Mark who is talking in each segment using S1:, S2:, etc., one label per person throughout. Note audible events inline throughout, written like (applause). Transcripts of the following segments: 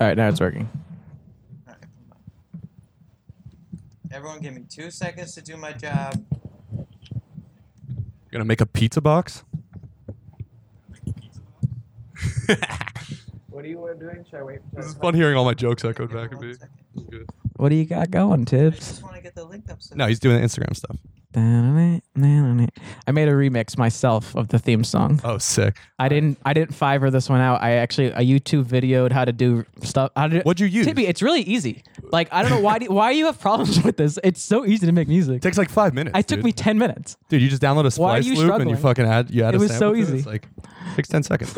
S1: All right, now it's working.
S2: Alright, hold on. Everyone, give me two seconds to do my job.
S3: gonna make a
S1: (laughs)
S3: pizza box. this
S2: What are you uh, doing? Should I wait? for
S3: is fun hearing all my jokes echoed
S2: Give me
S3: back at
S2: one
S3: me.
S2: second.
S3: Good.
S1: What do you got going,
S2: I
S1: Tibbs?
S2: just want to get the link up. So
S3: No, he's doing the Instagram stuff.
S1: I made a remix myself of the theme song.
S3: Oh, sick.
S1: I didn't. I didn't Fiverr this one out. I actually I YouTube videoed how to do stuff. How to do,
S3: What'd you use?
S1: Tibby, it's really easy. Like I don't know why do, why you have problems (laughs) with this. It's so easy to make music.
S3: takes like five minutes.
S1: I took
S3: dude.
S1: me ten minutes.
S3: Dude, you just download a
S1: Why are
S3: splice
S1: you
S3: loop and you
S1: struggling?
S3: fucking add you add
S1: It
S3: a
S1: was
S3: sample
S1: so
S3: to it.
S1: easy.
S3: It's like six
S1: (laughs)
S3: ten seconds.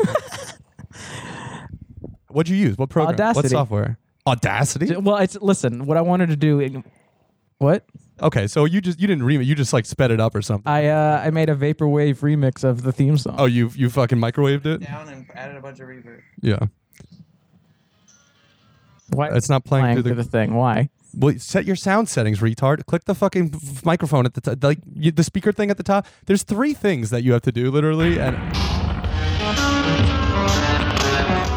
S3: What'd you use? What program? What
S1: Audacity.
S3: software? Audacity.
S1: Well, it's listen. What I wanted to do. in- What
S3: Okay, so you just you didn't remix. You just like sped it up or something.
S1: I uh I made a vaporwave remix of the theme song.
S3: oh, you you fucking microwaved it.
S2: down and added a bunch of reverb.
S3: Yeah.
S1: why
S3: It's not playing,
S1: playing
S3: through
S1: through
S3: the.
S1: the thing? Why?
S3: well, set your sound settings, retard. Click the fucking f- microphone at the top, like you, the speaker thing at the top. There's three things that you have to do literally, and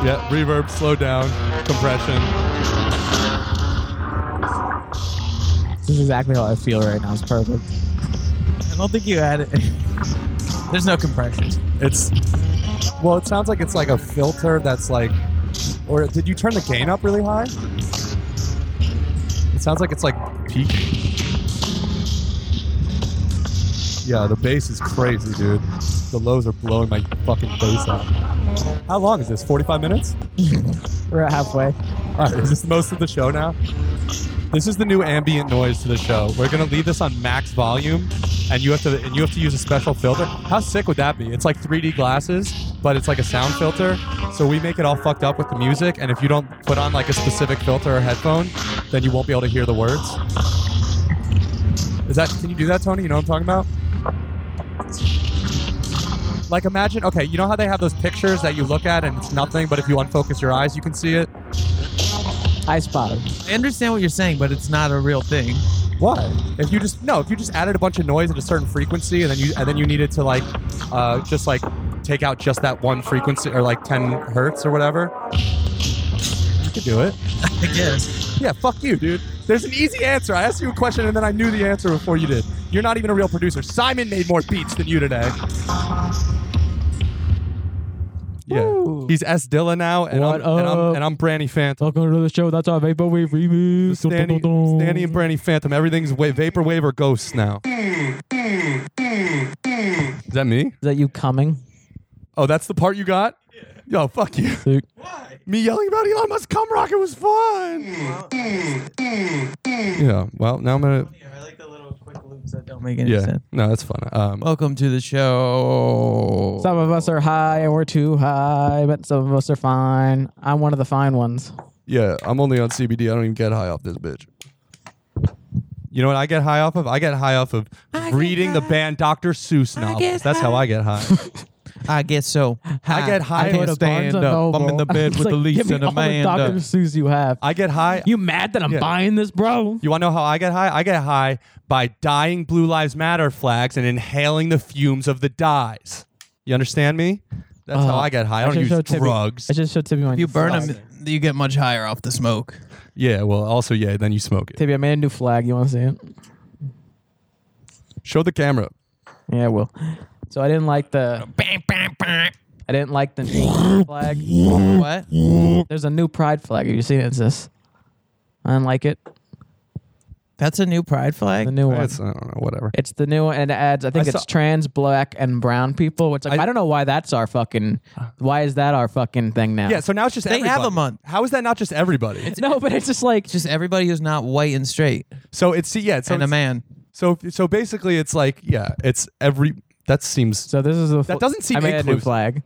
S3: yeah, reverb, slow down, compression.
S4: This is exactly how I feel right now. It's perfect. I don't think you had it. (laughs) There's no compression.
S3: It's well, it sounds like it's like a filter that's like, or did you turn the gain up really high? It sounds like it's like peak. Yeah, the bass is crazy, dude. The lows are blowing my fucking face out. How long is this? 45 minutes?
S4: We're at halfway.
S3: All right, is this most of the show now? This is the new ambient noise to the show. We're gonna leave this on max volume, and you have to and you have to use a special filter. How sick would that be? It's like 3D glasses, but it's like a sound filter. So we make it all fucked up with the music, and if you don't put on like a specific filter or headphone, then you won't be able to hear the words. Is that? Can you do that, Tony? You know what I'm talking about? Like imagine, okay, you know how they have those pictures that you look at and it's nothing, but if you unfocus your eyes, you can see it.
S4: I spotted. I understand what you're saying, but it's not a real thing.
S3: Why? If you just no, if you just added a bunch of noise at a certain frequency, and then you and then you needed to like, uh, just like take out just that one frequency or like 10 hertz or whatever, you could do it.
S4: I guess.
S3: Yeah, fuck you, dude. There's an easy answer. I asked you a question and then I knew the answer before you did. You're not even a real producer. Simon made more beats than you today. Yeah,
S1: Woo.
S3: he's S Dilla now, and I'm,
S1: What
S3: and I'm
S1: up?
S3: and I'm Brandy Phantom.
S1: Welcome to the show. That's our vaporwave remix.
S3: Stanny, Stanny and Brandy Phantom. Everything's wa- vaporwave or ghosts now. Is that me?
S1: Is that you coming?
S3: Oh, that's the part you got? Yo, fuck you.
S1: Dude,
S2: Why?
S3: Me yelling about Elon Musk cum rocket was fun.
S2: Well, I
S3: Yeah. Well, now I'm gonna.
S2: like the little quick loops that don't make.
S4: Make any
S3: Yeah.
S4: sense.
S3: No, that's fun. Um,
S4: Welcome to the show.
S1: Some of us are high and we're too high, but some of us are fine. I'm one of the fine ones.
S3: yeah, I'm only on CBD. I don't even get high off this bitch. You know what I get high off of? I get high off of reading the band Dr. Seuss novels.
S4: get
S3: That's how I get high.
S4: I guess so.
S3: I get high
S1: go to
S3: and stand
S1: Barnes and
S3: up. I'm in
S1: Noble.
S3: the bed
S1: It's
S3: with
S1: like,
S3: the
S1: give
S3: Elise
S1: me
S3: and
S1: all the Dr.
S3: Amanda.
S1: Seuss you have.
S3: I get high.
S1: you mad that I'm
S3: Yeah.
S1: buying this, bro?
S3: You want to know how I get high? I get high by dyeing Blue Lives Matter flags and inhaling the fumes of the dyes. You understand me? That's how
S1: Uh,
S3: I get high. I don't
S1: should show
S3: use
S1: Tibby-
S3: drugs.
S1: I just showed Tibby my
S4: If you burn
S1: flag.
S4: them, you get much higher off the smoke.
S3: yeah, well, also, yeah, then you smoke it.
S1: Tibby, I made a new flag. You want to see it?
S3: Show the camera.
S1: Yeah, I will. So I didn't like the
S4: Bam, bam, bam.
S1: I didn't like the new flag.
S4: What?
S1: There's a new pride flag. Have you seen it? It's this. I didn't like it.
S4: That's a new pride
S1: The
S4: flag.
S1: new one.
S3: It's, I don't know, whatever.
S1: It's the new one, and it adds. I think
S3: I
S1: it's
S3: saw-
S1: trans, black, and brown people. Which like,
S3: I-
S1: I, don't know why that's our fucking. Why is that our fucking thing now?
S3: Yeah, so now it's just
S4: They have
S3: everybody.
S4: a month.
S3: How is that not just everybody?
S1: No, but it's just like.
S4: It's just everybody who's not white and straight
S3: so it's, see, yeah, so,
S4: and a
S3: it's-
S4: man.
S3: so, so basically it's like, yeah, it's every, that seems,
S1: so this is a. fl-
S3: doesn't seem
S1: I made a new
S3: inclusive.
S1: flag.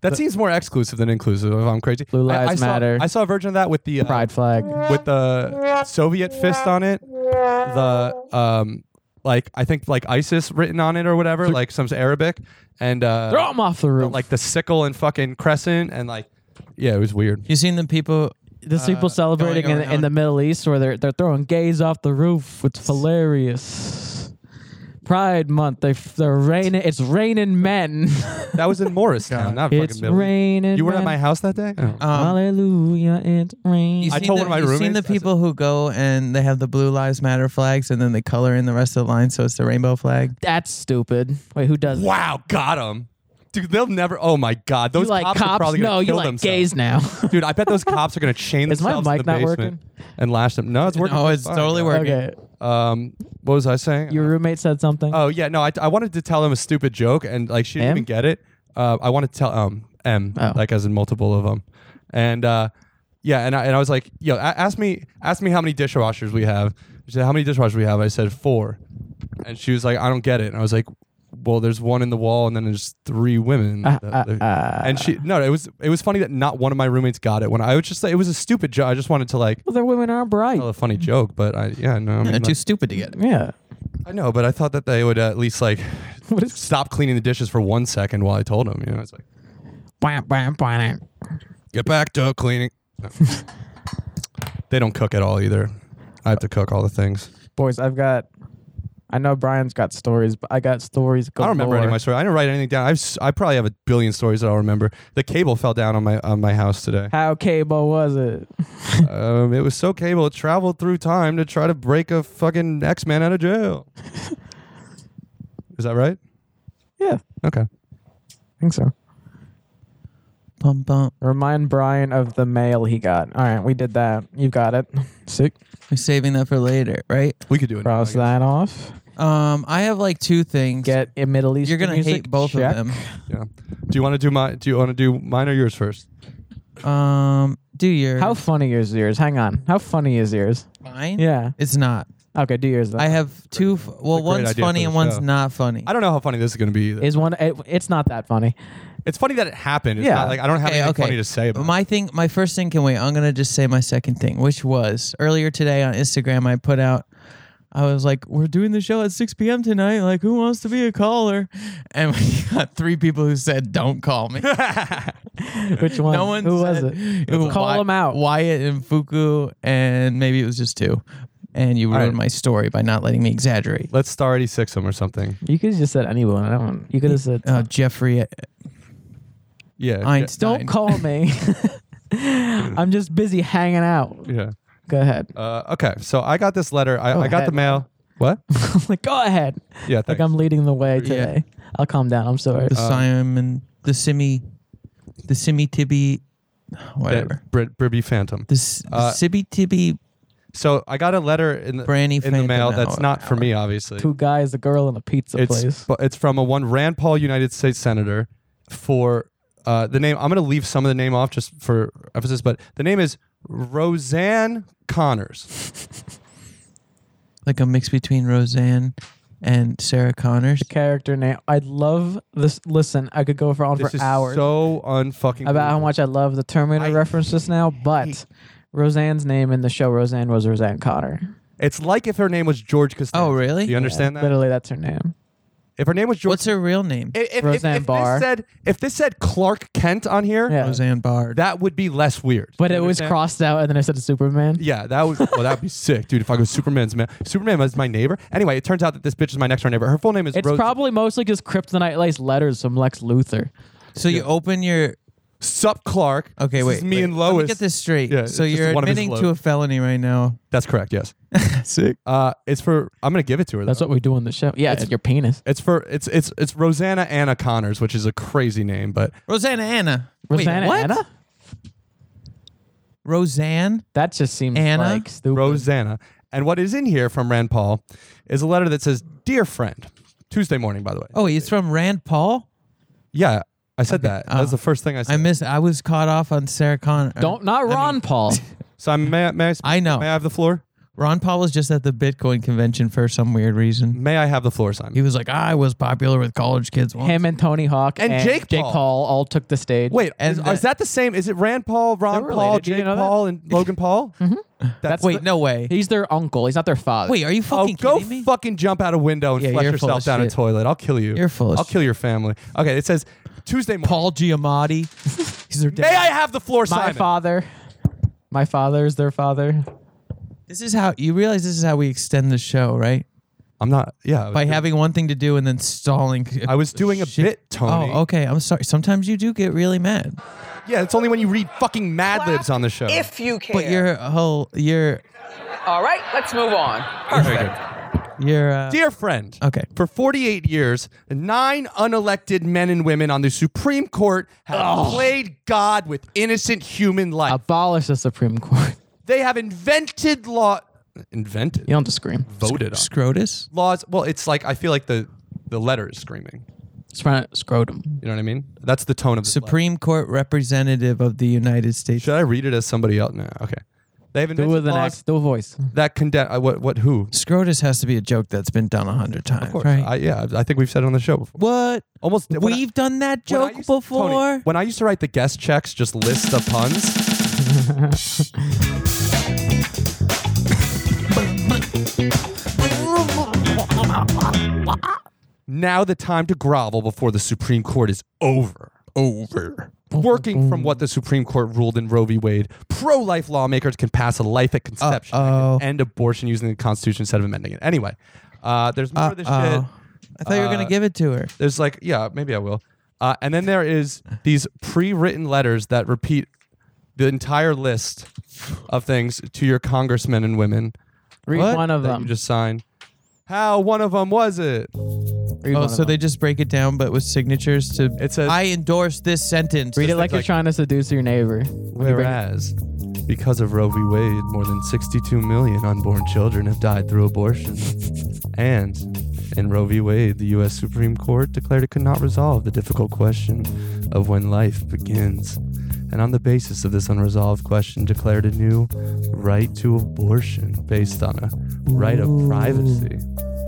S3: that seems more exclusive than inclusive if I'm crazy.
S1: Blue
S3: I- I
S1: Lives
S3: saw-
S1: Matter.
S3: I saw a version of that with the uh,
S1: Pride flag.
S3: with the Soviet fist on it, the um, like I think like ISIS written on it or whatever, like some Arabic, and
S1: Throw
S3: uh,
S1: them off the roof.
S3: like the sickle and fucking crescent and like, yeah, it was weird.
S4: You seen the people?
S3: Uh,
S1: There's people celebrating
S4: going
S1: in, in
S4: around-
S1: the Middle East where they're they're throwing gays off the roof. It's hilarious. Pride Month. They f- they're raining. It's raining men. (laughs)
S3: That was in Morristown,
S4: God.
S3: not
S1: it's
S3: fucking Billy.
S1: raining.
S3: You were
S1: men.
S3: at my house that day? Oh.
S4: Um,
S1: Hallelujah! It's raining.
S4: you
S3: I
S4: seen
S3: told
S4: the,
S3: one of my
S4: you seen
S3: roommates,
S4: the
S3: I said-
S4: people who go and they have the blue lives matter flags and then they color in the rest of the line so it's the rainbow flag.
S1: That's stupid. Wait, who does? that?
S3: Wow, got him. Dude, they'll never. Oh my God,
S1: You
S3: those
S1: like
S3: cops,
S1: cops?
S3: are probably
S1: no,
S3: gonna
S1: you
S3: kill
S1: like
S3: themselves.
S1: gays now.
S3: (laughs) Dude, I bet those cops are gonna
S1: (laughs)
S3: chain
S1: Is my
S3: themselves in
S1: mic
S3: the
S1: not
S3: basement
S1: working?
S3: and lash them. No, it's working.
S4: No,
S3: just
S4: it's
S3: fine,
S4: totally
S3: bro.
S4: working.
S1: okay,
S3: Um, what was I saying?
S1: your roommate said something.
S3: Oh yeah, no, I, I wanted to tell him a stupid joke and like she didn't
S1: M?
S3: even get it. Uh, I wanted to tell um M
S1: Oh.
S3: like as in multiple of them, and uh, yeah, and I, and I was like, yo, a- ask me ask me how many dishwashers we have. She said, how many dishwashers we have? I said four, and she was like, I don't get it. And I was like, well, there's one in the wall, and then there's three women.
S1: Ah,
S3: that-
S1: ah, ah.
S3: and she no, it was it was funny that not one of my roommates got it when I was just like, it was a stupid joke. I just wanted to like
S1: well, their women are bright.
S3: tell a funny joke, but I yeah no, I, mean,
S4: They're
S3: like-
S4: too stupid to get it.
S1: Yeah. (laughs)
S3: I know, but I thought that they would at least like
S1: What is?
S3: stop cleaning the dishes for one second while I told him. You know, it's like get back to cleaning. No. (laughs) they don't cook at all either. I have to cook all the things.
S1: Boys, I've got. I know Brian's got stories, but I got stories.
S3: I don't remember any of
S1: galore.
S3: my story. I didn't write anything down. I've s- I probably have a billion stories that I'll remember. The cable fell down on my on my house today.
S1: How cable was it?
S3: um, it was so cable it traveled through time to try to break a fucking X Man out of jail. Is that right?
S1: Yeah, I
S3: Okay.
S1: think so.
S4: Bum, bum.
S1: Remind Brian of the mail he got. All right, we did that. You got it. Sick.
S4: We're saving that for later, right?
S3: We could do it. now, I
S1: Cross
S3: guess.
S1: that off.
S4: Um, I have like two things.
S1: Get a Middle East.
S4: You're gonna hate both
S1: Check.
S4: of
S3: Yeah. Do you want to do my? Do you want to do mine or yours first?
S4: them. Um, do your
S1: How funny is yours? Hang on. How funny is yours?
S4: mine?
S1: Yeah.
S4: It's not.
S1: Okay, do yours. Then.
S4: I have two. F- well,
S3: great
S4: one's
S3: idea for
S4: funny
S3: the
S4: and one's
S3: show.
S4: not funny.
S3: I don't know how funny this is going to be. Either.
S1: is one. It, it's not that funny.
S3: It's funny that it happened. It's
S1: Yeah.
S3: Not, like I don't have anything funny to say about. it.
S4: my thing. My first thing can wait. I'm gonna just say my second thing, which was earlier today on Instagram. I put out. I was like, "We're doing the show at 6 p.m. tonight. Like, who wants to be a caller?" And we (laughs) got three people who said, "Don't call
S3: (laughs)
S4: me."
S1: Which one?
S4: no one.
S1: Who was
S4: said-
S1: it? Let's call
S4: Wy-
S1: them out.
S4: Wyatt and Fuku, and maybe it was just two. And you ruined
S3: right.
S4: my story by not letting me exaggerate.
S3: Let's star 86 them or something.
S1: You could have just said anyone. I don't. You could have said.
S4: Uh, Jeffrey
S3: Yeah.
S4: Einstein.
S1: (laughs) Don't call me. (laughs) I'm just busy hanging out.
S3: Yeah.
S1: Go ahead. (laughs)
S3: Uh, okay. So I got this letter. I, I got the
S1: head.
S3: mail.
S1: (laughs)
S3: What?
S1: I'm like, go ahead.
S3: Yeah. Thanks.
S1: Like I'm leading the way today. I'll calm down. I'm sorry.
S4: the Simon, the Simi, the Simi Tibby, whatever.
S3: Brit, Bribby Phantom.
S4: The, S- the
S3: Uh,
S4: Sibby Tibby
S3: So I got a letter in the,
S4: Branny
S3: in the
S4: Phantom
S3: mail that's
S4: Hour.
S3: not for me, obviously.
S1: Two guys, a girl, and a pizza
S3: It's
S1: place.
S3: but it's from a one Rand Paul United States Senator for uh, the name. I'm going to leave some of the name off just for emphasis, but the name is Roseanne Connors.
S4: like a mix between Roseanne and Sarah Connors.
S1: Character name. I love this. Listen, I could go for on
S3: This
S1: for
S3: is
S1: hours
S3: so unfucking
S1: about how
S3: believable.
S1: much I love the Terminator
S3: I
S1: reference just now, but
S3: hate-
S1: Roseanne's name in the show Roseanne was Roseanne Connor.
S3: It's like if her name was George Costanza.
S4: Oh, really?
S3: Do you understand that?
S1: Literally, that's her name.
S3: If her name was George,
S4: What's her real name?
S3: if, if, if,
S1: Roseanne
S3: if
S1: Barr.
S3: this said if this said Clark Kent on here,
S1: Yeah.
S4: Roseanne Bard.
S3: that would be less weird.
S1: But
S3: You
S1: it was
S3: understand?
S1: crossed out, and then I said Superman.
S3: Yeah, that was well.
S1: (laughs)
S3: That'd be sick, dude. If I go Superman's man, Superman was my neighbor. Anyway, it turns out that this bitch is my next door neighbor. Her full name is
S1: It's
S3: Rose-
S1: probably mostly just kryptonite laced letters from Lex Luthor.
S4: so you open your
S3: Sup Clark.
S4: okay,
S3: This
S4: wait.
S3: is me
S4: wait,
S3: and
S4: let me
S3: Lois.
S4: get this straight.
S3: Yeah, it's
S4: so
S3: just
S4: you're
S3: one of his
S4: admitting
S3: lo-
S4: to a felony right
S3: (laughs)
S4: now.
S3: That's correct. Yes.
S4: Sick.
S3: Uh, it's for. I'm gonna give it to her.
S1: That's
S3: though.
S1: what we do on the show. Yeah, it's your penis.
S3: It's for. It's it's it's Rosanna Anna Connors, which is a crazy name, but
S4: Rosanna Anna. Wait,
S1: Rosanna
S4: what?
S1: Anna?
S4: Roseanne.
S1: That just seems
S4: Anna?
S1: like stupid.
S3: Rosanna. And what is in here from Rand Paul is a letter that says, "Dear friend." Tuesday morning, by the way.
S4: Oh, he's from Rand Paul.
S3: Yeah, I said that. That was
S4: Oh.
S3: the first thing I said.
S4: I missed. I was caught off on Sarah Connor.
S1: Don't not Ron
S3: (laughs)
S1: Paul.
S3: so I'm, may, I- may I? sp-
S4: I know.
S3: May I have the floor?
S4: Ron Paul was just at the Bitcoin convention for some weird reason.
S3: May I have the floor,
S4: He
S3: Simon?
S4: was like, "Ah, I was popular with college kids once.
S1: Him and Tony Hawk
S3: And Jake
S1: Jake
S3: Paul.
S1: Paul all took the stage.
S3: Wait,
S4: And
S3: is,
S4: the-
S3: is that the same? Is it Rand Paul, Ron
S1: They're
S3: Paul,
S1: related. Did you
S3: Jake
S1: know that?
S4: (laughs)
S3: Paul, and Logan Paul? mm-hmm. That's
S4: Wait, no way.
S1: he's their uncle. He's not their father.
S4: Wait, are you
S3: Oh,
S4: fucking
S3: go
S4: kidding me?
S3: fucking jump out a window and
S4: Yeah,
S3: flush
S4: you're full of
S3: yourself down a
S4: shit.
S3: toilet. I'll kill you.
S4: You're full of
S3: I'll
S4: shit.
S3: kill your family. Okay, it says Tuesday morning.
S4: Paul
S3: (laughs)
S4: Giamatti. he's their
S3: May
S4: dad.
S3: I have the floor,
S1: my
S3: Simon?
S1: father? My father is their father.
S4: This is how you realize this is how we extend the show, right?
S3: I'm not. Yeah. I was
S4: by
S3: doing-
S4: having one thing to do and then stalling.
S3: I was doing a
S4: Shit.
S3: bit, Tony.
S4: Oh, okay. I'm sorry. Sometimes you do get really mad,
S3: Yeah, it's only when you read fucking Mad Libs on the show.
S5: If you care.
S4: but your whole your
S5: All right, let's move on.
S3: Very
S5: Perfect.
S3: good.
S4: your uh,
S3: Dear friend.
S4: Okay.
S3: For 48 years, nine unelected men and women on the Supreme Court have played God with innocent human life.
S1: Abolish the Supreme Court. (laughs)
S3: they have invented law. Invented?
S1: You don't just scream.
S3: Voted on.
S4: scrotus.
S3: laws. Well, it's like, I feel like the, the letter is screaming.
S1: It's trying to scrotum.
S3: You know what I mean? That's the tone of the
S4: Supreme Court representative of the United States.
S3: Should I read it as somebody else? No. Okay. They have
S1: Do it
S3: invented
S1: with an
S3: laws
S1: X. Do a voice.
S3: that condemn. Uh, what? What? Who?
S4: Scrotus has to be a joke that's been done a hundred times, right?
S3: I, yeah, I think we've said it on the show before.
S4: what?
S3: Almost. when I-
S4: We've done that
S3: when I
S4: joke
S3: used- Tony,
S4: before.
S3: when I used to write the guest checks, just list the puns. now the time to grovel before the Supreme Court is over. Over. Working from what the Supreme Court ruled in Roe v. Wade, pro life lawmakers can pass a life at conception
S4: Uh-oh.
S3: and end abortion using the Constitution instead of amending it. Anyway, uh, there's more of this shit.
S4: Uh-oh. I thought you were gonna
S3: Uh,
S4: give it to her.
S3: There's like, yeah, maybe I will. Uh, and then there is these pre-written letters that repeat the entire list of things to your congressmen and women
S1: Read
S4: What?
S1: one of
S3: that
S1: them.
S3: you just signed. How one of them was it?
S1: Read
S4: Oh,
S1: one
S4: so
S1: of them.
S4: they just break it down, but with signatures to.
S3: It says-
S4: "I endorse this sentence."
S1: read it
S3: just
S1: like
S3: like-
S1: you're trying to seduce your neighbor.
S3: Whereas, because of Roe v. Wade, more than 62 million unborn children have died through abortion. (laughs) and in Roe v. Wade, the U.S. Supreme Court declared it could not resolve the difficult question of when life begins. And on the basis of this unresolved question, declared a new right to abortion based on a right of
S4: Ooh.
S3: privacy.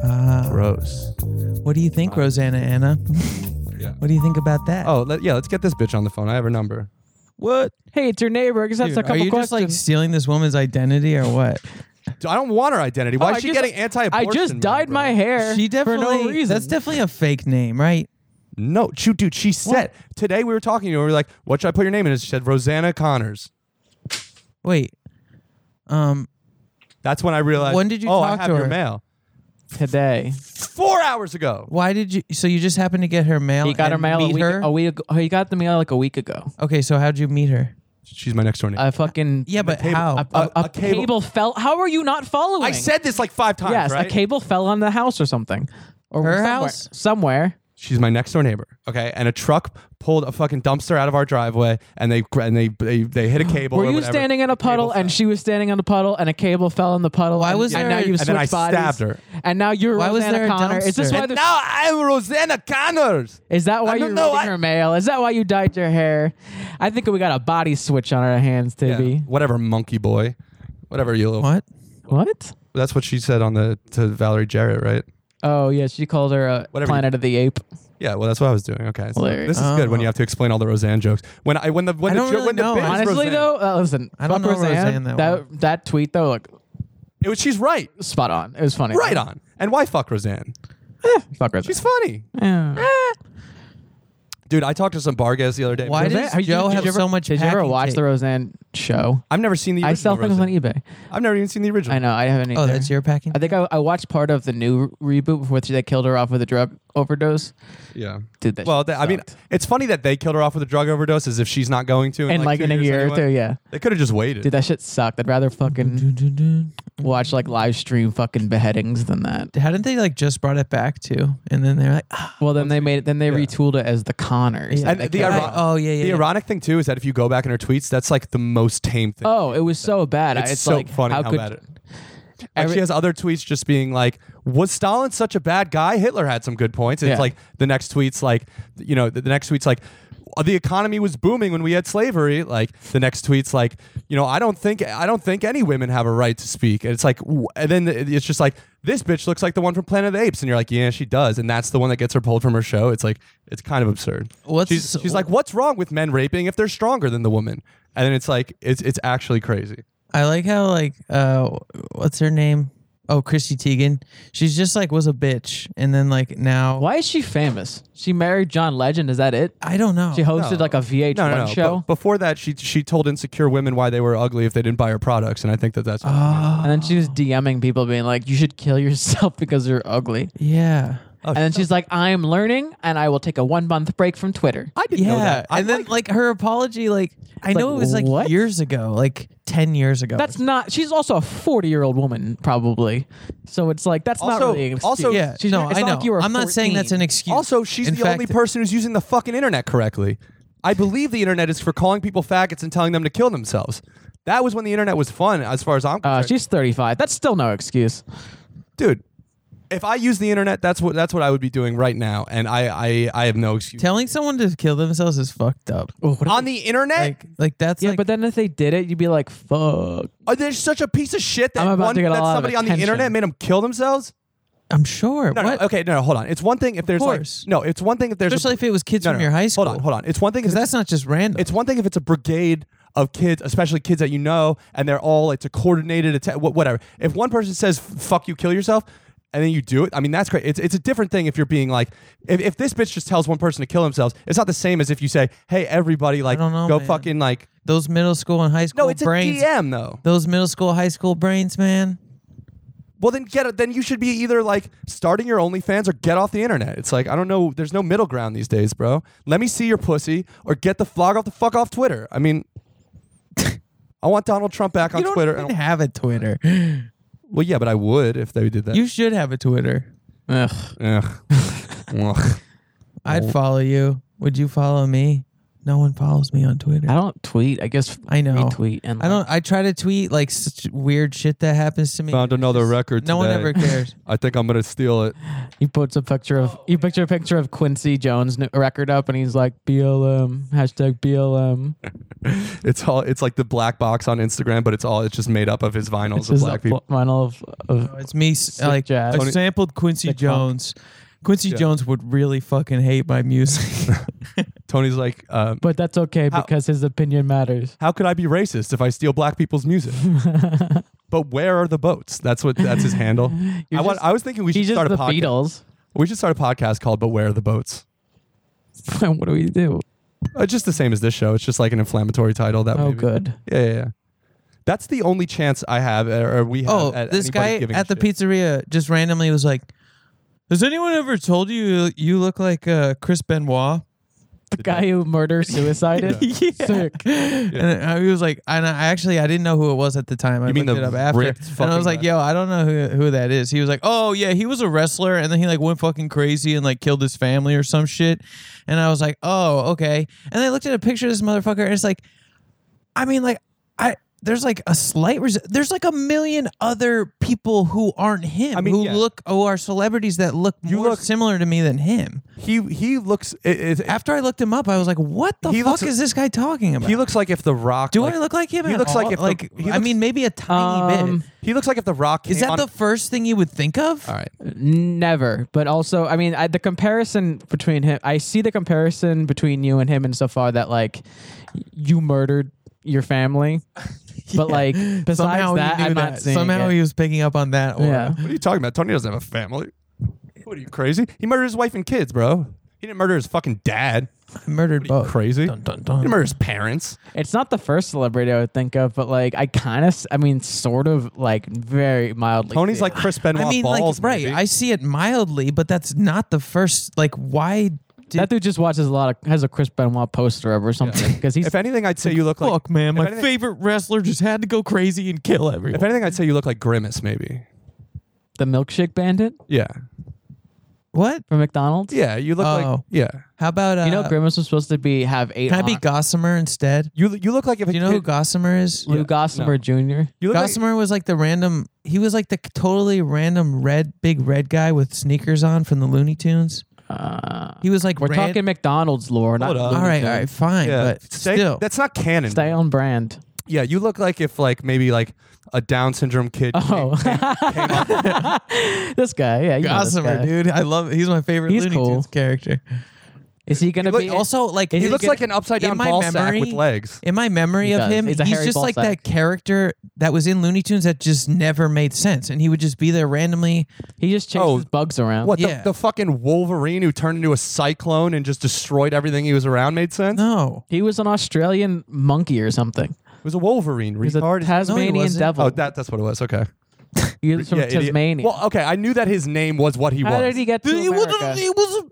S4: Ah.
S3: Gross.
S4: what do you think, Rosanna Anna? (laughs)
S3: Yeah.
S4: What do you think about that?
S3: Oh, let, yeah, let's get this bitch on the phone. I have her number.
S4: what?
S1: Hey, it's your neighbor. I just asked a
S4: are
S1: couple
S4: you just like
S1: questions.
S4: stealing this woman's identity or what?
S3: Dude, I don't want her identity. Why
S1: Oh,
S3: is
S1: I
S3: she
S1: guess
S3: getting
S1: I- I
S3: anti-abortion?
S1: just
S3: money,
S1: dyed
S3: bro?
S1: my hair.
S4: She definitely.
S1: For no reason.
S4: That's definitely a fake name, right?
S3: No, she, dude, she said today we were talking to her. We were like, "What should I put your name in?" And she said Rosanna Connors.
S4: Wait. Um.
S3: That's when I realized.
S4: When did you
S3: Oh,
S4: talk
S3: I have
S4: to
S3: your
S4: her?
S3: mail.
S1: today.
S3: Four hours ago.
S4: Why did you? So you just happened to get her mail?
S1: He got her
S4: and
S1: mail a
S4: meet
S1: week,
S4: her?
S1: a week ago. He got the mail like a week ago.
S4: Okay. So how'd you meet her?
S3: She's my next door neighbor.
S1: I fucking
S4: Yeah, but
S3: cable-
S4: how?
S1: a, a,
S3: a
S1: a
S3: cable-
S1: cable. fell. How are you not following?
S3: I said this like five times.
S1: yes.
S3: right?
S1: A cable fell on the house or something. Or
S4: Her
S1: somewhere,
S4: house?
S1: somewhere.
S3: She's my next door neighbor. Okay, and a truck pulled a fucking dumpster out of our driveway, and they gra- and they they,
S4: (gasps)
S3: they hit a cable.
S1: Were
S3: or
S1: you
S3: whatever.
S1: standing in a
S3: The cable
S1: puddle and
S3: fell.
S1: she was standing in a puddle and a cable fell in the puddle?
S4: Why
S1: and,
S4: was
S1: and
S4: there-
S1: now you've
S3: And then I
S1: switched bodies,
S3: stabbed her.
S1: And now you're
S4: Why was
S1: Rosanna
S4: there a
S1: Connor. Is this
S4: dumpster?
S1: why?
S4: And
S1: there's-
S3: Now I'm Rosanna Connors.
S1: Is that why
S3: I
S1: you're
S3: don't know,
S1: reading
S3: I-
S1: her mail? Is that why you dyed your hair? I think we got a body switch on our hands,
S3: Yeah,
S1: Tibby.
S3: Whatever, monkey boy. Whatever you. Little,
S4: What?
S1: What?
S3: That's what she said on the to Valerie Jarrett, right?
S1: Oh yeah, she called her a
S3: Whatever you-
S1: Planet of the Ape.
S3: Yeah, well, that's what I was doing. Okay, so
S1: Hilarious.
S3: this is good
S1: oh.
S3: when you have to explain all the Roseanne jokes. When I when the when
S4: I
S3: the
S4: don't
S3: jo-
S4: really
S3: when the
S4: know.
S3: bit is
S1: Honestly
S3: Roseanne-
S1: though, uh, listen,
S4: I don't
S1: fuck
S4: know Roseanne that
S1: that that tweet though, look,
S3: it was, she's right,
S1: spot on. It was funny.
S3: right on. And why fuck Roseanne?
S1: Fuck Roseanne.
S3: She's funny,
S1: (laughs) Yeah.
S3: dude. I talked to some Bargas the other day.
S4: Why
S1: Roseanne-
S4: does
S1: have you-
S4: Joe
S1: did
S4: have
S1: you ever-
S4: so much?
S1: Did you ever
S4: packing
S1: watch
S4: tape?
S1: the Roseanne show?
S3: I've never seen the.
S1: I sell
S3: original
S1: things on
S3: Roseanne.
S1: eBay.
S3: I've never even seen the original.
S1: I know. I haven't. Either.
S4: Oh, that's your packing.
S1: I think I, I watched part of the new re- reboot before they killed her off with a drug overdose.
S3: Yeah.
S1: Dude, that
S3: Well,
S1: shit
S3: th- I mean,
S1: sucked.
S3: it's funny that they killed her off with a drug overdose, as if she's not going to. In
S1: and like,
S3: two
S1: in a
S3: years
S1: year
S3: anyway.
S1: or two, yeah.
S3: They could have just waited.
S1: Dude, that shit sucked. I'd rather fucking
S4: Dun-dun-dun.
S1: watch like live stream fucking beheadings than that.
S4: Hadn't they like just brought it back too? And then they're like, ah,
S1: Well, then they made it. Then they retooled it as the Connors.
S4: Yeah.
S1: and
S3: And
S1: they
S3: the
S1: kept-
S3: ironic,
S4: Oh, yeah, yeah,
S3: The
S4: yeah.
S3: ironic thing too is that if you go back in her tweets, that's like the most tame thing.
S1: oh, it was so bad.
S3: it's,
S1: It's,
S3: so
S1: like,
S3: funny
S1: how,
S3: how,
S1: could
S3: bad it. Like she has other tweets just being like, "Was Stalin such a bad guy? Hitler had some good points." And It's
S1: Yeah.
S3: like the next tweet's like, you know, the, the next tweet's like, "The economy was booming when we had slavery." Like the next tweet's like, you know, I don't think I don't think any women have a right to speak. And it's like, w- and then it's just like this bitch looks like the one from Planet of the Apes, and you're like, yeah, she does, and that's the one that gets her pulled from her show. It's like it's kind of absurd.
S4: What's-
S3: she's, she's like, what's wrong with men raping if they're stronger than the woman? And then it's like it's it's actually crazy.
S4: I like how like uh, what's her name? Oh, Chrissy Teigen. She's just like was a bitch, and then like now
S1: Why is she famous? She married John Legend. Is that it?
S4: I don't know.
S1: She hosted like a VH1
S3: No, no, no.
S1: show,
S3: But before that, she she told insecure women why they were ugly if they didn't buy her products, and I think that that's.
S1: and then she was DMing people, being like, "You should kill yourself (laughs) because you're ugly."
S4: yeah.
S1: and then she's like, "I'm learning, and I will take a one month break from Twitter."
S3: I didn't know
S4: Yeah.
S3: that. I
S4: and then like her apology, like I know it was like
S1: what?
S4: years ago, like ten years ago.
S1: That's not. She's also a forty-year-old woman, probably. So it's like that's not
S3: Also-
S1: really. An excuse.
S3: also-
S4: yeah.
S1: she's
S4: no,
S1: not- it's
S4: I know.
S1: not like you were
S4: I'm not saying that's
S1: 14.
S4: an excuse.
S3: Also, she's
S4: In
S3: the only
S4: fact-
S3: person who's using the fucking internet correctly. I believe the internet is for calling people faggots and telling them to kill themselves. That was when the internet was fun, as far as I'm
S1: Uh,
S3: concerned.
S1: she's thirty-five. That's still no excuse.
S3: Dude, if I use the internet, that's what that's what I would be doing right now, and I I, I have no excuse.
S4: Telling someone to kill themselves is fucked up.
S3: On the internet,
S4: Like, like that's
S1: yeah,
S4: like,
S1: but then if they did it, you'd be like, "Fuck."
S3: are they such a piece of shit that
S1: I'm about
S3: one
S1: to
S3: that
S1: get a lot of
S3: somebody on the
S1: attention.
S3: internet made them kill themselves?
S4: I'm sure.
S3: No,
S4: what?
S3: no, okay, no, no, hold on. It's one thing if there's like
S4: course.
S3: no, it's one thing if there's a-
S4: Especially if it was kids
S3: no, no,
S4: from your high school.
S3: Hold on, hold on. It's one thing if
S4: Because
S3: it's-
S4: that's not just random.
S3: It's one thing if it's a brigade of kids, especially kids that you know, and they're all it's a coordinated attack, wha- whatever. If one person says "fuck you, kill yourself," and then you do it, I mean that's great. It's it's a different thing if you're being like, if, if this bitch just tells one person to kill themselves, it's not the same as if you say, "Hey, everybody, like
S4: don't know,
S3: go
S4: man.
S3: fucking like."
S4: those middle school and high school
S3: No, it's
S4: brains.
S3: a DM though.
S4: Those middle school, high school brains, man.
S3: Well, then get it. Then you should be either like starting your OnlyFans or get off the internet. It's like I don't know. There's no middle ground these days, bro. Let me see your pussy or get the flog off the fuck off Twitter. I mean, (laughs) I want Donald Trump back on
S4: you don't
S3: Twitter. I
S4: even
S3: don't-
S4: have a Twitter. (gasps)
S3: Well, yeah, but I would if they did that.
S4: You should have a Twitter.
S1: Ugh.
S4: (laughs)
S3: Ugh. Ugh. Oh.
S4: I'd follow you. Would you follow me? No one follows me on Twitter.
S1: I don't tweet. I guess
S4: I know.
S1: retweet and
S4: I don't. I try to tweet like such weird shit that happens to me.
S3: Found another record.
S4: No one
S3: today.
S4: ever cares.
S3: (laughs) I think I'm gonna steal it.
S1: He puts a picture of he picture a picture of Quincy Jones n- record up, and he's like BLM hashtag BLM.
S3: It's all. It's like the black box on Instagram, but it's all. It's just made up of his
S1: This
S3: vinyls of
S1: is
S3: black
S1: a
S3: people.
S1: final of, of
S4: it's me. s- Like
S1: jazz.
S4: I
S1: Tony-
S4: sampled Quincy
S1: Sick funk.
S4: Jones. Quincy
S3: Yeah.
S4: Jones would really fucking hate my
S3: (laughs)
S4: music.
S3: Tony's like, um,
S1: but that's okay
S3: How-
S1: because his opinion matters.
S3: how could I be racist if I steal black
S4: (laughs)
S3: people's music? but where are the boats? That's what. That's
S4: (laughs)
S3: his handle. I,
S1: You're
S3: want,
S1: just-
S3: I was thinking we should
S1: He's
S3: start
S1: just
S3: a
S1: the
S3: podcast.
S1: Beatles.
S3: We should start a podcast called "But Where Are the Boats."
S1: (laughs) what do we do?
S3: Uh, just the same as this show. It's just like an inflammatory title. That
S1: Oh,
S3: maybe-
S1: good.
S3: Yeah, yeah, yeah. That's the only chance I have, or or we have.
S4: oh,
S3: at
S4: this
S3: anybody
S4: guy
S3: giving a
S4: at the
S3: shit.
S4: pizzeria just randomly was like, "Has anyone ever told you you look like uh, Chris Benoit?"
S1: The guy who murder
S4: (laughs)
S1: suicided. Sick.
S4: And uh, he was like, and I actually I didn't know who it was at the time. I
S3: You mean
S4: looked
S3: the
S4: it up after,
S3: ripped
S4: and I
S3: fucking
S4: was like,
S3: guy?
S4: "Yo, I don't know who, who that is." He was like, "Oh yeah, he was a wrestler, and then he like went fucking crazy and like killed his family or some shit." And I was like, "Oh okay." And I looked at a picture of this motherfucker, and it's like, I mean, like I. There's like a slight res- there's like a million other people who aren't him
S3: I mean,
S4: who
S3: yeah.
S4: look who are celebrities that look
S3: You
S4: more
S3: look-
S4: similar to me than him.
S3: he he looks. It, it,
S4: After I looked him up, I was like, "What the
S3: He
S4: fuck
S3: looks-
S4: is this guy talking about?"
S3: He looks like if the Rock.
S4: Do
S3: like-
S4: I look like him?
S3: He
S4: at
S3: looks
S4: all?
S3: like if the-
S4: like
S3: he
S4: I
S3: looks-
S4: mean maybe a tiny
S1: Um,
S4: bit.
S3: He looks like if the Rock.
S4: Is
S3: came
S4: that
S3: on-
S4: the first thing you would think of?
S3: All right.
S1: Never. But also, I mean, I, the comparison between him, I see the comparison between you and him insofar that, like, you murdered your
S4: (laughs)
S1: family. But, like, besides
S4: Somehow
S1: that,
S4: he knew
S1: I'm
S4: that.
S1: not seeing
S4: Somehow
S1: it.
S4: he was picking up on that. Or,
S1: yeah.
S3: What are you talking about? Tony doesn't have a family. What are you crazy? He murdered his wife and kids, bro. He didn't murder his fucking dad.
S4: I (laughs) murdered both.
S3: Crazy.
S4: Dun, dun,
S3: He
S4: dun.
S3: didn't murder his parents.
S1: It's not the first celebrity I would think of, but, like, I kind of, I mean, sort of, like, very mildly.
S3: Tony's
S1: see
S3: like
S1: it.
S3: Chris Benoit
S4: I mean,
S3: balls.
S4: like right.
S3: maybe.
S4: I see it mildly, but that's not the first. Like, why did
S1: that dude just watches a lot of, has a Chris Benoit poster up or something. Because he's,
S3: if anything, I'd say you look like.
S4: fuck, man?
S3: if
S4: My
S3: anything-
S4: favorite wrestler just had to go crazy and kill
S3: If
S4: everyone.
S3: anything, I'd say you look like Grimace, maybe.
S1: the milkshake bandit
S3: Yeah.
S4: what?
S1: from McDonald's.
S3: Yeah. You look like.
S4: Oh.
S3: Yeah.
S4: How about uh,
S1: You know, Grimace was supposed to be, have eight.
S4: Can I be
S1: hon-
S4: Gossamer instead?
S3: You you look like if a
S4: Do you know who
S3: kid,
S4: Gossamer is?
S1: Lou Gossamer Jr.?
S3: you look like-
S4: Gossamer was like the random. He was like the c- totally random red, big red guy with sneakers on from the Looney Tunes.
S1: Uh,
S4: He was like
S1: We're
S4: ran-
S1: talking McDonald's lore, not
S3: Hold up.
S1: Looney
S4: All right, all
S1: Tunes.
S4: right, fine,
S3: yeah.
S4: but
S3: Stay-
S4: still,
S3: that's not canon.
S1: Stay on brand.
S3: Yeah, you look like if like maybe like a Down syndrome kid.
S1: Oh, (laughs) this guy, yeah, you know this
S4: Gossamer,
S1: guy.
S4: dude. I love. He's my favorite
S1: He's
S4: Looney
S1: cool.
S4: Tunes character.
S1: Is he gonna
S3: look-
S1: be
S4: Also, like
S1: He
S3: He
S1: it
S3: looks
S1: gonna-
S3: like an upside
S4: in
S3: down
S4: my
S3: ball sack with
S4: memory-
S3: legs.
S4: in my memory
S1: He
S4: of
S1: does.
S4: him,
S1: He's a
S4: he's,
S1: hairy
S4: just
S1: ball
S4: like
S1: sack.
S4: that character that was in Looney Tunes that just never made sense, and he would just be there randomly.
S1: He just chases
S3: Oh,
S1: bugs around.
S3: What
S4: Yeah.
S3: the, the fucking Wolverine who turned into a cyclone and just destroyed everything he was around made sense?
S4: No,
S1: He was an Australian monkey or something.
S3: It was a Wolverine.
S1: He was a
S3: retard.
S1: Tasmanian
S4: No, he wasn't.
S1: devil.
S3: oh, that, that's what it was. Okay.
S1: he was from
S3: Yeah, idiot.
S1: Tasmania.
S3: Well, okay. I knew that his name was what he
S1: How
S3: was.
S1: did he get to
S4: It wasn't-
S1: America?
S4: it was-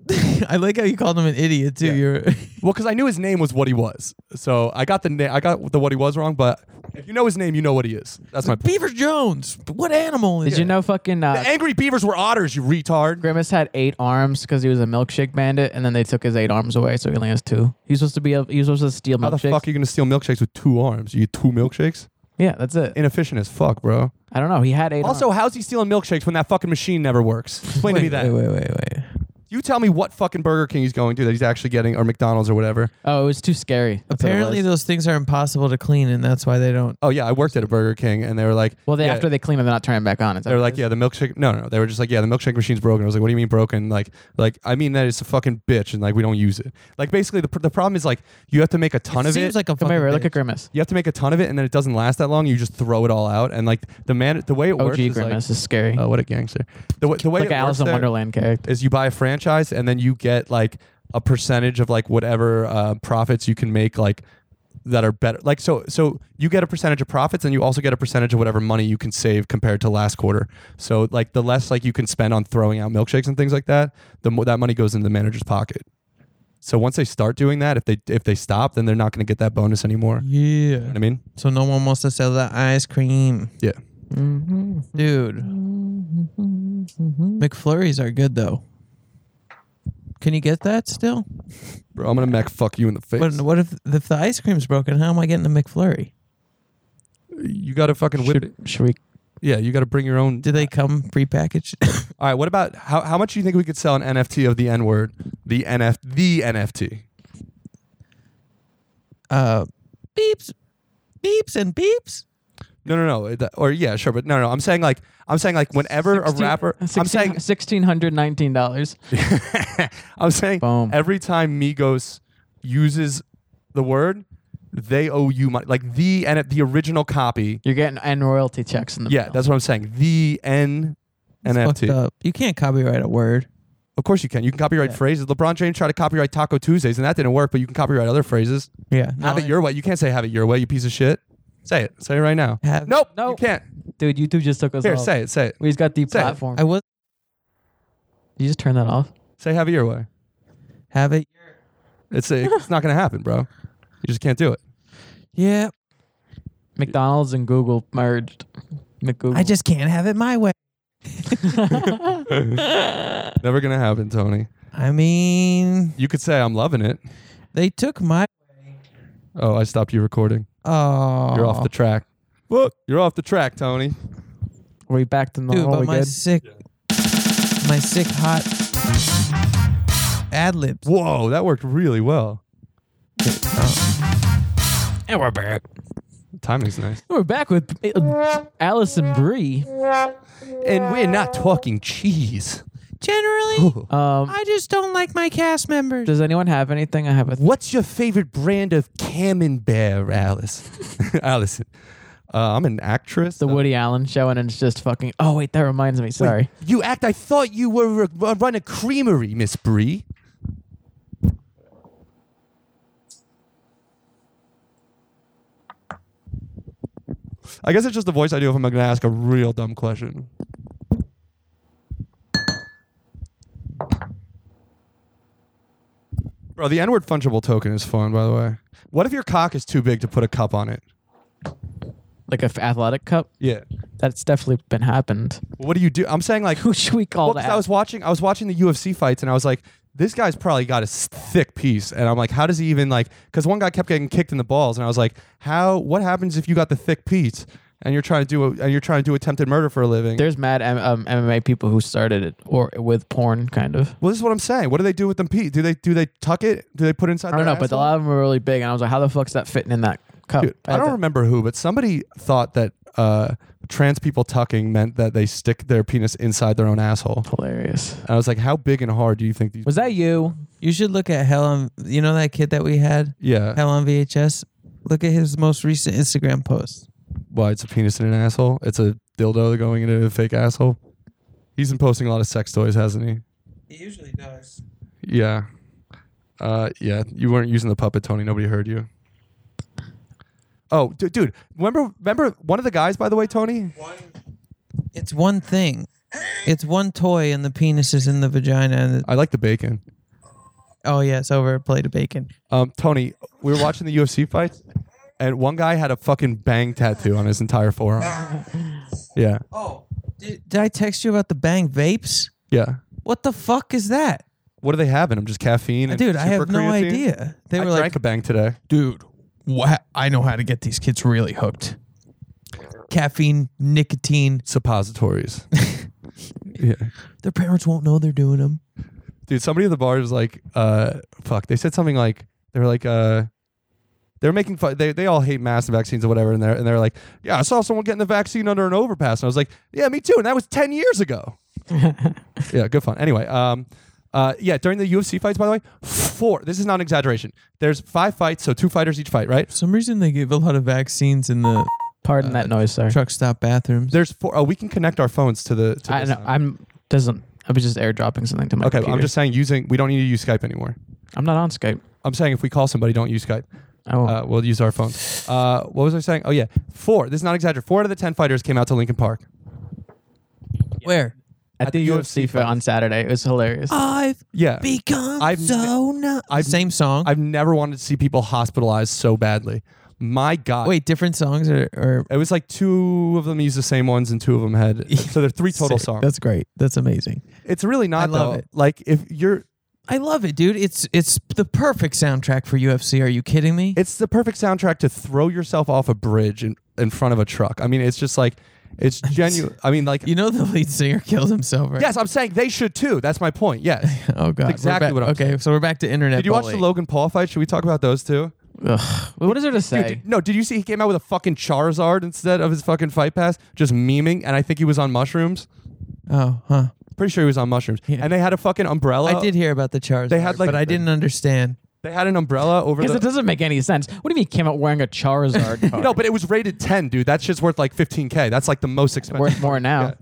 S4: (laughs) I like how you called him an idiot too.
S3: Yeah.
S4: You're (laughs)
S3: Well, because I knew his name was what he was, so I got the na- I got the what he was wrong. But if you know his name, you know what he is. That's my.
S4: Beaver Jones. What animal?
S1: Did
S4: Is
S1: you know fucking uh,
S3: The angry beavers were otters, you retard.
S1: Grimace had eight arms because he was a milkshake bandit, and then they took his eight arms away, so he only has two. He's supposed to be a, he was supposed to steal
S3: How the
S1: milkshakes.
S3: fuck are you gonna steal milkshakes with two arms? You get two milkshakes?
S1: yeah, that's it.
S3: Inefficient as fuck, bro.
S1: I don't know. He had eight.
S3: Also,
S1: arms.
S3: how's he stealing milkshakes when that fucking machine
S1: (laughs)
S3: never works? Explain to me that.
S4: Wait, wait, wait, wait.
S3: You tell me what fucking Burger King he's going to that he's actually getting, or McDonald's or whatever.
S1: oh, it was too scary. That's what it
S4: Apparently,
S1: was.
S4: those things are impossible to clean, and that's why they don't.
S3: Oh yeah, I worked at a Burger King, and they were like,
S1: well, they,
S3: yeah.
S1: after they clean them, they're not turning back on. It's
S3: They were like, yeah, the milkshake. No, no, no. They were just like, yeah, the milkshake machine's broken. I was like, what do you mean broken? Like, like I mean that it's a fucking bitch, and like we don't use it. Like basically, the, pr- the problem is like you have to make a ton
S4: it
S3: of
S4: seems
S3: it.
S4: like a
S1: come
S4: fucking
S1: here, look
S4: bitch.
S1: at Grimace.
S3: you have to make a ton of it, and then it doesn't last that long. You just throw it all out, and like the man, the way it
S1: OG
S3: works is
S1: Grimace
S3: like,
S1: is scary.
S3: oh, what a gangster. The, wa- the way
S1: like
S3: it
S1: an Alice
S3: works
S1: in
S3: there
S1: Wonderland character.
S3: is you buy a franchise, and then you get like a percentage of like whatever uh, profits you can make, like that are better. Like so, so you get a percentage of profits, and you also get a percentage of whatever money you can save compared to last quarter. So like the less like you can spend on throwing out milkshakes and things like that, the more that money goes into the manager's pocket. So once they start doing that, if they if they stop, then they're not going to get that bonus anymore. You know
S4: Yeah.
S3: what I mean?
S4: So no one wants to sell that ice cream,
S3: Yeah.
S4: dude. McFlurries are good though. Can you get that still?
S3: Bro, I'm gonna mech fuck you in the face.
S4: But what if if the ice cream's broken? How am I getting a McFlurry?
S3: you gotta fucking whip it.
S1: Should, should we?
S3: Yeah, you gotta bring your own.
S4: Do they come prepackaged? (laughs)
S3: All right, what about how, how much do you think we could sell an NFT of the N word? The NF the NFT.
S4: uh, beeps, beeps, and beeps.
S3: No, no, no. It- Or yeah, sure, but no, no. I'm saying like I'm saying like whenever a rapper, I'm saying
S1: sixteen hundred nineteen dollars.
S3: (laughs) I'm saying
S1: Boom.
S3: every time Migos uses the word, they owe you money. Like the and the original copy.
S1: You're getting and royalty checks in the
S3: Yeah,
S1: mail.
S3: that's what I'm saying. The N
S4: Fucked
S3: NFT.
S4: up. You can't copyright a word.
S3: Of course you can. You can copyright phrases. LeBron James tried to copyright Taco Tuesdays, and that didn't work. But you can copyright other phrases.
S4: Yeah.
S3: have it your way. You can't say have it your way. You piece of shit. Say it. Say it right now.
S4: Have-
S3: nope.
S1: No.
S3: You can't.
S1: dude. YouTube just took us.
S3: Here,
S1: off.
S3: say it. Say it.
S1: We just got the
S3: Say it.
S1: platform.
S4: I was
S1: you just turn that off.
S3: Say have it your way.
S4: have it.
S3: It's it's not gonna happen, bro. You just can't do it.
S4: Yeah.
S1: McDonald's and Google merged. McGoogle.
S4: I just can't have it my way.
S3: Never gonna happen, Tony.
S4: I mean,
S3: You could say I'm loving it.
S4: they took my.
S3: Oh, I stopped you recording.
S4: Oh,
S3: You're off the track. Look, you're off the track, Tony.
S1: Are we back to normal?
S4: dude. But
S1: we
S4: my
S1: good?
S4: sick, my sick hot ad libs.
S3: Whoa, that worked really well.
S1: and we're back.
S3: Timing's nice.
S1: We're back with uh, Allison Brie.
S3: And we're not talking cheese.
S4: Generally,
S3: Uh,
S1: Um,
S4: I just don't like my cast members.
S1: does anyone have anything? I have a.
S3: What's your favorite brand of camembert, Alice? (laughs) Allison. Uh, I'm an actress.
S1: the Woody Allen show, and it's just fucking. Oh wait, that reminds me. Sorry.
S3: You act. I thought you were a, run a creamery, Miss Bree. I guess it's just the voice I do if I'm going to ask a real dumb question. Bro, the N-word fungible token is fun, by the way. What if your cock is too big to put a cup on it?
S1: Like a f- athletic cup.
S3: Yeah.
S1: That's definitely been happened. (laughs)
S3: What do you do? I'm saying like
S1: Who should we call
S3: Well, 'cause
S1: that?
S3: I was watching, I was watching the UFC fights, and I was like, this guy's probably got a s- thick piece, and I'm like, how does he even like? Because one guy kept getting kicked in the balls, and I was like, how? What happens if you got the thick piece and you're trying to do a, and you're trying to do attempted murder for a living?
S1: There's mad M- um, MMA people who started it or with porn, kind of.
S3: well, this is what I'm saying. What do they do with them piece? Do they do they tuck it? Do they put it inside?
S1: I don't know,
S3: their
S1: but a
S3: asshole?
S1: lot of them were really big, and I was like, "How the fuck's that fitting in that cup?"
S3: Dude, I don't remember who, but somebody thought that uh, trans people tucking meant that they stick their penis inside their own asshole.
S1: Hilarious.
S3: And I was like, how big and hard do you think these?
S1: Was that you?
S4: You should look at Hell on. You know that kid that we had,
S3: yeah.
S4: Hell on VHS. Look at his most recent Instagram post.
S3: Why it's a penis in an asshole? It's a dildo going into a fake asshole. He's been posting a lot of sex toys, hasn't he?
S2: He usually does.
S3: Yeah. Uh, yeah. You weren't using the puppet, Tony. Nobody heard you. Oh, du- dude. Remember, remember one of the guys, by the way, Tony.
S2: One.
S4: It's one thing. It's one toy, and the penis is in the vagina. And the,
S3: I like the bacon.
S4: oh yeah, it's over a plate of bacon.
S3: Um, Tony, we were watching the UFC fights, and one guy had a fucking bang tattoo on his entire forearm. Yeah,
S2: Oh,
S4: Did, did I text you about the Bang vapes?
S3: yeah.
S4: What the fuck is that,
S3: What do they have in them? Just caffeine? And
S4: Uh, dude? I have no
S3: supercreatine?
S4: idea. They
S3: I
S4: were
S3: drank
S4: like,
S3: a bang today.
S4: dude, what? I know how to get these kids really hooked. Caffeine, nicotine.
S1: (laughs)
S3: Suppositories. yeah,
S4: Their parents won't know they're doing them.
S3: dude. Somebody at the bar was like, uh, "Fuck." They said something like, "They were like, uh." They're making fun. They, they all hate mass vaccines or whatever, and they're and they're like, yeah, I saw someone getting the vaccine under an overpass, and I was like, yeah, me too, and that was ten
S1: (laughs)
S3: years ago. yeah, good fun. Anyway, um, uh, yeah, during the UFC fights, by the way, four. This is not an exaggeration. There's five fights, so two fighters each fight, right?
S4: For some reason, they give a lot of vaccines in the
S1: Pardon that noise, sir.
S4: truck stop bathrooms.
S3: There's four. Oh, we can connect our phones to the. To
S1: I
S3: this
S1: know.
S3: now.
S1: I'm doesn't. I was just airdropping something to my
S3: okay, but
S1: computer.
S3: I'm just saying using. We don't need to use Skype anymore.
S1: I'm not on Skype.
S3: I'm saying if we call somebody, don't use Skype.
S1: Oh,
S3: Uh, we'll use our phones. Uh, what was I saying? Oh yeah, four. This is not exaggeration. Four out of the ten fighters came out to Lincoln Park.
S4: Where?
S1: at, the, UFC fight on Saturday, it was hilarious.
S4: I've
S3: Yeah,
S4: become
S3: I've ne-
S4: so nu-
S3: I've-
S4: Same song.
S3: I've never wanted to see people hospitalized so badly. My God.
S4: Wait, different songs or, or
S3: It was like two of them used the same ones and two of them had.
S4: (laughs)
S3: So there are three total
S4: Sick.
S3: songs.
S4: That's great. That's amazing.
S3: It's really not
S4: I love
S3: though.
S4: it.
S3: Like if you're,
S4: I love it, dude. It's it's the perfect soundtrack for UFC. Are you kidding me?
S3: it's the perfect soundtrack to throw yourself off a bridge in, in front of a truck. I mean, it's just like,
S4: (laughs)
S3: it's genuine. I mean, like,
S4: you know the lead singer (laughs) killed himself, right?
S3: yes, I'm saying they should too. That's my
S4: (laughs)
S3: point. Yes.
S4: Oh god. We're
S3: exactly
S4: back-
S3: what I'm
S4: Okay, so we're back to internet.
S3: Did you watch the
S4: bullying.
S3: Logan Paul fight? Should we talk about those too?
S1: Ugh. What is there to say?
S3: Dude, did- no, did you see he came out with a fucking Charizard instead of his fucking fight pass, just memeing, and I think he was on mushrooms.
S4: Oh, huh.
S3: Pretty sure he was on mushrooms.
S4: Yeah.
S3: And they had a fucking umbrella.
S4: I did hear about the Charizard,
S3: They had, like,
S4: but I didn't understand.
S3: They had an umbrella over
S1: Because
S3: the.
S1: it doesn't make any sense. What do you mean came out wearing a (laughs) Charizard card?
S3: No, but it was rated 10, dude. That shit's worth like 15K. That's like the most expensive.
S1: worth more now.
S3: Yeah,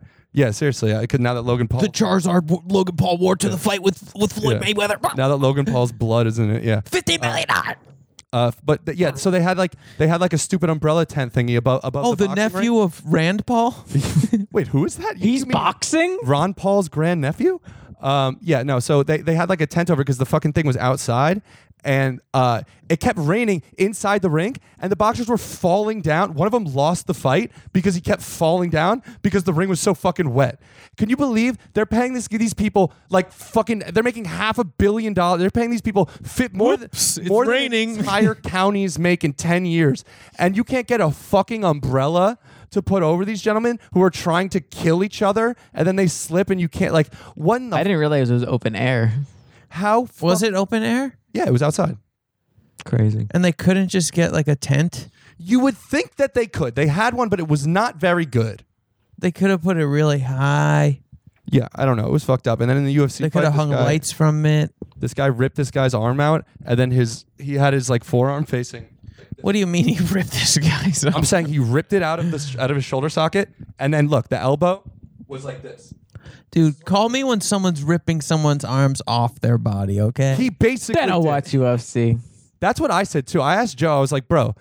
S3: yeah seriously. I could now that Logan Paul.
S4: Charizard w- Logan Paul wore to the fight with with
S3: yeah.
S4: Floyd
S3: Now that Logan Paul's blood is in it, yeah.
S4: Fifty million dollars.
S3: Uh, f- but th- yeah, so they had like they had like a stupid umbrella tent thingy above above.
S4: Oh, the,
S3: boxing ring.
S4: nephew of Rand Paul.
S3: Wait, who is that? You
S1: He's
S3: mean
S1: boxing.
S3: Ron Paul's grand nephew. Um, yeah, no. So they they had like a tent over because the fucking thing was outside. And uh, it kept raining inside the rink, and the boxers were falling down. One of them lost the fight because he kept falling down because the ring was so fucking wet. Can you believe they're paying this, these people like fucking? They're making half a billion dollars. They're paying these people fit more
S4: Whoops,
S3: than
S4: it's
S3: more
S4: raining.
S3: Than the entire counties make in ten years, and you can't get a fucking umbrella to put over these gentlemen who are trying to kill each other, and then they slip, and you can't like what in the
S1: I didn't realize it was open air.
S3: how fu-
S4: Was it open air?
S3: Yeah, it was outside.
S1: Crazy.
S4: And they couldn't just get like a tent.
S3: You would think that they could. They had one, but it was not very good.
S4: They could have put it really high.
S3: Yeah, I don't know. It was fucked up. And then in the UFC,
S4: They could
S3: fight,
S4: have
S3: this
S4: hung
S3: guy-
S4: lights from it.
S3: This guy ripped this guy's arm out, and then his he had his like forearm facing.
S4: What do you mean he (laughs) ripped this guy's?
S3: I'm
S4: Arm?
S3: saying he ripped it out of the out of his shoulder socket, and then look, the elbow was like this.
S4: Dude, call me when someone's ripping someone's arms off their body. Okay.
S3: He basically
S1: Then I'll
S3: did.
S1: watch UFC.
S3: That's what I said too. I asked Joe. I was like, "Bro,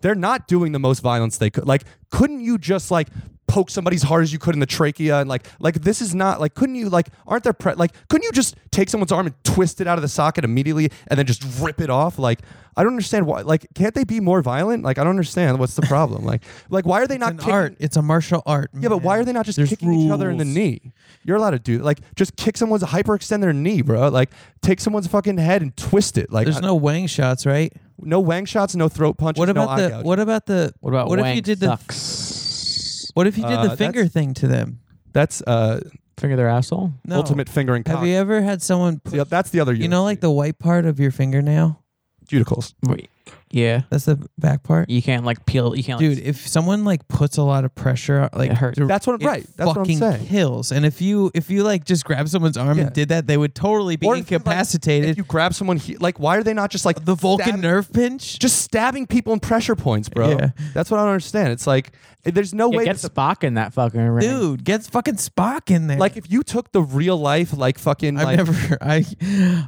S3: they're not doing the most violence they could. Like, couldn't you just like poke somebody as hard as you could in the trachea and like like this is not like couldn't you like aren't there pre- like couldn't you just take someone's arm and twist it out of the socket immediately and then just rip it off? Like, I don't understand why. Like, can't they be more violent? Like, I don't understand what's the problem. Like, like why are they not
S4: an
S3: kicking?
S4: art. It's a martial art.
S3: Yeah, but why are they not just
S4: There's
S3: kicking each other in the
S4: rules.
S3: knee? You're allowed to do like just kick someone's hyperextend their knee, bro. Like take someone's fucking head and twist it. Like
S4: There's
S3: I-
S4: no wang shots, right?
S3: no wang shots, no throat punches,
S4: What
S3: no
S4: about
S3: eye
S4: the?
S3: gouging.
S4: What about the?
S1: What about
S4: What
S1: Wang
S4: if you did the?
S1: sucks?
S4: What if you did
S3: Uh,
S4: the
S3: that's-
S4: finger thing to them?
S3: That's uh,
S1: Finger their asshole.
S4: No.
S3: ultimate fingering.
S4: Have
S3: cock.
S4: you ever had someone?
S3: Yeah,
S4: Put,
S3: that's the other.
S4: you know,
S3: UFC.
S4: like the white part of your fingernail.
S3: cuticles.
S1: Wait. Yeah.
S4: That's the back part.
S1: You can't like peel. You can't.
S4: Dude,
S1: like,
S4: if someone like puts a lot of pressure, uh, like
S1: It hurts.
S4: dir-
S3: That's what-
S4: it
S3: right, that's what I'm
S4: fucking
S3: saying.
S4: kills. And if you if you like just grab someone's arm
S3: Yeah.
S4: and did that, they would totally be
S3: Or if you, like,
S4: incapacitated.
S3: if you grab someone, he- like, why are they not just like
S4: the Vulcan
S3: stab-
S4: nerve pinch.
S3: Just stabbing people in pressure points, bro.
S4: Yeah.
S3: That's what I don't understand. It's like eh, there's no
S1: yeah,
S3: way.
S1: get
S3: that the-
S1: Spock in that fucking ring.
S4: dude, get fucking Spock in there.
S3: like if you took the real life, like fucking,
S4: I've
S3: like
S4: never (laughs) I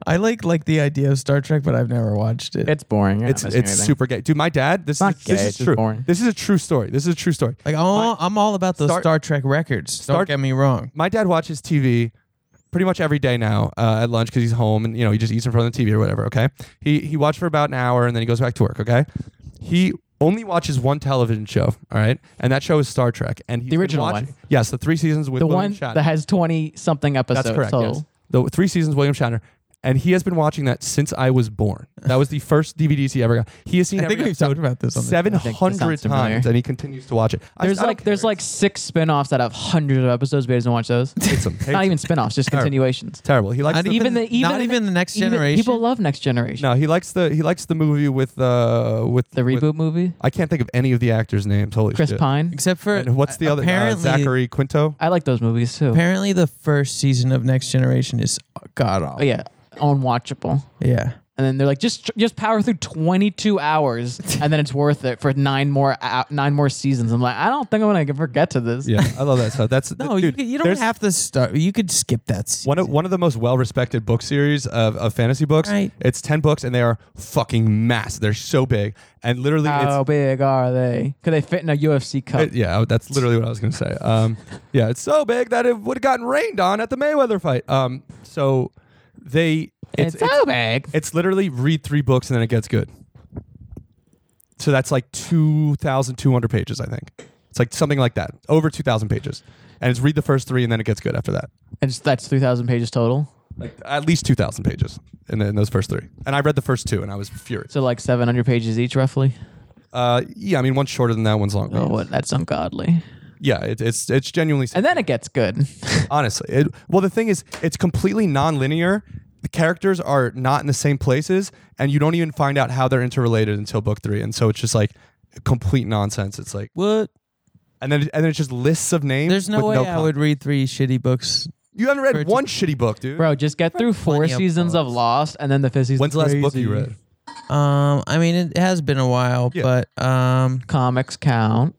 S4: I like like the idea of Star Trek, but I've never watched it.
S1: it's boring. You're not
S3: it's
S1: missing
S3: it's
S1: anything.
S3: super gay, dude. My dad. This
S1: not
S3: is
S1: gay,
S3: this is
S1: it's just
S3: true.
S1: boring.
S3: This is a true story. This is a true story.
S4: like I'm all, I'm all about those
S3: Star-
S4: Star Trek records.
S3: Star-
S4: Don't get me wrong.
S3: my dad watches TV pretty much every day now uh, at lunch because he's home and you know he just eats in front of the TV or whatever. Okay, he he watches for about an hour and then he goes back to work. Okay, he only watches one television show. All right, and that show is Star Trek. And he's
S1: The
S3: been
S1: original
S3: watching-
S1: one.
S3: Yes, the three seasons with
S1: The
S3: William
S1: one
S3: Shatner.
S1: that has twenty something episodes
S3: That's correct.
S1: total.
S3: Yes. The three seasons William Shatner. And he has been watching that since I was born. That was the first DVDs he ever got. He has seen
S4: I think
S3: every
S4: we've talked about this on the
S3: seven
S1: think this
S3: hundred
S1: sounds familiar.
S3: times, and he continues to watch it. I-
S1: There's
S3: I don't
S1: like there's
S3: care.
S1: like six spin-offs that have hundreds of episodes, but he doesn't watch those.
S3: Hates him.
S1: (laughs)
S3: Hates
S1: not
S3: him.
S1: even spin-offs, just
S3: Terrible.
S1: continuations.
S3: terrible. He likes
S4: And
S3: the-
S1: Even the even
S4: Not
S1: the-
S4: even the Next
S1: even-
S4: Generation?
S1: People love Next Generation.
S3: No, he likes the he likes the movie with uh with
S1: the
S3: with-
S1: reboot movie.
S3: I can't think of any of the actors' names. Holy
S1: Chris
S3: shit!
S1: Pine.
S4: Except for
S3: And what's the other? uh,
S4: apparently
S3: Zachary Quinto.
S1: I like those movies too.
S4: apparently the first season of Next Generation is god awful.
S1: Oh, yeah, unwatchable.
S4: yeah.
S1: And then they're like, just just power through 22 hours, and then it's worth it for nine more ou- nine more seasons. I'm like, I don't think I'm gonna ever get to this.
S3: (laughs) Yeah, I love that stuff. That's
S4: No,
S3: dude,
S4: you, you don't
S3: there's
S4: have to start. You could skip that. Season.
S3: One of, one of the most well respected book series of, of fantasy books.
S4: Right.
S3: It's 10 books and they are fucking massive. They're so big. And literally,
S1: How
S3: it's,
S1: big are they? Could they fit in a UFC cup?
S3: it- yeah, that's literally what I was going to say. Um, yeah, it's so big that it would have gotten rained on at the Mayweather fight. Um, so they,
S1: it's, so big.
S3: It's literally read three books and then it gets good. So that's like 2,200 pages, I think. It's like something like that, over 2,000 pages. And it's read the first three and then it gets good after that.
S1: And it's, that's 3,000 pages total.
S3: Like at least 2,000 pages in, in those first three. And I read the first two and I was furious.
S1: So like 700 pages each, roughly.
S3: Uh, yeah, I mean, one's shorter than that, one's longer.
S1: Oh, what? That's ungodly.
S3: Yeah, it, it's it's genuinely.
S1: And then it gets good.
S3: honestly. It, well, the thing is, it's completely non-linear. The characters are not in the same places, and you don't even find out how they're interrelated until book three. And so it's just like complete nonsense. It's like,
S4: what?
S3: and then and then it's just lists of names.
S4: There's no
S3: with
S4: way I
S3: con-
S4: would read three shitty books.
S3: You haven't read
S4: Purchase-
S3: one shitty book, dude.
S1: Bro, just get through four
S4: plenty of
S1: seasons of
S4: books.
S1: Lost and then the fifth season.
S3: When's the last book
S1: Crazy.
S3: you read?
S4: Um, I mean, it has been a while,
S3: Yeah.
S4: but um,
S1: Comics count.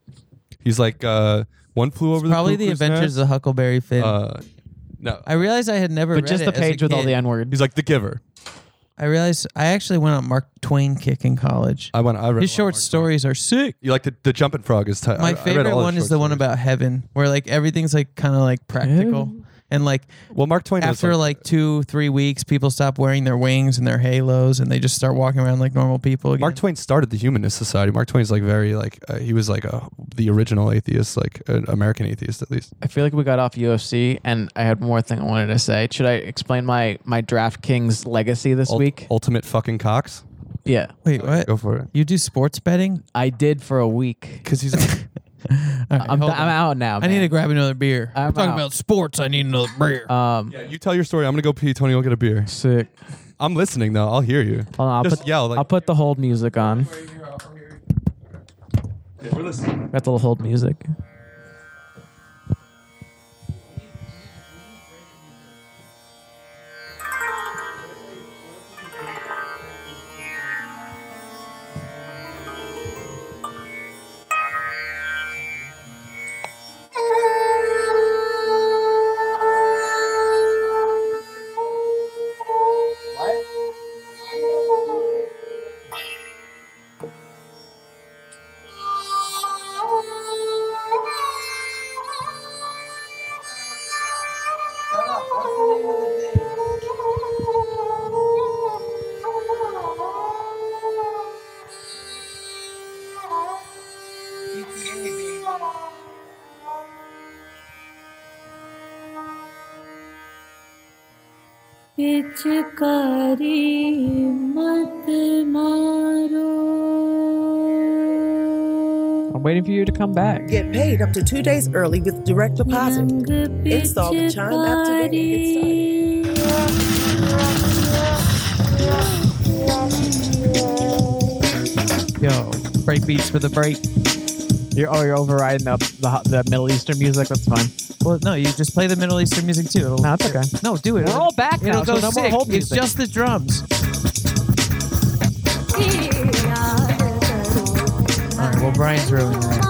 S3: He's like, uh, one flew over the
S4: probably the
S3: Cuckoo's
S4: Adventures
S3: Nest.
S4: of Huckleberry Finn.
S3: Uh, no,
S4: I realized I had never.
S1: But
S4: read
S1: just
S4: it
S1: the
S4: as a
S1: page with all
S4: kid.
S1: the N words.
S3: he's like the Giver.
S4: I realized I actually went on Mark Twain kick in college.
S3: I went. I read
S4: His
S3: a lot
S4: short
S3: more.
S4: stories are sick.
S3: You like the the jumping frog is. T- I- I
S4: My
S3: read
S4: favorite
S3: all his
S4: one is
S3: short
S4: the one
S3: stories.
S4: about heaven, where like everything's like kind of like practical, and like
S3: Well, Mark Twain. was
S4: after like two, three weeks, people stop wearing their wings and their halos, and they just start walking around like normal people. Again.
S3: Mark Twain started the Humanist Society. Mark Twain's like very like uh, he was like a, the original atheist, like an American atheist at least.
S1: I feel like we got off UFC, and I had one more thing I wanted to say. Should I explain my my DraftKings legacy this
S3: Ul-
S1: week?
S3: ultimate fucking Cox.
S1: Yeah,
S4: Wait, what?
S3: Go for it.
S4: You do sports betting?
S1: I did for a week.
S3: Because
S4: (laughs)
S3: he's
S4: All right,
S1: I'm,
S4: hold
S1: I'm
S4: on.
S1: out now.
S4: I need to grab another beer.
S1: I'm
S4: We're talking
S1: out.
S4: about sports. I need another beer.
S1: um
S3: yeah, you tell your story. I'm gonna go pee. Tony, I'll get a beer.
S1: sick.
S3: I'm listening though. I'll hear you.
S1: Hold on, I'll
S3: Just
S1: put,
S3: yell. Like,
S1: I'll put the hold music on.
S3: we're listening.
S1: Got the little hold music.
S6: पिचकारी मत मारो
S1: I'm waiting for you to come back.
S7: Get paid up to two days early with direct deposit.
S6: It's all the time after that you get started.
S4: Yo, break beats for the break.
S1: You're, oh, you're overriding the, the the Middle Eastern music. That's fine.
S4: Well, no, you just play the Middle Eastern music too. It'll,
S1: No, it's okay.
S4: no, do it.
S5: We're all back now,
S4: It'll go
S5: so no more
S4: sick.
S5: hold
S4: It's
S5: music.
S4: just the drums. All right, well, Brian's ruining that.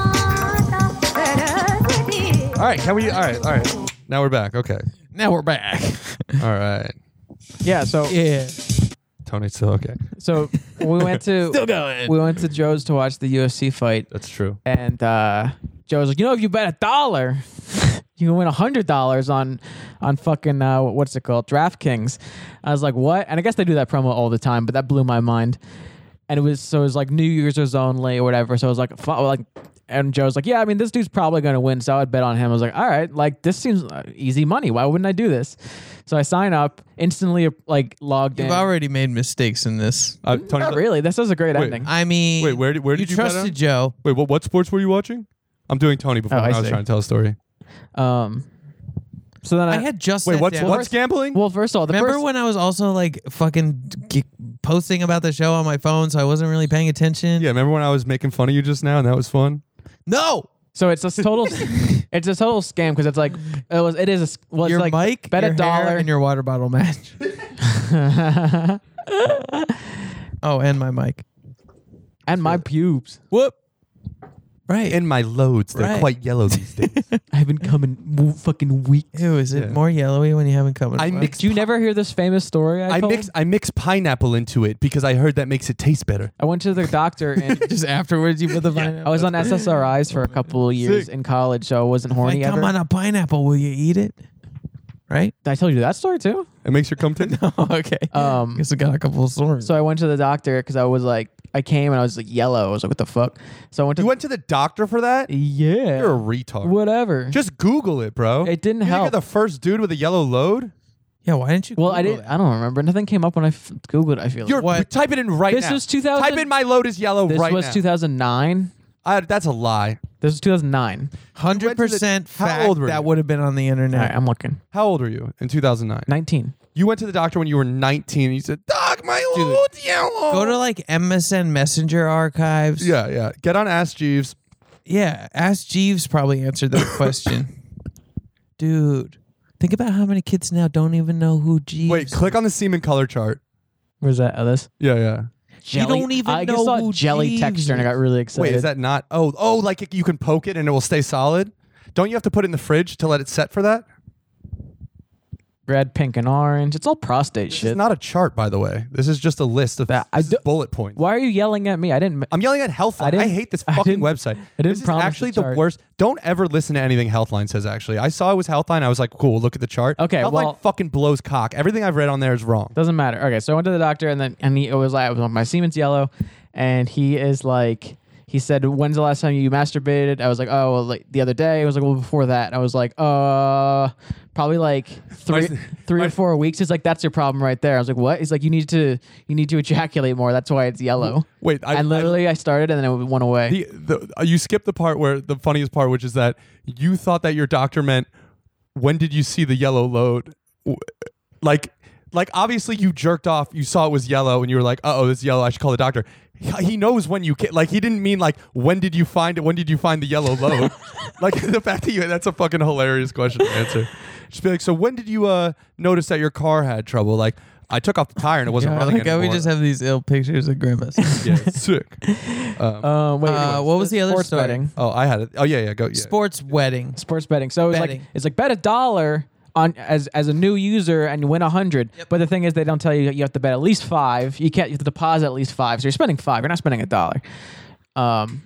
S3: All right, can we? All right, all right. Now we're back. Okay. (laughs)
S4: Now we're back.
S3: All right.
S1: Yeah. So
S4: yeah.
S3: Tony's still okay.
S1: so we went to
S4: (laughs) Still going.
S1: we went to Joe's to watch the UFC fight,
S3: That's true.
S1: and uh, Joe was like, you know, if you bet a dollar, you can win a hundred dollars on on fucking uh, what's it called, DraftKings. I was like, what? And I guess they do that promo all the time, but that blew my mind. And it was so it was like New Year's only or whatever. So I was like, fu- like. And Joe's like, yeah, I mean, this dude's probably going to win, so I would bet on him. I was like, all right, like this seems uh, easy money. Why wouldn't I do this? So I sign up, instantly like logged
S4: You've
S1: in.
S4: already made mistakes in this.
S3: Uh, Tony,
S1: Not really. This was a great
S3: Wait.
S1: ending.
S4: I mean,
S3: Wait, where did- where did you bet
S4: trusted
S3: on?
S4: Joe?
S3: wait, what, what sports were you watching? I'm doing Tony before.
S1: Oh, I
S3: I, was
S1: see.
S3: trying to tell a story.
S1: Um, so then I,
S4: I had just
S3: Wait,
S4: that
S3: what's
S4: down.
S3: what's gambling?
S1: Well, first of all, the
S4: Remember
S1: first,
S4: when I was also like fucking g- posting about the show on my phone, so I wasn't really paying attention.
S3: yeah, remember when I was making fun of you just now, and that was fun.
S4: No,
S1: so it's a
S4: (laughs)
S1: total, it's a total scam because it's like it was, it is a s- well, it's
S4: your
S1: like
S4: mic,
S1: bet
S4: your
S1: a
S4: hair,
S1: dollar
S4: and your water bottle match.
S3: (laughs)
S4: (laughs) oh, and my mic.
S1: and my pubes.
S4: Whoop. Right.
S3: In my loads, they're
S4: Right.
S3: quite yellow these days.
S1: I haven't come in w- fucking weeks.
S4: Ew, is it
S3: Yeah.
S4: more yellowy when you haven't come? in a
S3: I
S4: while?
S3: mix.
S1: Do you never hear this famous story? I,
S3: I
S1: told?
S3: mix. I mix pineapple into it because I heard that makes it taste better.
S1: I went to the doctor and.
S4: (laughs) just afterwards. You put the
S1: I
S4: pineapple.
S1: was on SSRIs for a couple of years in college, so I wasn't horny
S4: Like,
S1: ever.
S4: come on a pineapple. Will you eat it?
S1: (laughs)
S4: Right.
S1: Did I tell you that story too?
S3: It makes your
S1: (laughs)
S3: cum taste.
S4: okay.
S1: Um,
S4: Guess we got a couple of stories.
S1: So I went to the doctor because I was like, I came and I was like yellow. I was like, what the fuck? So I went to
S3: You went to the doctor for that?
S1: yeah,
S3: You're a retard.
S1: whatever.
S3: Just Google it, bro.
S1: It didn't
S3: you
S1: help.
S3: Think you're the first dude with a yellow load.
S4: yeah. Why didn't you?
S1: Well, I
S4: Google
S1: didn't.
S4: that?
S1: I don't remember. Nothing came up when I f- googled. I feel
S3: You're
S1: like.
S4: What?
S3: type it in right
S1: This
S3: now.
S1: was 2000
S3: Type in my load is yellow
S1: this
S3: right
S1: was
S3: now.
S1: 2009.
S3: I- that's a lie.
S1: This was 2009.
S4: Hundred percent
S3: How
S4: fact.
S3: old were you?
S4: that would have been on the internet.
S1: All right, I'm looking.
S3: How old were you in 2009?
S1: 19.
S3: You went to the doctor when you were 19. And you said, "Doc, my load's yellow."
S4: Go to like MSN Messenger archives.
S3: yeah, yeah. Get on Ask Jeeves.
S4: Yeah. Ask Jeeves probably answered
S3: (laughs)
S4: that question. Dude, think about how many kids now don't even know who Jeeves
S3: Wait, click on the semen color chart.
S1: Where's that? Oh, this.
S3: Yeah, yeah.
S1: Jelly-
S4: don't even
S1: I just
S4: know
S1: saw
S4: who
S1: jelly
S4: Jeeves
S1: texture and I got really excited.
S3: Wait, is that not? Oh, oh, like it- you can poke it and it will stay solid. Don't you have to put it in the fridge to let it set for that?
S1: red, pink, and orange? It's all prostate
S3: It's
S1: shit.
S3: not a chart, by the way. This is just a list of
S1: That- I
S3: this is
S1: do-
S3: bullet points.
S1: Why are you yelling at me? I didn't.
S3: I'm yelling at Healthline. I,
S1: didn't-
S3: hate this
S1: I
S3: fucking
S1: didn't-
S3: website.
S1: I didn't
S3: this is
S1: promise the
S3: actually the,
S1: chart.
S3: worst. Don't ever listen to anything Healthline says. Actually, I saw it was Healthline. I was like, cool. Look at the chart.
S1: Okay,
S3: Healthline
S1: well-
S3: fucking blows cock. Everything I've read on there is wrong.
S1: Doesn't matter. Okay, so I went to the doctor and then and he was like, I was on my semen's yellow, and he is like, he said, when's the last time you masturbated? I was like, oh, well, like the other day. I was like, well, before that. I was like, uh, probably like three,
S3: My-
S1: three
S3: my-
S1: or four weeks. He's like, that's your problem right there. I was like, what? He's like, you need to, you need to ejaculate more. That's why it's yellow.
S3: Wait, I-
S1: and literally, I, started and then it went away.
S3: The, the, uh, you skipped the part where the funniest part, which is that you thought that your doctor meant when did you see the yellow load? W- Like, like obviously you jerked off. You saw it was yellow, and you were like, "Uh oh, this is yellow. I should call the doctor." He he knows when you ca- like. He didn't mean like when did you find it? When did you find the yellow
S4: (laughs)
S3: load? like (laughs) the fact that you that's a fucking hilarious question to answer. Just be like, so when did you uh notice that your car had trouble? Like, I took off the tire and it wasn't
S4: Yeah,
S3: running
S4: like, how
S3: anymore.
S4: we just have these ill pictures of Grimace.
S3: (laughs) yeah,
S4: (laughs)
S3: it's sick. Um,
S1: uh, wait,
S4: Uh, what was the other
S1: sports
S4: story?
S1: betting?
S3: oh, I had it. Oh yeah, yeah, go. Yeah.
S4: Sports wedding.
S1: sports betting. So it's like
S4: Betting.
S1: it's like bet a dollar on as as a new user and you win a hundred. But the thing is, they don't tell you that you have to bet at least five. You can't you have to deposit at least five. So you're spending five. You're not spending a dollar. Um,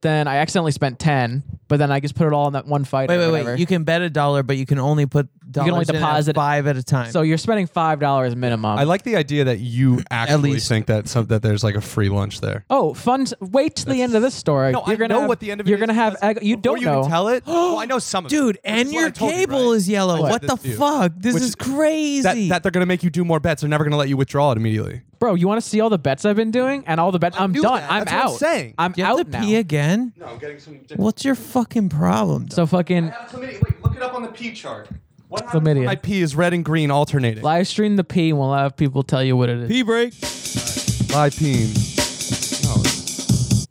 S1: then I accidentally spent ten, but then I just put it all in that one fight.
S4: Wait,
S1: or
S4: wait,
S1: whatever.
S4: wait. You can bet a dollar, but you can only put dollars
S1: only
S4: in at
S1: deposit-
S4: five at a time.
S1: so you're spending five dollars minimum.
S3: I like the idea that you actually
S4: least.
S3: think that some, that there's like a free lunch there.
S1: Oh, fun! s- Wait to the end of this story.
S3: No,
S1: you're
S3: I
S1: gonna
S3: know
S1: have,
S3: what the end of it
S1: You're
S3: is
S1: gonna have
S3: because
S1: ag- you
S3: before
S1: don't
S3: you
S1: know.
S3: can tell it. well,
S1: (gasps)
S3: I know some of it.
S4: Dude,
S3: Which is
S4: and
S3: why I
S4: your
S3: told you,
S4: cable
S3: right?
S4: is yellow.
S3: What
S4: What
S3: this
S4: the
S3: do.
S4: fuck? This
S3: Which-
S4: is crazy.
S3: That, that they're gonna make you do more bets. They're never gonna let you withdraw it immediately.
S1: bro. You want to see all the bets I've been doing and all the bets?
S3: I
S1: I'm
S3: knew
S1: done.
S3: that.
S1: I'm
S3: That's
S1: out.
S3: what I'm saying.
S1: I'm
S4: you have
S1: out
S4: to
S1: now.
S4: pee again.
S3: No, I'm getting some.
S4: What's your fucking problem?
S1: so fucking
S3: Wait, look it up on the P chart. What
S1: happens when Chlamydia.
S3: My
S1: my
S3: P is red and green alternating.
S1: live stream the pee and we'll have people tell you what it is.
S4: break.
S3: My peen. No, it's-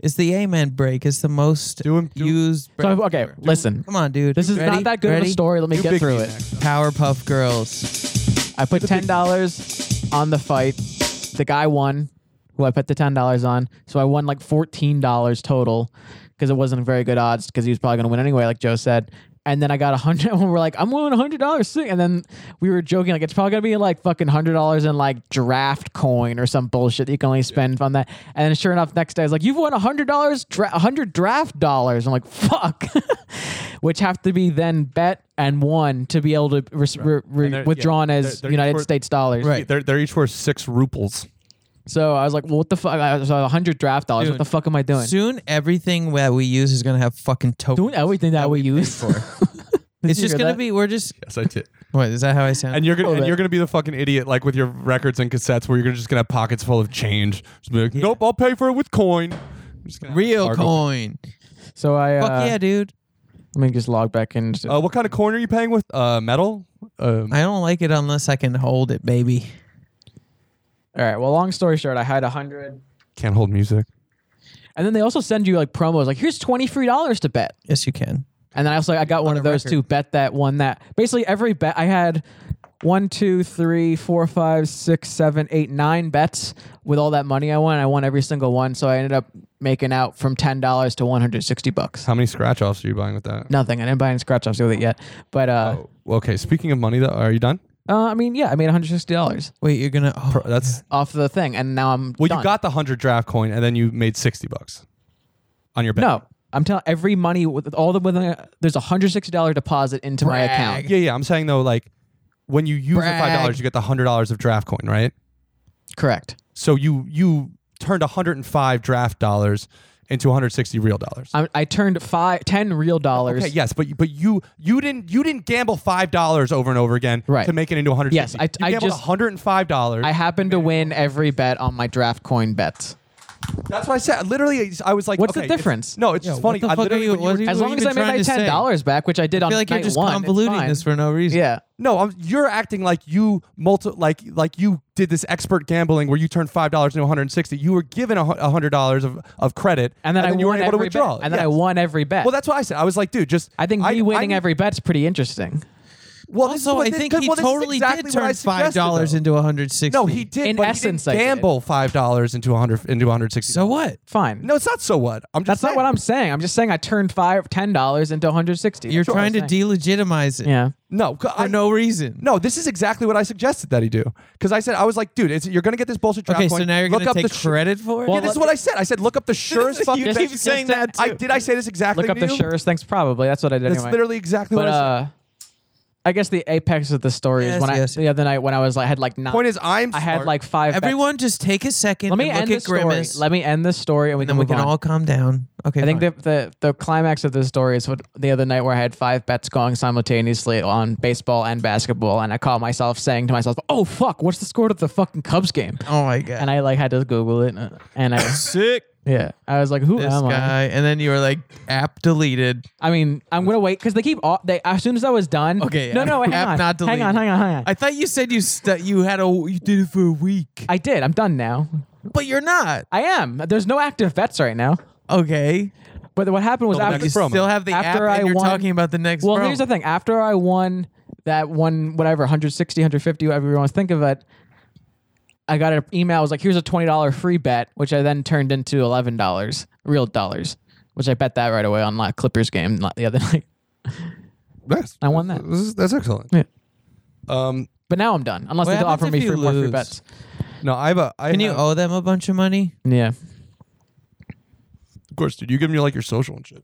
S4: It's the amen break. It's the most
S3: Do 'em- do-
S4: used.
S1: So,
S4: break
S1: okay,
S4: ever.
S1: listen.
S4: Come on, dude.
S1: This is
S4: Ready?
S1: not that good of
S4: Ready?
S1: a story. Let me
S3: Do
S1: get
S3: Big
S1: through
S3: E
S1: it.
S3: next.
S4: Powerpuff Girls.
S1: I put ten dollars on the fight. The guy won, who I put the ten dollars on. So I won like fourteen dollars total because it wasn't very good odds because he was probably going to win anyway, like Joe said. And then I got a hundred. (laughs) And we're like, I'm winning a hundred dollars soon. And then we were joking like it's probably going to be like fucking hundred dollars in like draft coin or some bullshit that you can only spend on that. And then sure enough, next day I was like, you've won a hundred dollars, dra- a hundred draft dollars. I'm like, fuck, (laughs) which have to be then bet and won to be able to res- re- re-
S3: And they're- yeah,
S1: withdrawn as
S3: they're- they're
S1: United
S3: for-
S1: States dollars.
S4: Right.
S3: They're, they're each worth six ruples.
S1: So I was like, well, what the fuck? I was like, 100 draft dollars.
S4: Dude.
S1: What the fuck am I doing?
S4: Soon, everything that we use is gonna have fucking tokens.
S1: doing everything that we use.
S4: for. it's
S1: you
S4: just
S1: hear
S4: gonna
S1: that?
S4: be. We're just.
S3: Yes, I did.
S4: What is that? How I sound?
S3: And you're gonna
S1: Little
S3: and
S1: bit.
S3: you're gonna be the fucking idiot like with your records and cassettes where you're gonna just gonna have pockets full of change. Just be like, nope, I'll pay for it with coin. I'm just gonna-
S4: Real
S3: Argo.
S4: coin.
S1: (laughs) so I, uh,
S4: Fuck yeah, dude.
S1: let me just log back in.
S3: Uh, what kind of coin are you paying with? Uh, metal. Um,
S4: I don't like it unless I can hold it, baby.
S1: All right. Well, long story short, I had 100.
S3: can't hold music.
S1: And then they also send you like promos, like here's twenty three dollars to bet.
S4: Yes, you can.
S1: And then I also I got one of those too. Bet that one that basically every bet I had one, two, three, four, five, six, seven, eight, nine bets with all that money I won. I won every single one, so I ended up making out from ten dollars to one hundred sixty bucks.
S3: How many scratch offs are you buying with that?
S1: Nothing. I didn't buy any scratch offs with it yet, but uh,
S3: Oh, okay. Speaking of money, though, are you done?
S1: uh I mean, yeah, I made one hundred sixty dollars
S4: Wait, you're gonna. Oh,
S3: Pro- That's
S1: off the thing, and now I'm
S3: well.
S1: done.
S3: You got the hundred draft coin, and then you made sixty bucks on your bet.
S1: no. I'm telling every money with all the within there's a hundred sixty dollar deposit into my account.
S3: Yeah, yeah. I'm saying though, like when you use the five
S4: Brag.
S3: dollars, you get the hundred dollars of draft coin, right?
S1: Correct.
S3: So you you turned 105 draft dollars into 160 real dollars.
S1: I, I turned five, ten real dollars.
S3: Okay, yes, but but you you didn't you didn't gamble five dollars over and over again
S1: Right.
S3: to make it into 160.
S1: Yes, I-
S3: you
S1: I
S3: gambled
S1: just-
S3: 105 dollars.
S1: I happened to win every bet on my draft coin bets.
S3: That's what I said. Literally, I was like,
S1: What's the
S3: okay, it's-
S1: difference?
S3: no, it's just funny.
S4: what the
S3: I
S4: fuck are
S3: literally-
S4: you-
S3: when
S4: what
S3: were
S4: are you-
S1: As long
S4: were
S1: as I made
S4: trying
S1: my
S4: to
S1: ten
S4: say?
S1: dollars back, which I did
S4: I
S1: on
S4: feel like you're
S1: night
S4: just
S1: one, it's
S4: convoluting
S1: fine.
S4: this for no reason.
S1: Yeah.
S3: No, I'm, you're acting like you multi like like you did this expert gambling where you turned five dollars into 160. You were given a hu- a hundred dollars of, of credit,
S1: And then I
S3: you were
S1: won
S3: able to
S1: every
S3: withdraw.
S1: bet,
S3: it.
S1: and then I
S3: Yes.
S1: won every bet.
S3: Well, that's what I said. I was like, dude, just
S1: I think me winning
S3: I-
S1: every bet's pretty interesting.
S3: Well, this is
S4: Also,
S3: what
S4: Oh, I
S3: thi-
S4: think
S3: good-
S4: he
S3: well, this is
S4: totally
S3: exactly
S4: did
S3: what I
S4: turn five
S3: suggested,
S4: dollars
S3: though.
S4: into 160.
S3: No, he did.
S1: In
S3: but
S1: essence,
S3: he
S1: I
S3: didn't
S1: did.
S3: gamble five dollars into a hundred into one hundred sixty.
S4: So what?
S1: Fine.
S3: No, it's not. So what? I'm just
S1: that's not
S3: saying.
S1: what I'm saying. I'm just saying I turned five, ten dollars into 160.
S4: You're
S1: That's what
S4: trying to
S1: I'm saying.
S4: delegitimize it
S1: Yeah.
S3: No, c- I
S4: for
S3: know.
S4: no reason.
S3: No, this is exactly what I suggested that he do. Because I said I was like, dude, it's, you're gonna get this bullshit draft
S4: Okay,
S3: coin.
S4: so now you're
S3: look
S4: gonna
S3: up
S4: take
S3: the sh-
S4: credit for it.
S1: Well,
S3: Yeah, this is what I said. I said look up the surest fucking.
S4: (laughs) you
S3: thing-
S4: keep saying that.
S3: I
S4: too.
S3: did. I say this exactly.
S1: Look up
S3: to
S1: the
S3: you?
S1: surest things probably. That's what I did
S3: That's
S1: anyway.
S3: literally exactly
S1: but
S3: what I said.
S1: uh, I guess the apex of the story
S4: Yes,
S1: is when
S4: yes.
S1: I the other night when I was like had like nine.
S3: Point is, I'm.
S1: I had
S3: smart.
S1: like five. bets.
S4: Everyone, just take a second.
S1: Let me
S4: and
S1: end
S4: look at
S1: this story.
S4: Grimace,
S1: Let me end this story, and we
S4: and
S1: can
S4: then we
S1: move
S4: can
S1: on.
S4: all calm down. Okay.
S1: I think
S4: fine.
S1: the, the the climax of the story is what the other night where I had five bets going simultaneously on baseball and basketball, and I caught myself saying to myself, "Oh fuck, what's the score to the fucking Cubs game?"
S4: Oh my god.
S1: And I like had to Google it, uh, and
S4: (laughs)
S1: I
S4: sick.
S1: yeah, I was like, "Who
S4: This
S1: am I?"
S4: guy, and then you were like, app deleted.
S1: I mean, I'm gonna wait because they keep all, they as soon as I was done.
S4: Okay.
S1: no,
S4: (laughs) app-
S1: no, hang
S4: app
S1: on,
S4: Not deleted.
S1: hang on, hang on, hang on.
S4: I thought you said you stu- you had a you did it for a week,
S1: I did. I'm done now.
S4: but you're not.
S1: I am. There's no active bets right now.
S4: Okay.
S1: But what happened was
S3: Well,
S1: after
S3: next
S4: Oh, You
S3: promo.
S4: still have the
S1: After
S4: app,
S1: I
S4: and you're
S1: won-
S4: talking about the next.
S1: Well,
S4: promo.
S1: here's the thing. After I won that one, whatever, 160, 150, whatever you want to think of it, I got an email. It was like, here's a $20 free bet, which I then turned into $11, real dollars, which I bet that right away on like Clippers game not the other (laughs) night.
S3: Yes.
S1: I won that.
S3: This is- That's excellent.
S1: Yeah.
S3: Um.
S1: But now I'm done, unless
S4: What
S1: they offer
S4: happens
S1: me
S4: if you
S1: free, more free
S4: lose?
S1: bets.
S3: No, I have a. I
S4: Can you
S3: have-
S4: owe them a bunch of money?
S1: Yeah.
S3: Of course, dude. You give them your like your social and shit.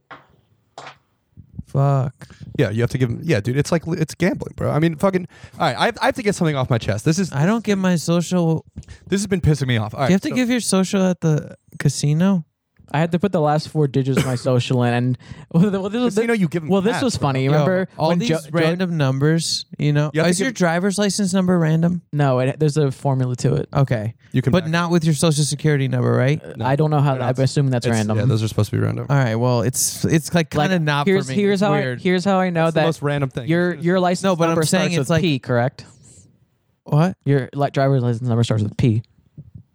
S4: Fuck.
S3: Yeah, you have to give them. Yeah, dude, it's like it's gambling, bro. I mean, fucking. All right, I have, I have to get something off my chest. This is
S4: I don't give my social.
S3: this has been pissing me off. All right,
S4: Do you have to
S3: so-
S4: give your social at the casino?
S1: I had to put the last four digits
S4: (laughs)
S1: of my social in, and well, this was,
S3: Casino, you give 'em
S1: well, this
S3: cash,
S1: was
S3: bro.
S1: funny.
S4: Yo,
S1: Remember
S4: all
S1: when
S4: these
S1: Joe- Joe-
S4: random numbers? You know,
S3: You have to
S4: is your
S3: give-
S4: driver's license number random?
S1: no, it, there's a formula to it.
S4: Okay,
S3: You can
S4: but
S3: back-
S4: not with your social security number, right?
S1: I don't know how.
S3: They're
S1: I'm
S3: not-
S1: assuming that's
S3: it's-
S1: random.
S3: Yeah, those are supposed to be random.
S4: All right. Well, it's it's like kind of not
S1: here's,
S4: for me.
S1: Here's
S4: It's
S1: how
S4: weird.
S1: I here's how I know
S3: That's the
S1: that
S3: most random thing.
S1: Your your license
S4: No, but I'm
S1: number
S4: saying
S1: starts with
S4: it's like-
S1: P, correct?
S4: what?
S1: Your like driver's license number starts with P.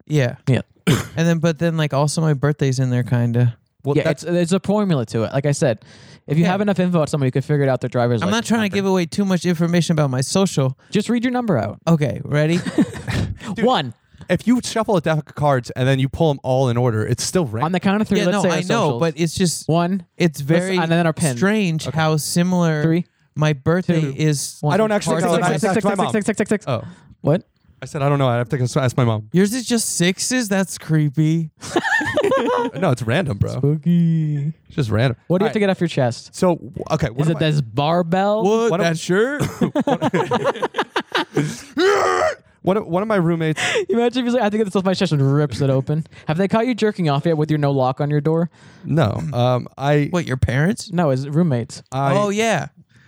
S4: Yeah.
S1: Yeah.
S4: (coughs) and then but then like also my birthday's in there kinda.
S3: Well,
S1: yeah,
S3: that's
S1: it's, there's a formula to it. Like I said, if you have enough info on somebody, you could figure it out their driver's
S4: I'm not
S1: license
S4: trying to
S1: number.
S4: give away too much information about my social.
S1: Just read your number out.
S4: Okay,
S1: (laughs)
S4: ready?
S1: One.
S3: if you shuffle a deck of cards and then you pull them all in order, it's still
S1: On
S3: random.
S1: the count of three,
S4: yeah,
S1: let's
S4: no,
S1: say our
S4: I know,
S1: socials.
S4: but it's just
S1: one,
S4: it's very
S1: and then our pin.
S4: strange how similar
S1: Three,
S4: my birthday
S1: two,
S4: is.
S1: one.
S3: I don't actually
S1: Six,
S3: know,
S1: six,
S3: and I
S1: six,
S3: asked
S1: six,
S3: my
S1: six,
S3: mom.
S1: six, six, six, six.
S3: Oh,
S1: What?
S3: I said I don't know. I have to go ask my mom. (laughs)
S4: Yours is just sixes. That's creepy.
S3: No, it's random, bro.
S1: Boogie.
S3: It's just random.
S1: What do you have
S3: All
S1: to
S3: right,
S1: get off your chest?
S3: So w- okay, what
S1: Is it
S3: am (laughs) I-
S1: this barbell?
S3: What that
S4: shirt?
S1: (laughs)
S3: (laughs) One of, one of my roommates.
S1: Imagine if he's like, I have to get this off my chest and rips it open. Have they caught you jerking off yet with your no lock on your door?
S3: No, um, I,
S4: what your parents?
S1: No, his roommates.
S3: I
S4: oh yeah,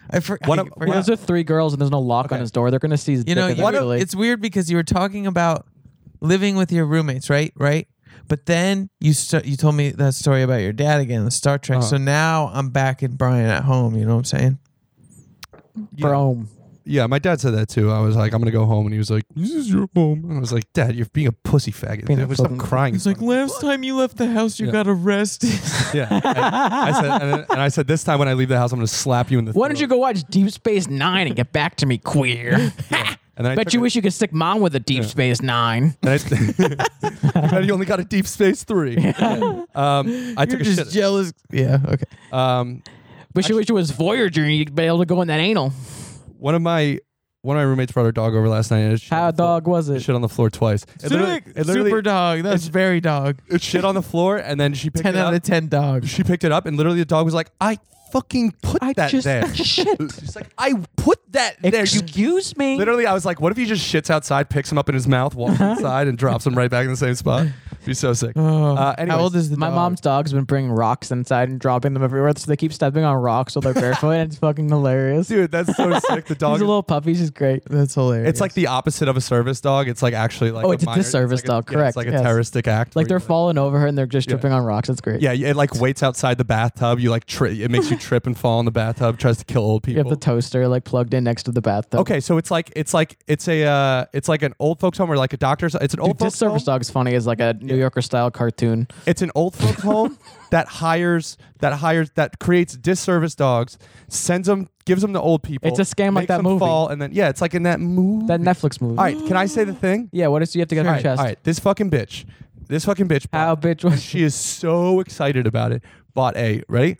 S4: I, for,
S3: One
S4: I
S3: of-
S4: forgot.
S1: Well, those are three girls and there's no lock on his door. They're gonna see his
S4: you know,
S1: dick
S4: you-
S1: eventually.
S4: it's weird because you were talking about living with your roommates, right? Right. But then you st- you told me that story about your dad again, the Star
S3: Uh-huh.
S4: Trek. So now I'm back in Brian at home. You know what I'm saying?
S1: Bro.
S3: yeah, my dad said that too. I was like, I'm gonna go home, and he was like, This is your home. And I was like, Dad, you're being a pussy faggot.
S1: Being
S3: Being
S1: a
S3: stop
S1: fucking-
S3: crying.
S4: He's like, last time you left the house, you
S3: Yeah.
S4: got
S3: (laughs)
S4: arrested.
S3: Yeah. And I said, and, and I said, this time when I leave the house, I'm gonna slap you in the.
S1: Why don't you go watch Deep Space Nine and get back to me, queer?
S3: And then I
S1: Bet
S3: took
S1: you
S3: it-
S1: wish you could stick mom with a Deep Space Nine.
S3: (laughs) And (laughs) I, I bet you only got a Deep Space Three. Um, I took
S4: You're
S3: a
S4: just
S3: shit.
S4: jealous. Yeah. Okay.
S3: um,
S1: But you wish it was Voyager and you'd be able to go in that anal.
S3: one of my one of my roommates brought her dog over last night. And it shit
S1: How
S3: on the floor-
S1: dog was it?
S3: Shit on the floor twice. It literally, it literally-
S4: super dog. That's very dog.
S3: it shit on the floor, and then she picked
S4: Ten
S3: it up.
S4: out of ten dog.
S3: She picked it up, and literally the dog was like, "I fucking put
S1: I
S3: that
S1: just (laughs)
S3: there."
S1: shit.
S3: (laughs) She's like, "I put that there." You
S1: Excuse me.
S3: Literally, I was like, "What if he just shits outside, picks him up in his mouth, walks
S1: Uh-huh.
S3: inside, and drops him right back in the same spot?" It'd be so sick.
S1: Oh.
S3: uh, anyways,
S4: How old is the
S1: My
S4: dog?
S1: mom's dog's been bringing rocks inside and dropping them everywhere, so they keep stepping on rocks
S3: (laughs)
S1: while they're barefoot, and it's fucking hilarious. He's
S3: dude? That's
S1: (laughs)
S3: so sick. The
S1: a
S3: dog.
S1: little puppy. She's great.
S4: That's hilarious.
S3: it's like the opposite of a service dog. It's like actually like
S1: Oh,
S3: a
S1: it's a
S3: minor-
S1: disservice
S3: like
S1: dog,
S3: yeah,
S1: correct,
S3: It's like a
S1: yes.
S3: terroristic act.
S1: Like
S3: where
S1: they're
S3: you,
S1: falling over her and they're just
S3: Yeah.
S1: tripping on rocks. That's great.
S3: Yeah, it like waits outside the bathtub. You like tri- it makes you trip and fall in the bathtub. Tries to kill old
S1: You have
S3: people.
S1: the toaster like plugged in next to the bathtub.
S3: okay, so it's like it's like it's a uh, it's like an old folks home or like a doctor's. It's an old
S1: Dude, this
S3: folks
S1: service
S3: home.
S1: dog is funny as like a New Yorker style cartoon.
S3: It's an old folks
S1: (laughs)
S3: home that hires that hires that creates disservice dogs, sends them, gives them to old people.
S1: It's a scam like
S3: makes
S1: that
S3: them
S1: movie.
S3: Fall and then yeah, it's like in that movie.
S1: That Netflix movie.
S3: all right, can I say the thing?
S1: (gasps) Yeah, what is you have to get
S3: All
S1: on
S3: right,
S1: your chest?
S3: all right. This fucking bitch. This fucking bitch.
S1: How
S3: bought-
S1: bitch was
S3: She is so excited about it. Bought a ready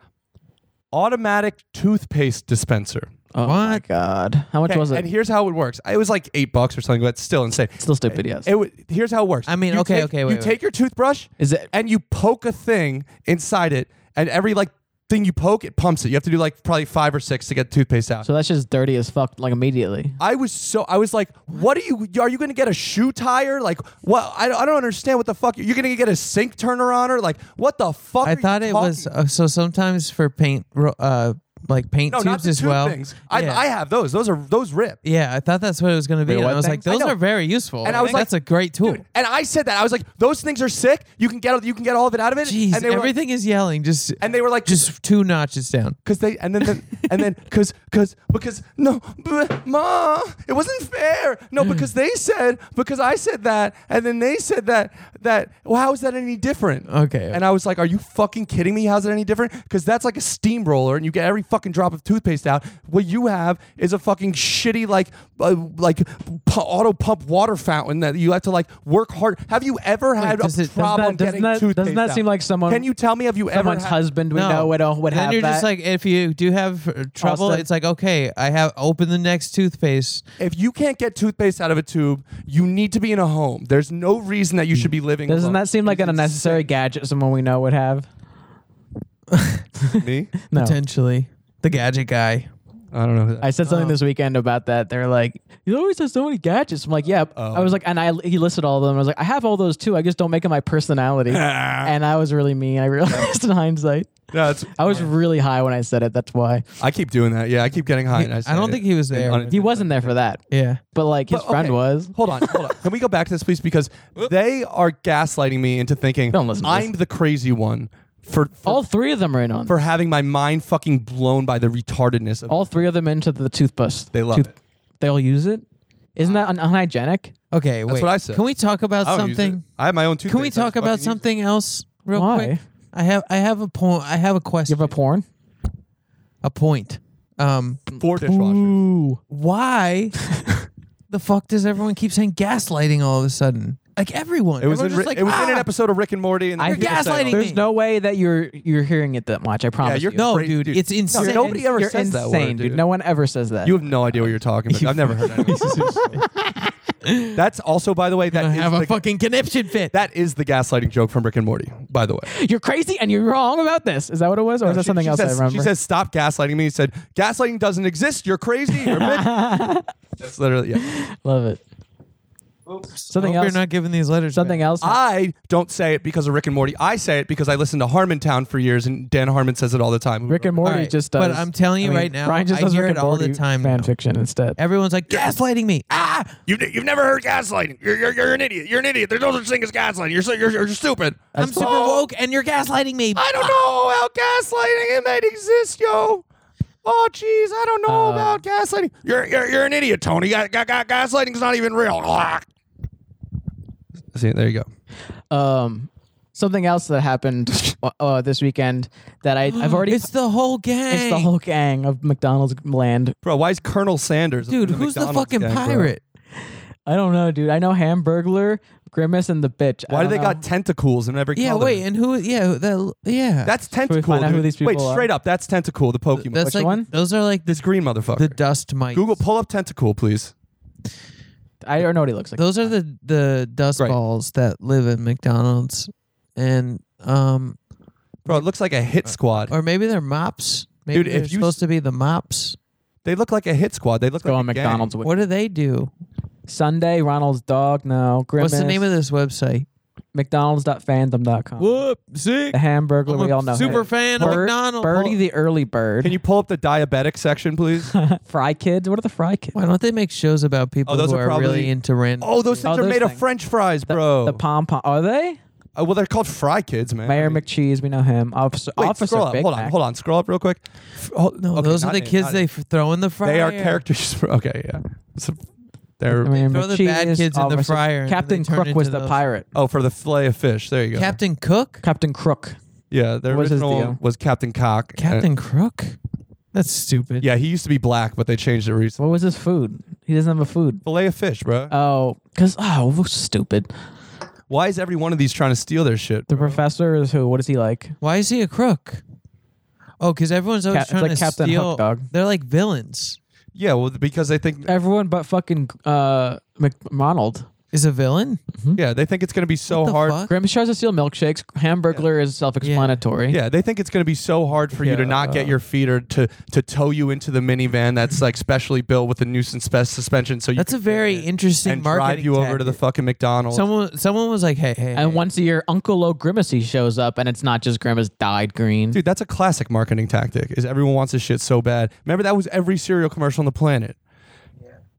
S3: automatic toothpaste dispenser.
S1: Oh my
S4: What?
S1: god. How much
S3: Okay,
S1: was
S3: And
S1: it?
S3: here's how it works. It was like eight bucks or something, but still insane.
S1: Still stupid, yes.
S3: It wa- here's how it works.
S4: I mean,
S3: You
S4: okay,
S3: take-
S4: okay,
S3: you
S4: wait, wait.
S3: take your toothbrush
S1: Is it-
S3: and you poke a thing inside it, and every like thing you poke, it pumps it. You have to do like probably five or six to get toothpaste out.
S1: So that's just dirty as fuck, like immediately.
S3: I was so I was like, what are you? Are you going to get a shoe tire? Like, what? I, don't- I don't understand what the fuck you're going to get a sink turner on her. Like, what the fuck? are
S4: I
S3: you
S4: thought it was
S3: talking-
S4: uh, so. Sometimes for paint, ro- uh, like paint
S3: no,
S4: tubes
S3: not the
S4: as
S3: tooth
S4: well.
S3: things. I,
S4: yeah.
S3: I have those. Those are those rip.
S4: yeah, I thought that's what it was going to be. And
S3: what
S4: I was like,
S3: things? I
S4: those
S3: know.
S4: are very useful.
S3: And I was
S4: think
S3: like,
S4: that's a great tool.
S3: Dude, and I said that I was like, those things are sick. You can get you can get all of it out of it.
S4: Jeez,
S3: and they were like-
S4: everything is yelling. Just
S3: and they were like,
S4: (laughs) just two notches down.
S3: because they and then, then
S1: (laughs)
S3: and then because because because no, b- ma, it wasn't fair. No, because they said because I said that, and then they said that that. Well, how is that any different?
S4: Okay.
S3: And I was like, are you fucking kidding me? How's it any different? Because that's like a steamroller, and you get every fucking drop of toothpaste out. What you have is a fucking shitty like uh, like pu- auto pump water fountain that you have to like work hard. Have you ever had
S4: does
S3: a
S4: it- doesn't
S1: that- doesn't
S3: problem getting
S1: that- doesn't
S3: toothpaste?
S1: that seem
S3: out?
S1: like someone-
S3: Can you tell me? Have you ever
S1: Someone's
S3: had-
S1: husband we know would, uh, would
S4: then
S1: have
S4: you're
S1: that.
S4: just like, if you do have uh, trouble,
S1: Austin.
S4: it's like, okay, I have open the next toothpaste.
S3: If you can't get toothpaste out of a tube, you need to be in a home. There's no reason that you should be living.
S1: Doesn't
S3: alone.
S1: that seem like an unnecessary gadget someone we know would have?
S3: (laughs) me?
S1: No.
S4: Potentially, the gadget guy.
S3: I don't know.
S1: I said something this weekend about that. They're like, you always have so many gadgets. I'm like, yeah. I
S3: Oh.
S1: was like, and I he listed all of them. I was like, I have all those too. I just don't make it my
S3: (laughs)
S1: personality. and I was really mean. I realized in hindsight.
S3: no, it's,
S1: I was really high when I said it. That's why
S3: I keep doing that. Yeah, I keep getting high. and
S4: I
S3: I, say
S4: don't
S3: it.
S4: think he was
S3: And
S4: there.
S3: on-
S1: he wasn't there for that.
S4: Yeah.
S1: But like his
S3: But,
S1: friend
S3: okay.
S1: was.
S3: Hold on, hold on. Can we go back to this, please? Because they are gaslighting me into thinking
S1: Don't listen to
S3: I'm the crazy one for for,
S1: All three of them are in on.
S3: for
S1: it.
S3: having my mind fucking blown by the retardedness of
S1: all three of them into the toothpaste.
S3: They love
S1: Tooth-
S3: it.
S1: They'll use it. Isn't that un- unhygienic?
S4: Okay, wait.
S3: That's what I said.
S4: Can we talk about
S3: I don't use it.
S4: something?
S3: I have my own toothpaste.
S4: Can we
S3: I just
S4: talk about
S3: fucking use it.
S4: something else real
S1: Why?
S4: quick? I have I have a point. I have a
S1: You
S4: question.
S1: have a porn?
S4: a point. Um,
S3: Four dishwashers.
S1: Ooh.
S3: (laughs)
S4: why the fuck does everyone keep saying gaslighting all of a sudden? Like everyone.
S3: It was, in,
S4: Everyone's just
S3: Ri-
S4: like,
S3: it was in an
S4: "Ah!"
S3: episode of Rick and Morty. And
S1: I-
S3: the people
S4: You're
S3: said it.
S4: gaslighting
S1: There's
S4: me.
S1: no way that you're you're hearing it that much. I promise
S3: you're
S1: you.
S4: No,
S3: Great-
S4: dude,
S3: dude.
S4: it's
S3: No,
S4: insane.
S3: nobody ever
S1: you're
S3: says that
S1: insane,
S3: word, dude.
S1: No one ever says that.
S3: You have no idea what you're talking about. I've never
S1: (laughs)
S3: heard that. That's also, by the way, that
S4: I
S3: is
S4: have a
S3: the,
S4: fucking conniption fit.
S3: that is the gaslighting joke from Rick and Morty. By the way,
S1: you're crazy and you're wrong about this. Is that what it was, or is that
S3: She-
S1: something
S3: she
S1: else
S3: says-
S1: I remember?
S3: She says, "Stop gaslighting me." He said, "Gaslighting doesn't exist. You're crazy. You're mad."
S1: (laughs)
S3: That's literally. Yeah.
S1: Love it.
S2: Oops.
S1: Something
S4: Hope
S1: else.
S4: you're not giving these letters.
S1: something
S4: back.
S1: else.
S3: I don't say it because of Rick and Morty. I say it because I listened to Harmontown for years, and Dan Harmon says it all the time.
S1: Rick and
S4: All
S1: Morty
S4: right,
S1: just does.
S4: but I'm telling you right now,
S1: Brian just
S4: I
S1: does
S4: hear
S1: Rick and
S4: it all the
S1: Morty
S4: time
S1: Fan
S4: now.
S1: fiction instead.
S4: Everyone's like gaslighting me. Ah,
S3: You've, you've never heard gaslighting. You're, you're, you're an idiot. You're an idiot. There's no such thing as gaslighting. You're so, you're, you're stupid.
S4: I'm super woke, and you're gaslighting me.
S3: I don't know how gaslighting it might exist, yo. Oh, jeez, I don't know about gaslighting. You're, you're you're an idiot, Tony. Ga- ga- ga- Gaslighting's not even real. (laughs) Ah. See, there you go.
S1: Um, something else that happened uh, uh, this weekend that I
S4: (gasps)
S1: I've already
S4: It's the whole gang.
S1: it's the whole gang of McDonald's land.
S3: Bro, why is Colonel Sanders?
S4: dude. Who's the fucking pirate?
S1: I don't know, dude. I know Hamburglar, Grimace, and the bitch. I
S3: Why do
S1: don't
S3: they
S1: know.
S3: got tentacles and never?
S4: Yeah,
S3: killed him?
S4: wait, and who? Yeah, that, yeah.
S3: that's tentacle.
S1: find out who these
S3: wait,
S1: people are?
S3: straight up, that's tentacle. The Pokemon.
S4: that's
S1: Which
S4: like
S1: one?
S4: those are like
S3: this
S4: the,
S3: green motherfucker.
S4: the dust mites.
S3: Google, pull up tentacle, please.
S1: I don't know what he looks like.
S4: Those are the the dust
S3: Right.
S4: balls that live in McDonald's, and um,
S3: Bro, it looks like a hit squad.
S4: or maybe they're mops. Maybe
S3: Dude, if
S4: they're
S3: you
S4: supposed to be the mops.
S3: They look like a hit squad. They look
S1: Go
S3: like
S1: on
S3: a gang.
S1: McDonald's. Wiki.
S4: What do they do?
S1: Sunday, Ronald's dog. No, Grimace.
S4: What's the name of this website?
S1: McDonald's.fandom.com.
S4: Whoop, sick.
S1: The Hamburglar, we all know.
S4: super
S1: him.
S4: fan of
S1: Bert-
S4: McDonald's.
S1: Birdie the early bird.
S3: Can you pull up the diabetic section, please?
S1: fry kids? What are the fry kids?
S4: Why don't they make shows about people
S3: Oh, those
S4: who
S3: are
S4: are, really
S3: probably-
S4: into random?
S3: oh, those
S1: Oh,
S3: things are
S1: those
S3: made of
S1: things.
S3: French fries,
S1: The-
S3: bro.
S1: The pom pom. Are they?
S3: Uh, well, they're called Fry Kids, man. I
S1: Mayor
S3: mean-
S1: McCheese, we know him. Officer,
S3: Wait,
S1: Officer
S3: scroll up.
S1: Big
S3: hold on,
S1: Mac.
S3: hold on. Scroll up real quick. F- oh,
S4: no,
S3: okay,
S4: those are
S3: not
S4: the
S3: in,
S4: kids
S3: not
S4: they
S3: in.
S4: f- throw in the fryer.
S3: They are characters. (laughs) For, okay, yeah. So they're
S1: Mayor
S4: Throw the bad
S1: McCheese,
S4: kids in the
S1: Officer-
S4: fryer and then
S1: Captain
S4: they turn
S1: Crook was
S4: into
S1: the
S4: those.
S1: pirate.
S3: oh for the fillet of fish. There you go.
S4: Captain Cook.
S1: Captain Crook.
S3: yeah, their
S1: What was his
S3: original
S1: deal?
S3: was Captain Cock.
S4: Captain
S3: Uh,
S4: Crook. That's stupid.
S3: yeah, he used to be black, but they changed it recently.
S1: What was his food? He doesn't have a food.
S3: Fillet of fish, bro.
S1: Oh, because, oh, we're stupid.
S3: Why is every one of these trying to steal their shit?
S1: The professor is who? What is he like?
S4: Why is he a crook? Oh, because everyone's always
S1: Cap- it's
S4: trying
S1: like
S4: to
S1: Captain Hook,
S4: steal.
S1: dog.
S4: They're like villains.
S3: Yeah, well, because they think
S1: Everyone but fucking uh, McDonald.
S4: Is a villain?
S3: yeah they think it's gonna be so
S4: What the
S3: hard.
S4: fuck?
S1: Grimace tries to steal milkshakes. Hamburglar is self explanatory.
S3: Yeah, they think it's going to be so hard for you to not get your feet or to to tow you into the minivan that's like specially built with the nuisance spe- suspension, so you
S4: That's a
S3: can
S4: very
S3: fit in
S4: interesting
S3: and
S4: marketing.
S3: drive you over to the
S4: tactic.
S3: fucking McDonald's.
S4: someone. Someone was like, "Hey, hey,
S1: And
S4: hey.
S1: once a year, Uncle O Grimacy shows up, and it's not just Grimace dyed green.
S3: Dude, that's a classic marketing tactic. Is everyone wants this shit so bad? Remember that was every cereal commercial on the planet.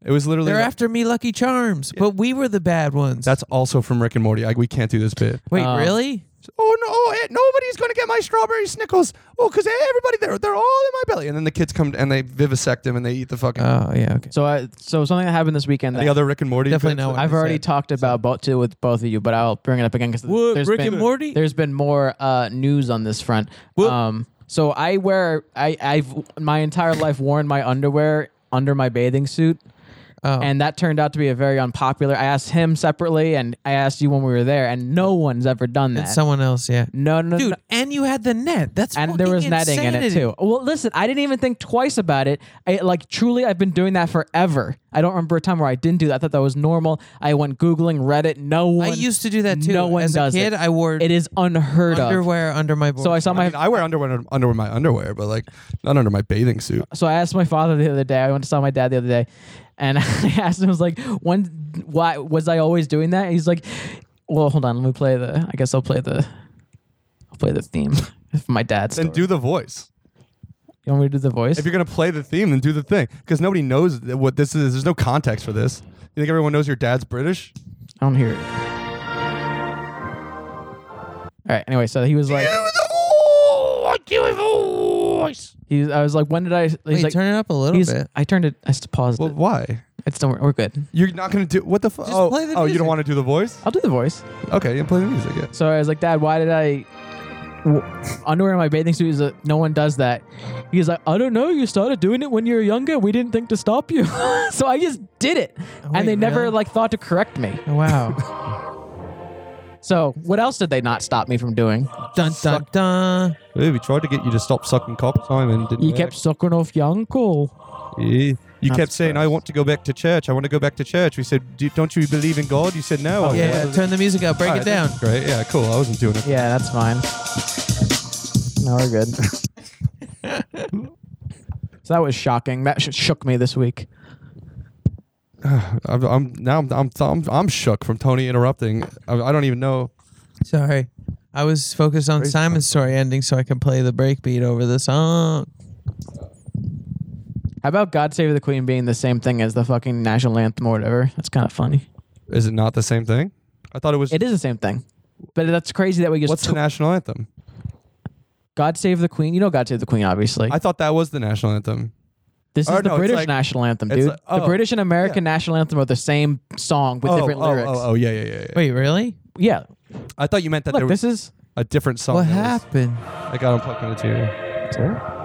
S3: It was literally.
S4: they're
S3: like-
S4: after me, Lucky Charms." But we were the bad ones.
S3: that's also from Rick and Morty. I, we can't do this bit.
S4: wait,
S1: Um,
S4: really?
S3: Oh no! Oh, eh, nobody's gonna get my strawberry snickles. Oh, because everybody they're they're all in my belly. And then the kids come and they vivisect them and they eat the fucking.
S4: Oh yeah, okay.
S1: So, I, so something that happened this weekend.
S3: the
S1: That
S3: other Rick and Morty.
S4: Definitely
S3: bits?
S4: know what
S1: I've
S4: I
S1: already
S4: said.
S1: talked about both two with both of you, but I'll bring it up again because
S4: What,
S1: there's
S4: Rick
S1: been
S4: and Morty?
S1: there's been more uh, news on this front. Um, so I wear I I've my entire life worn my underwear under my bathing suit.
S4: Oh.
S1: And that turned out to be a very unpopular. I asked him separately, and I asked you when we were there, and no one's ever done that.
S4: And someone else, yeah.
S1: no, no, no,
S4: Dude, and you had the net. That's
S1: and there
S4: fucking
S1: was netting in it
S4: insanity.
S1: too. Well, listen, I didn't even think twice about it. I like truly, I've been doing that forever. I don't remember a time where I didn't do that. I thought that was normal. I went googling Reddit. No
S4: I
S1: one.
S4: used to do that too.
S1: No one
S4: As
S1: does
S4: a kid,
S1: it.
S4: I wore
S1: It is unheard of.
S4: underwear under my board.
S1: So I saw
S3: I,
S1: my.
S3: mean, I wear underwear under, under my underwear, but like not under my bathing suit.
S1: So I asked my father the other day. I went to saw my dad the other day, and (laughs) I asked him, I was like, "When? Why was I always doing that?" He's like, "Well, hold on. Let me play the. I guess I'll play the. I'll play the theme." (laughs) for my dad's.
S3: Then
S1: story.
S3: do the voice.
S1: you want me to do the voice?
S3: If you're gonna play the theme, then do the thing because nobody knows th- what this is. There's no context for this. You think everyone knows your dad's British?
S1: I don't hear it. All right. Anyway, so he was like,
S3: Oh, I do it. Oh, voice.
S1: He's, I was like, when did I? He's
S4: Wait,
S1: like,
S4: turn it up a little
S1: he's- (laughs)
S4: bit.
S1: I turned it. I s- paused
S3: Well,
S1: it.
S3: why?
S1: It's don't. We're good.
S3: You're not gonna do what the fuck?
S4: Just
S3: Oh,
S4: play the
S3: oh, you
S4: music.
S3: don't want to do the voice?
S1: I'll do the voice.
S3: Okay, you play the music. Yeah.
S1: So I was like, Dad, why did I w- underwear in my bathing suit? Is a, no one does that. He's like, I don't know. You started doing it when you were younger. We didn't think to stop you, (laughs) so I just did it,
S4: wait,
S1: and they never
S4: really?
S1: like thought to correct me.
S4: Oh, wow.
S1: So what else did they not stop me from doing?
S4: dun dun dun.
S3: Hey, we tried to get you to stop sucking cock, Simon. Didn't
S1: You
S3: we?
S1: kept sucking off your uncle.
S3: Yeah. You
S1: Not
S3: kept saying, "I
S1: surprised.
S3: want to go back to church. I want to go back to church." We said, Do, "Don't you believe in God?" You said, "No." I
S4: Yeah,
S3: want
S4: yeah, turn the music up. Break
S3: All
S4: it
S3: right,
S4: down.
S3: that's Great. Yeah, cool. I wasn't doing it.
S1: Yeah, that's fine. No, we're good. (laughs) so that was shocking. That sh- shook me this week.
S3: I'm, I'm now I'm, I'm I'm I'm shook from Tony interrupting. I, I don't even know.
S4: Sorry. I was focused on Simon's story ending so I could play the breakbeat over the song.
S1: How about God Save the Queen being the same thing as the fucking national anthem or whatever? That's kind of funny.
S3: Is it not the same thing? I thought it was.
S1: It is the same thing. But that's crazy that we just
S3: What's the
S1: took
S3: national anthem?
S1: God Save the Queen. You know God Save the Queen, obviously.
S3: I thought that was the national anthem.
S1: this is
S3: or
S1: the
S3: no, it's
S1: British
S3: like-
S1: national anthem,
S3: it's
S1: dude.
S3: like- oh,
S1: the British and American national anthem are the same song with
S3: oh,
S1: different
S3: oh,
S1: lyrics.
S3: Oh, oh, yeah, yeah, yeah. yeah.
S4: Wait, really?
S1: Yeah.
S3: I thought you meant that
S1: Look,
S3: there was
S1: this is.
S3: a different song.
S4: What
S3: that was-
S4: happened?
S3: I got unplugged from the TV.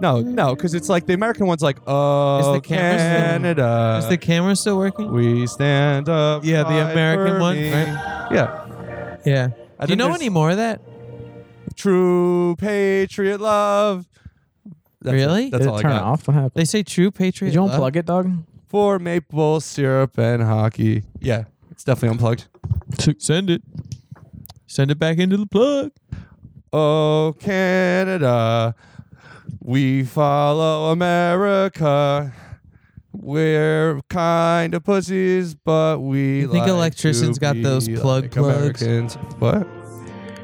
S3: No, no, because it's like the American one's like, oh,
S4: the camera still-
S3: Canada.
S4: Is the camera still working?
S3: Uh, we stand up.
S4: Yeah, the
S3: fight
S4: American
S3: for
S4: one,
S3: me.
S4: right?
S3: Yeah.
S4: Yeah.
S3: I
S4: Do you
S3: think
S4: know
S3: there's
S4: any more of that?
S3: True patriot love. That's it.
S4: Really?
S3: That's
S1: Did
S3: all
S1: it
S3: I
S1: turn
S3: got.
S1: it off? What happened?
S4: They say true patriot.
S1: Did you
S4: love.
S1: unplug it, dog?
S3: For maple syrup and hockey. Yeah, it's definitely unplugged.
S4: Send it. Send it back into the plug.
S3: Oh, Canada, we follow America. We're kind of pussies, but we
S4: You think
S3: like
S4: electricians
S3: to
S4: got
S3: be
S4: those plug
S3: like
S4: plugs?
S3: Americans. What?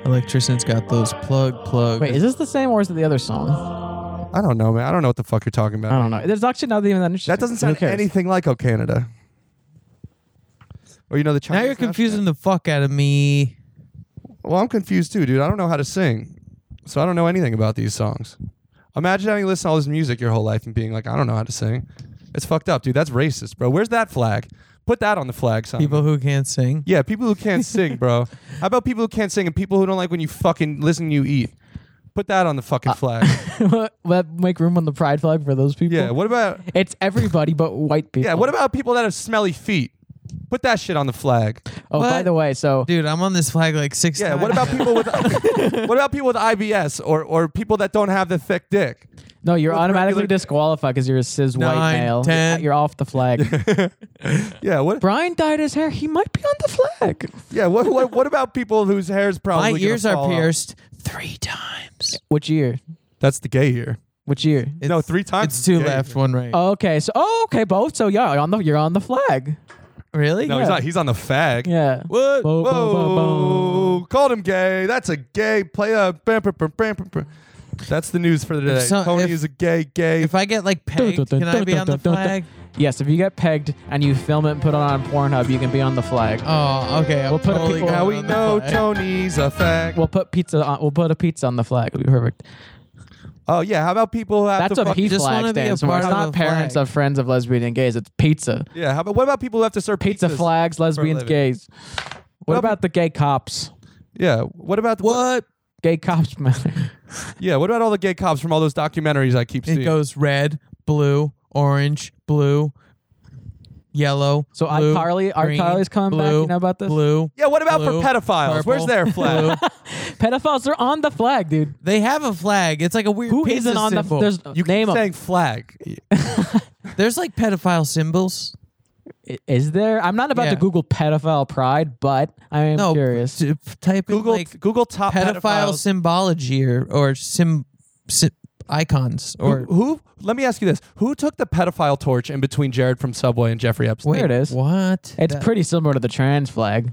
S4: Electrician's got those plug plug.
S1: Wait, is this the same or is it the other song?
S3: I don't know, man. I don't know what the fuck you're talking
S1: I
S3: about.
S1: don't know. There's actually not even that interesting.
S3: That doesn't
S1: Who
S3: sound
S1: cares?
S3: anything like Oh Canada. Or you know the Chinese.
S4: now you're
S3: national-
S4: confusing the fuck out of me.
S3: Well, I'm confused too, dude. I don't know how to sing, so I don't know anything about these songs. Imagine having listened to all this music your whole life and being like, I don't know how to sing. It's fucked up, dude. That's racist, bro. Where's that flag? Put that on the flag, son.
S4: People who can't sing.
S3: yeah, people who can't sing, bro. How about people who can't sing and people who don't like when you fucking listen, you eat. Put that on the fucking flag.
S4: (laughs)
S1: (laughs) Will that make room on the pride flag for those people.
S3: yeah. What about?
S1: It's everybody but white people.
S3: Yeah. What about people that have smelly feet? Put that shit on the flag.
S1: Oh, by
S4: What?
S1: the way, so
S4: Dude, I'm on this flag like six
S3: Yeah. What
S4: times.
S3: about people with? what about people with IBS or or people that don't have the thick dick?
S1: no, you're
S3: With
S1: automatically
S3: regular-
S1: disqualified because you're a cis white
S4: Nine,
S1: male.
S4: ten.
S1: You're off the flag.
S4: (laughs)
S3: Yeah. What?
S1: Brian dyed his hair. He might be on the flag,
S3: Yeah, what, what what about people whose hair's
S4: My
S3: probably gonna
S4: ears are
S3: fall out?
S4: pierced three times.
S1: Which year?
S3: That's the gay ear.
S1: Which year?
S3: no,
S4: It's-
S3: three times.
S4: It's
S3: is
S4: two
S3: gay
S4: left,
S3: ear.
S4: one right.
S1: Okay, so oh, okay, both. So yeah, you're on the you're on the flag.
S4: really?
S3: No, he's not. He's on the fag.
S1: Yeah. Bo-
S4: What?
S1: bo- bo-
S3: Whoa!
S1: bo.
S3: Called him gay. That's a gay play. Uh, bam, bam, bam, bam, bam, bam. That's the news for today.
S4: so-
S3: Tony
S4: if-
S3: is a gay, gay.
S4: If I get like pegged, can I be on the flag?
S1: Yes, if you get pegged and you film it and put it on Pornhub, you can be on the flag.
S4: Oh, okay. I'm
S1: We'll put a
S4: totally
S1: people-
S4: going
S3: now
S1: Now
S3: we
S4: on the
S3: know
S4: flag.
S3: Tony's a fag.
S1: We'll put pizza on. We'll put a pizza on the flag. It'll be perfect.
S3: oh yeah, how about people who have
S1: That's
S3: to
S1: what
S3: fuck-
S1: he
S4: just
S1: flag
S4: wanna be a
S1: stands for.
S4: part
S1: It's
S4: of
S1: not
S4: the
S1: parents
S4: flag.
S1: of friends of lesbian and gays. It's pizza.
S3: Yeah, how about what about people who have to serve
S1: Pizza
S3: pizzas
S1: flags,
S3: for a
S1: lesbians,
S3: living?
S1: gays. What
S3: Well,
S1: about the gay cops?
S3: Yeah, what about
S4: What?
S1: Gay cops matter. (laughs)
S3: Yeah, what about all the gay cops from all those documentaries I keep
S4: It
S3: seeing?
S4: goes red, blue, orange, blue, yellow.
S1: So
S4: blue,
S1: iCarly-
S4: green,
S1: iCarly's coming back,
S4: blue,
S1: you know about this?
S4: Blue.
S3: yeah, what about
S4: blue,
S3: for pedophiles? Where's
S4: purple,
S3: their flag?
S4: blue.
S1: Pedophiles are on the flag, dude.
S4: they have a flag. It's like a weird.
S1: Who
S4: pizza
S1: isn't on
S4: symbol.
S1: the? There's
S3: You
S1: name
S3: keep
S1: 'em. (laughs)
S3: saying flag.
S4: There's like pedophile symbols.
S1: I- Is there? I'm not about
S4: Yeah.
S1: to Google pedophile pride, but I am
S4: No,
S1: curious.
S4: t- type
S3: Google
S4: in like
S3: Google top
S4: pedophile
S3: pedophiles.
S4: symbology or or sim, sim icons or.
S3: Who, who? Let me ask you this: Who took the pedophile torch in between Jared from Subway and Jeffrey Epstein?
S4: Wait,
S1: There it is.
S4: What?
S1: It's
S4: That-
S1: pretty similar to the trans flag.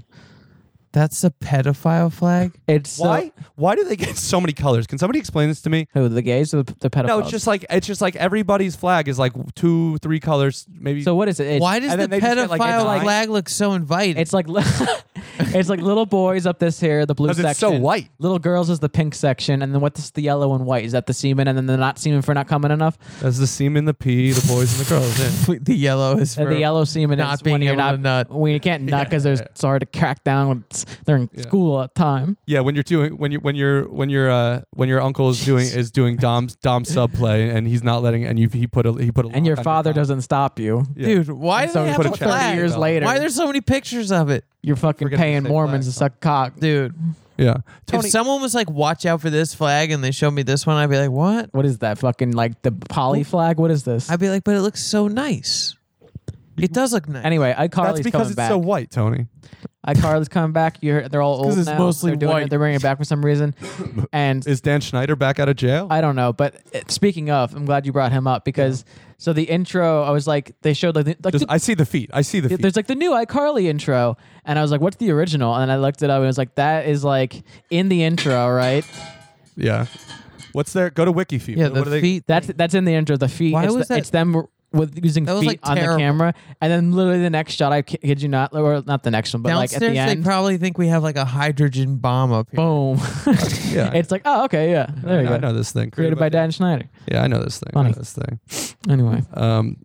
S4: That's a pedophile flag.
S1: It's uh,
S3: Why? Why do they get so many colors? Can somebody explain this to me?
S1: who the gays or the, the pedophiles?
S3: No, it's just like it's just like everybody's flag is like two, three colors, maybe.
S1: so. What is it? (laughs) It's,
S4: Why does
S3: and
S4: the
S3: then they just
S4: pedophile
S3: get, like, it's like-
S4: flag look so inviting?
S1: it's like (laughs) It's like little boys up this here, the blue
S3: 'Cause
S1: section.
S3: it's so white.
S1: Little girls is the pink section, and then what is the yellow and white? Is that the semen, and then the not semen for not coming enough? Uh,
S3: That's the semen, the pee, the boys, and the girls. yeah.
S4: (laughs) the yellow is
S1: And
S4: for-
S1: the yellow semen
S4: not
S1: is when
S4: being
S1: you're
S4: able
S1: not
S4: to nut.
S1: when you can't nut because there's it's hard to crack down when it's- they're in school at time.
S3: Yeah, when you're doing when you when you're when you're uh when your uncle is doing is doing Dom's Dom sub play and he's not letting and you he put a he put a
S1: And your
S3: lock on
S1: father
S3: top.
S1: doesn't stop you.
S4: (laughs)
S3: Yeah.
S4: Dude, why
S1: And
S4: do
S1: so
S4: they
S1: we
S4: have
S1: put
S4: a
S1: a check.
S4: flag?
S1: Years later.
S4: Why there's so many pictures of it,
S1: You're fucking
S3: Forgetting to
S1: paying
S3: say
S1: Mormons to
S3: flag
S1: suck cock.
S4: dude?
S3: Yeah,
S4: If someone was like, "Watch out for this flag," and they showed me this one, I'd be like, "What?"
S1: What is that? Fucking like the poly flag? What is this?
S4: I'd be like, "But it looks so nice. It does look nice."
S1: anyway,
S3: that's
S1: iCarly's
S3: because
S1: coming
S3: it's
S1: back.
S3: so white, Tony.
S1: iCarly's coming back. You're, they're all old
S4: 'cause it's
S1: now.
S4: mostly
S1: they're doing
S4: white.
S1: It, they're bringing it back for some
S4: (laughs)
S1: reason. And
S3: Is Dan Schneider back out of jail?
S1: I don't know, but uh, speaking of, I'm glad you brought him up because so the intro, I was like, they showed like, the, like
S3: Just,
S1: the-
S3: I see the feet. I see the feet.
S1: there's like the new iCarly intro, and I was like, what's the original? And I looked it up, and it was like, that is like in the intro, right?
S3: yeah. What's there? Go to Wiki feet.
S4: yeah,
S3: What
S4: the
S3: do they-
S4: feet.
S1: That's that's in the intro. The feet.
S4: Why
S1: it's
S4: was
S1: the-
S4: that-
S1: It's them r- with using
S4: That was,
S1: feet
S4: like,
S1: on the
S4: terrible.
S1: camera, and then literally the next shot. I ki- kid you not, or not the next one, but like at
S4: downstairs,
S1: the
S4: they
S1: end, Oh,
S4: probably think we have like a hydrogen bomb up here. (laughs)
S1: boom.
S3: Yeah.
S1: (laughs) it's like, oh, okay, yeah, there you
S3: I
S1: go.
S3: know this thing.
S1: Created by Dan Schneider.
S3: Yeah, I know this thing. I
S1: Funny.
S3: know this thing.
S1: Anyway,
S3: Um,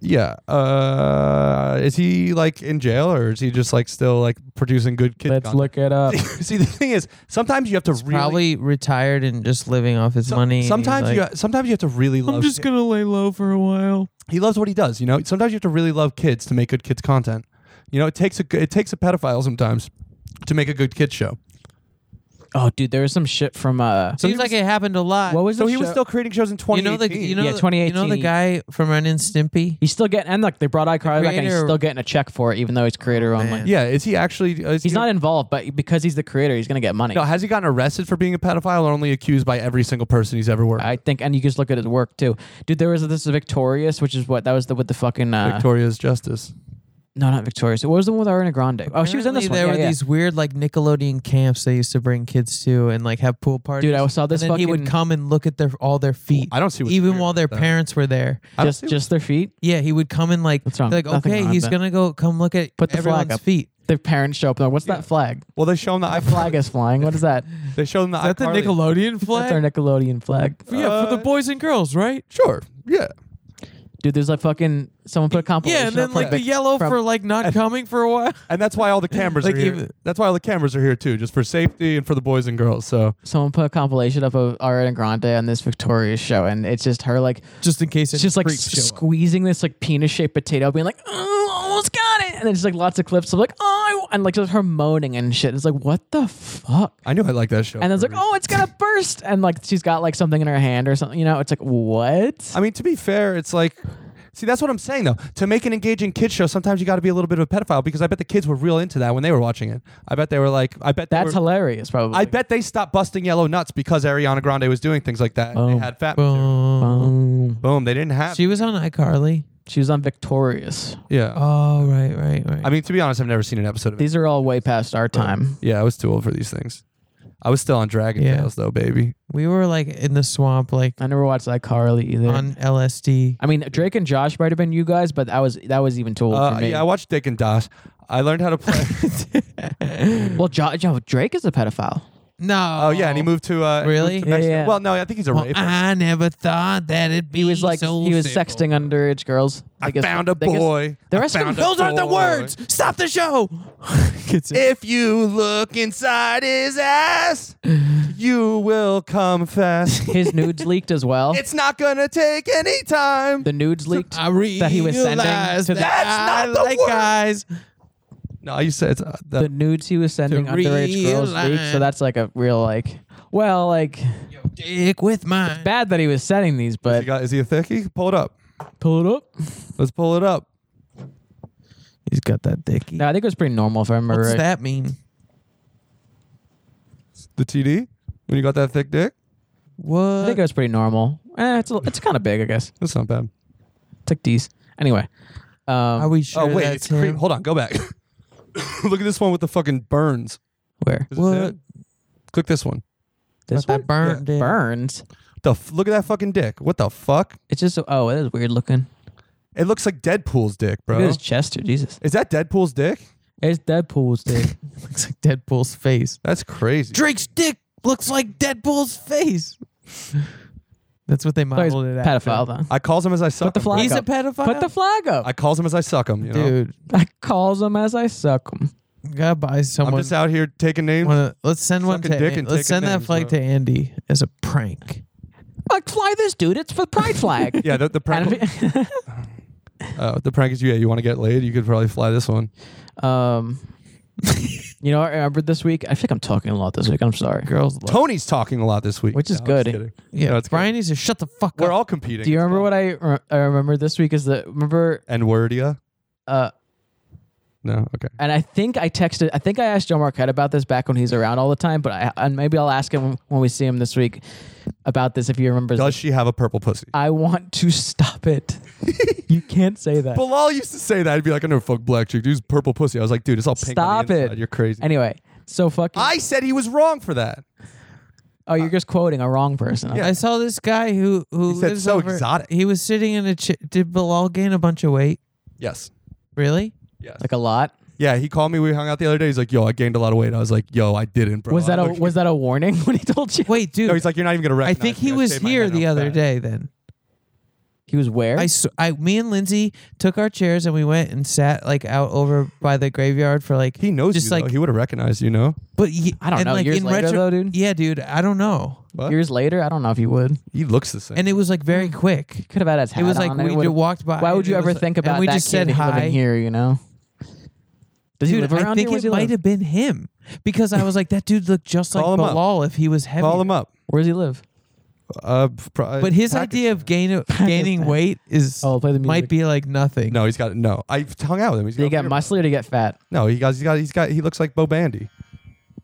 S3: yeah. Uh, is he like in jail or is he just like still like producing good kid?
S1: let's
S3: content?
S1: look it up.
S3: (laughs) See, the thing is, sometimes you have to really.
S4: Probably retired and just living off his
S3: so-
S4: money. and
S3: Sometimes
S4: he's
S3: you
S4: like,
S3: sometimes you have to really love.
S4: I'm just
S3: kid-
S4: gonna (laughs) lay low for a while.
S3: He loves what he does. You know. Sometimes you have to really love kids to make good kids content. You know, it takes a g- it takes a pedophile sometimes to make a good kid show.
S1: Oh, dude, there was some shit from uh.
S4: Seems like it happened a lot.
S1: What was
S3: So
S1: the
S3: he was
S1: show-
S3: still creating shows in
S4: you
S3: 2018.
S4: know the you know
S1: Yeah,
S4: the- you know
S1: 2018.
S4: the guy from Ren and Stimpy.
S1: He's still getting and like they brought iCarly back, and he's
S4: creator-
S1: still getting a check for it, even though he's creator only.
S4: man.
S3: yeah, is he actually? uh, Is
S1: He's
S3: he,
S1: not involved, but because he's the creator, he's gonna get money.
S3: No, has he gotten arrested for being a pedophile or only accused by every single person he's ever worked?
S1: I
S3: with?
S1: think, and you just look at his work too, dude. There was this Victorious, which is what that was the with the fucking uh,
S3: Victoria's Justice.
S1: No, not Victorious. What was the one with Ariana Grande? Oh, she was in
S4: Apparently
S1: this one.
S4: There
S1: Yeah,
S4: were
S1: yeah.
S4: these weird like Nickelodeon camps they used to bring kids to and like have pool parties.
S1: Dude, I saw this
S4: And then he would
S1: fucking-
S4: come and look at their all their feet.
S3: I don't see what's
S4: even
S3: weird
S4: while their
S3: about that.
S4: parents were there.
S3: I don't
S1: just
S3: see
S1: just their feet.
S4: Yeah, he would come and like
S1: What's wrong?
S4: like
S1: Nothing
S4: okay,
S1: wrong with
S4: he's
S1: that.
S4: gonna go come look at
S1: Put the flag
S4: everyone's
S1: up.
S4: feet.
S1: Their parents show up. and they're, What's that flag?
S3: Well, they show him the
S1: That flag is flying. What is that?
S3: They show him the Uh,
S4: Is that the
S3: iCarly.
S4: Nickelodeon
S1: That's Uh, our
S4: flag?
S1: Nickelodeon flag.
S4: yeah, for the boys and girls, right?
S3: Sure. Yeah.
S1: Dude, there's like fucking someone put a compilation.
S4: Yeah, and then
S1: up,
S4: like the yellow
S1: from-
S4: for like not coming for a while.
S3: And that's why all the
S4: (laughs)
S3: cameras
S4: Like
S3: are here.
S4: even-
S3: that's why all the cameras are here too, just for safety and for the boys and girls. So
S1: someone put a compilation up of Ariana Grande on this Victorious show, and it's just her like
S4: Just in case
S1: it's just like s- squeezing this like penis shaped potato, being like, oh, almost got it, and then just like lots of clips of like, oh, and like just her moaning and shit. It's like, what the fuck?
S3: I knew I liked that show.
S1: And
S3: for
S1: it's
S3: a
S1: like,
S3: reason.
S1: oh, it's
S4: (laughs)
S1: gonna burst, and like she's got like something in her hand or something. You know, it's like what?
S4: "Oh,
S3: I mean, to be fair, it's like, see, that's what I'm saying though. To make an engaging kid show, sometimes you got to be a little bit of a pedophile because I bet the kids were real into that when they were watching it. I bet they were like, I bet they
S1: That's
S3: were-
S1: hilarious, probably.
S3: I bet they stopped busting yellow nuts because Ariana Grande was doing things like that. And
S1: Boom.
S3: they had fat. material.
S4: Boom. Um.
S1: Boom.
S3: Boom. They didn't have.
S4: She was on iCarly.
S1: Um, She was on Victorious.
S3: yeah.
S4: Oh right, right, right.
S3: I mean, to be honest, I've never seen an episode of it.
S1: These are all way past our time.
S3: Yeah, I was too old for these things. I was still on Dragon
S4: Yeah.
S3: Tales though, baby.
S4: we were like in the swamp, like
S1: I never watched iCarly either.
S4: on LSD.
S1: I mean, Drake and Josh might have been you guys, but that was that was even too old
S3: Uh,
S1: for me.
S3: yeah, I watched Dick and Dash. I learned how to play.
S1: well, jo- jo- Drake is a pedophile.
S4: No.
S3: oh yeah, and he moved to uh, he moved
S4: Really?
S3: to Mexico.
S1: Yeah, yeah.
S3: Well, no, I think he's a
S4: Well,
S3: rapist.
S4: I never thought that it'd be
S1: He was like
S4: so
S1: he was
S4: simple.
S1: sexting underage girls.
S3: I,
S1: guess-
S3: found a
S1: they guess- (laughs)
S3: boy.
S1: the
S3: I
S1: rest of
S3: found
S1: them-
S3: a
S4: Those aren't the
S3: boy.
S4: words. Stop the show. Gets it.
S3: If you look inside his ass, you will confess.
S1: His nudes leaked as well.
S3: it's not gonna take any time.
S1: the
S3: (laughs)
S1: nudes leaked.
S4: I realized
S1: that he was sending to the-
S4: that
S3: That's
S4: I
S3: not the
S4: like
S3: word.
S4: guys.
S3: no, you said it's, uh, that-
S1: the nudes he was sending underage girls leaked.
S4: realize-
S1: So that's like a real like. Well, like
S4: Dick with mine.
S1: bad that he was sending these,
S3: is,
S1: but
S3: he got, is he a thickie? Pull it up.
S1: pull it up.
S3: Let's pull it up.
S4: He's got that dicky.
S1: No, I think it was pretty normal if I remember
S4: What's
S1: right.
S4: that mean?
S3: The TD. When you got that thick dick,
S4: What?
S1: I think it was pretty normal. Eh, it's a, it's kind of big, I guess.
S3: that's not bad.
S1: It's like these. Anyway, um,
S4: Are we sure
S3: oh wait,
S4: that's
S3: it's cream.
S4: him?
S3: Hold on, go back. (coughs) look at this one with the fucking burns.
S1: where
S3: Is it
S4: What?
S3: that? Click this one.
S1: this
S4: That
S1: one
S4: burnt dick.
S1: burns?
S3: The f- look at that fucking dick. What the fuck?
S1: It's just oh, it is weird looking.
S3: It looks like Deadpool's dick,
S1: Look
S3: bro.
S1: at his chest, here, Jesus.
S3: Is that Deadpool's dick?
S1: It's (laughs) Deadpool's dick.
S4: (laughs) Looks like Deadpool's face.
S3: That's crazy.
S4: Drake's dick looks like Deadpool's face. That's what they
S1: So he's
S4: modeled it after.
S1: pedophile though.
S3: I calls him as I suck
S1: the
S3: him.
S1: flag
S4: He's a
S1: up.
S4: pedophile.
S1: Put the flag up,
S3: I calls him as I suck him. You know?
S4: dude.
S1: I calls them as I suck them.
S4: Gotta buy
S3: I'm
S4: someone.
S3: just out here taking names.
S4: wanna- let's send one
S3: Suck a
S4: to.
S3: dick
S4: An-
S3: and
S4: let's
S3: take a
S4: send that
S3: name,
S4: flag
S3: bro.
S4: to Andy as a prank.
S1: Like fly this dude. It's for pride flag. (laughs)
S3: yeah, the, the
S1: And
S3: prank.
S1: if
S4: (laughs)
S1: it-
S3: (laughs) Uh, the prank is you. Yeah, you want to get laid? You could probably fly this one.
S1: um, you know, what I remembered this week. I think I'm talking a lot this week. I'm sorry.
S4: Girls love.
S3: Tony's talking a lot this week,
S1: Which is
S3: No, I'm just
S1: good.
S3: kidding.
S4: yeah,
S3: No, it's
S4: Brian needs to shut the fuck
S3: We're
S4: up.
S3: all competing.
S1: Do you remember what I re- I remember this week is that remember
S3: And wordia?
S1: uh
S3: No. Okay.
S1: and I think I texted I think I asked Joe Marquette about this back when he's around all the time, but I and maybe I'll ask him when we see him this week about this if he remembers.
S3: Does she have a purple pussy?
S4: Uh,
S1: I want to stop (laughs) it. you can't say that.
S3: Bilal used to say that. He'd be like, "I never fuck black chick. Dude's purple pussy." I was like, "Dude, it's all pink." on
S1: Stop
S3: the inside.
S1: it.
S3: You're crazy.
S1: Anyway, so fucking
S3: I said he was wrong for that.
S1: Oh, you're just quoting a wrong person.
S4: I saw this guy who who
S3: He said
S4: lives
S3: so
S4: over-
S3: exotic.
S4: He was sitting in a. Ch- Did Bilal gain a bunch of weight?
S3: Yes.
S4: Really?
S3: Yes.
S1: Like a lot.
S3: yeah. He called me. We hung out the other day. He's like, "Yo, I gained a lot of weight." I was like, "Yo, I didn't, bro."
S1: was that
S3: I
S1: a
S3: look-
S1: was that a warning (laughs) when he told you?
S4: Wait, dude.
S3: No, he's like, "You're not even gonna
S4: I
S3: recognize."
S4: think
S3: me.
S4: he was
S3: shaved my
S4: here
S3: head,
S4: the
S3: I'm
S4: other
S3: fat."
S4: day. Then
S1: He was where?
S4: I, s- I- me and Lindsay took our chairs and we went and sat like out over by the graveyard for like
S3: He knows
S4: just
S3: you.
S4: like
S3: though. He would have recognized you. Know?
S4: but y-
S1: I don't
S4: and,
S1: know,
S4: like
S1: years
S4: in
S1: later,
S4: retro
S1: though, dude?
S4: yeah dude I don't know
S3: What?
S1: Years later, I don't know if you would.
S3: He looks the same.
S4: and it was like very quick
S1: Could have had his hat
S4: it was like
S1: on. and
S4: we
S1: would've-
S4: just walked by
S1: Why would
S4: and
S1: you
S4: it
S1: ever
S4: was like-
S1: think about
S4: and we
S1: that
S4: just
S1: kid
S4: said hi
S1: living here? You know, does he
S4: dude
S1: live around
S4: I think
S1: here? Where's
S4: it
S1: he live?
S4: might have been him because I was like that dude looked just like
S3: Call him up.
S4: Bilal if he was heavy
S3: Call him up.
S1: Where does he live?
S3: Uh, f- pro-
S4: but his
S3: Pakistan.
S4: idea
S1: (laughs)
S4: of gain gaining weight is
S1: Oh, play the music.
S4: might be like nothing
S3: No, he's got no. I have hung out with him. He's
S1: Did he
S3: got
S1: get muscly or did he get fat?
S3: No, he got he's got he's got he looks like Bo Bandy.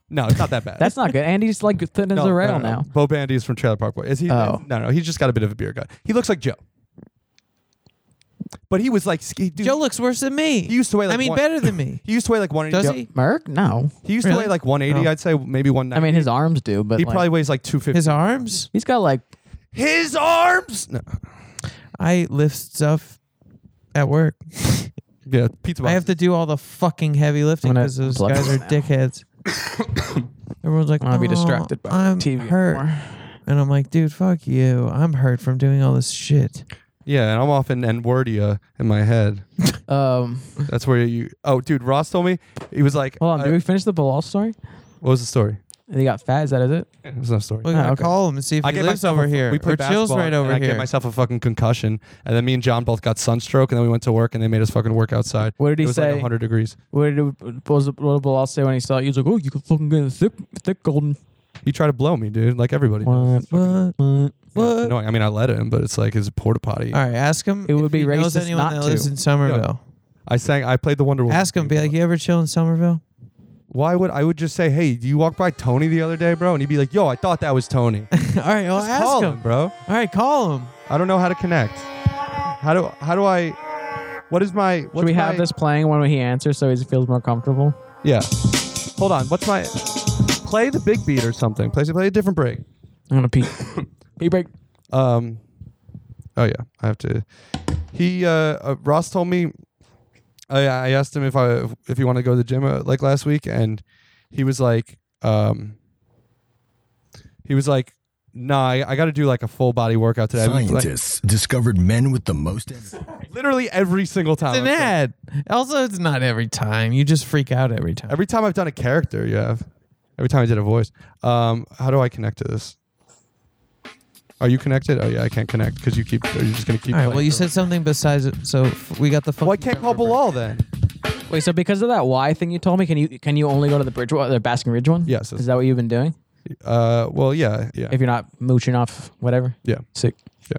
S3: No, it's not that
S1: (laughs)
S3: bad.
S1: That's not good. Andy's like thin as
S3: no,
S1: a rail
S3: no, no,
S1: now.
S3: no. Bo Bandy is from Trailer Park Boy. Is he?
S1: Oh.
S3: No, no, he's just got a bit of a beer gut. He looks like Joe. But he was like ski- dude,
S4: Joe looks worse than me
S3: He used to weigh like
S4: I mean
S3: one-
S4: better than
S3: (laughs)
S4: me
S3: He used to weigh like one eighty.
S4: does
S3: Joe-
S4: he
S1: Merck? No.
S3: He used to
S4: Really?
S3: weigh like one eighty.
S4: No.
S3: I'd say maybe one
S1: Oh. I
S3: ninety.
S1: mean, his arms do, but
S3: he
S1: like,
S3: probably weighs like two fifty.
S4: his arms
S1: he's got like
S3: His, arms. No.
S4: I lift stuff at work.
S3: Yeah, pizza.
S4: I have to do all the fucking heavy lifting
S1: I'm gonna
S4: because those
S1: unplug
S4: guys
S1: this
S4: are
S1: now.
S4: dickheads.
S1: (coughs)
S4: Everyone's like,
S1: I don't
S4: "Oh,
S1: want to be distracted by
S4: I'm
S1: TV
S4: hurt,"
S1: anymore.
S4: and I'm like, "Dude, fuck you! I'm hurt from doing all this shit."
S3: Yeah, and I'm often and wordia in my head.
S1: Um,
S3: That's where you. Oh, dude, Ross told me he was like,
S1: hold on.
S3: I-
S1: Did we finish the Bilal story?
S3: what was the story?
S1: He got fat. Is that is it?
S3: It was not a story.
S4: We gotta
S1: Ah, okay.
S4: call him and see if he
S3: gave
S4: lives
S3: myself
S4: over
S3: a-
S4: here.
S3: We
S4: or
S3: played
S4: chills
S3: basketball,
S4: right
S3: and
S4: over
S3: I
S4: here.
S3: gave myself a fucking concussion, and then me and John both got sunstroke, and then we went to work, and they made us fucking work outside.
S1: What did he
S3: it was
S1: say?
S3: Like 100 degrees.
S1: What did what was what did Bilal say when he saw it? He was like, "Oh, you can fucking get a thick, thick golden."
S3: He tried to blow me, dude, like everybody.
S1: What?
S4: what?
S1: What?
S4: What?
S3: No, I mean I let him, but it's like his porta potty.
S4: All right, ask him.
S1: It would
S4: if
S1: be
S4: he knows
S1: racist
S4: anyone
S1: not
S4: that
S1: to.
S4: lives in Somerville.
S3: I sang. I played the Wonder Woman.
S4: Ask him. Be like, "You ever chill in Somerville?" (laughs)
S3: Why would I would just say, hey, do you walk by Tony the other day, bro? And he'd be like, yo, I thought that was Tony.
S4: all right, well, (laughs) ask
S3: Call
S4: him.
S3: him, bro.
S4: All right, call him.
S3: I don't know how to connect. How do how do I? What is my? What's
S1: Should we have
S3: my-
S1: this playing when he answers so he feels more comfortable?
S3: Yeah. Hold on. What's my? Play the big beat or something. Play play a different break.
S1: I'm gonna
S3: (laughs)
S1: pee. pee break.
S3: Um, oh yeah, I have to. He uh, uh Ross told me. I, I asked him if I if he wanted to go to the gym uh, like last week, and he was like, um, he was like, nah, I, I got to do like a full body workout today. I've been, like,
S8: Scientists discovered men with the most.
S3: literally every single time.
S4: It's an
S3: I've done-
S4: ad. Also, it's not every time. You just freak out every time.
S3: Every time I've done a character, yeah. Every time I did a voice. Um, how do I connect to this? Are you connected? Oh yeah, I can't connect because you keep. Are you just gonna keep?
S4: All right.
S3: playing
S4: Well, you
S3: through?
S4: said something besides it, so f- we got the.
S3: Well, I
S4: funky
S3: can't call
S4: Trevor
S3: Bilal then.
S1: Wait, so because of that Y thing you told me, can you can you only go to the Bridgewater, the Basking Ridge one?
S3: Yes.
S1: Is that what you've been doing?
S3: Uh, well, yeah, yeah.
S1: If you're not mooching off whatever.
S3: Yeah.
S1: Sick.
S3: Yeah.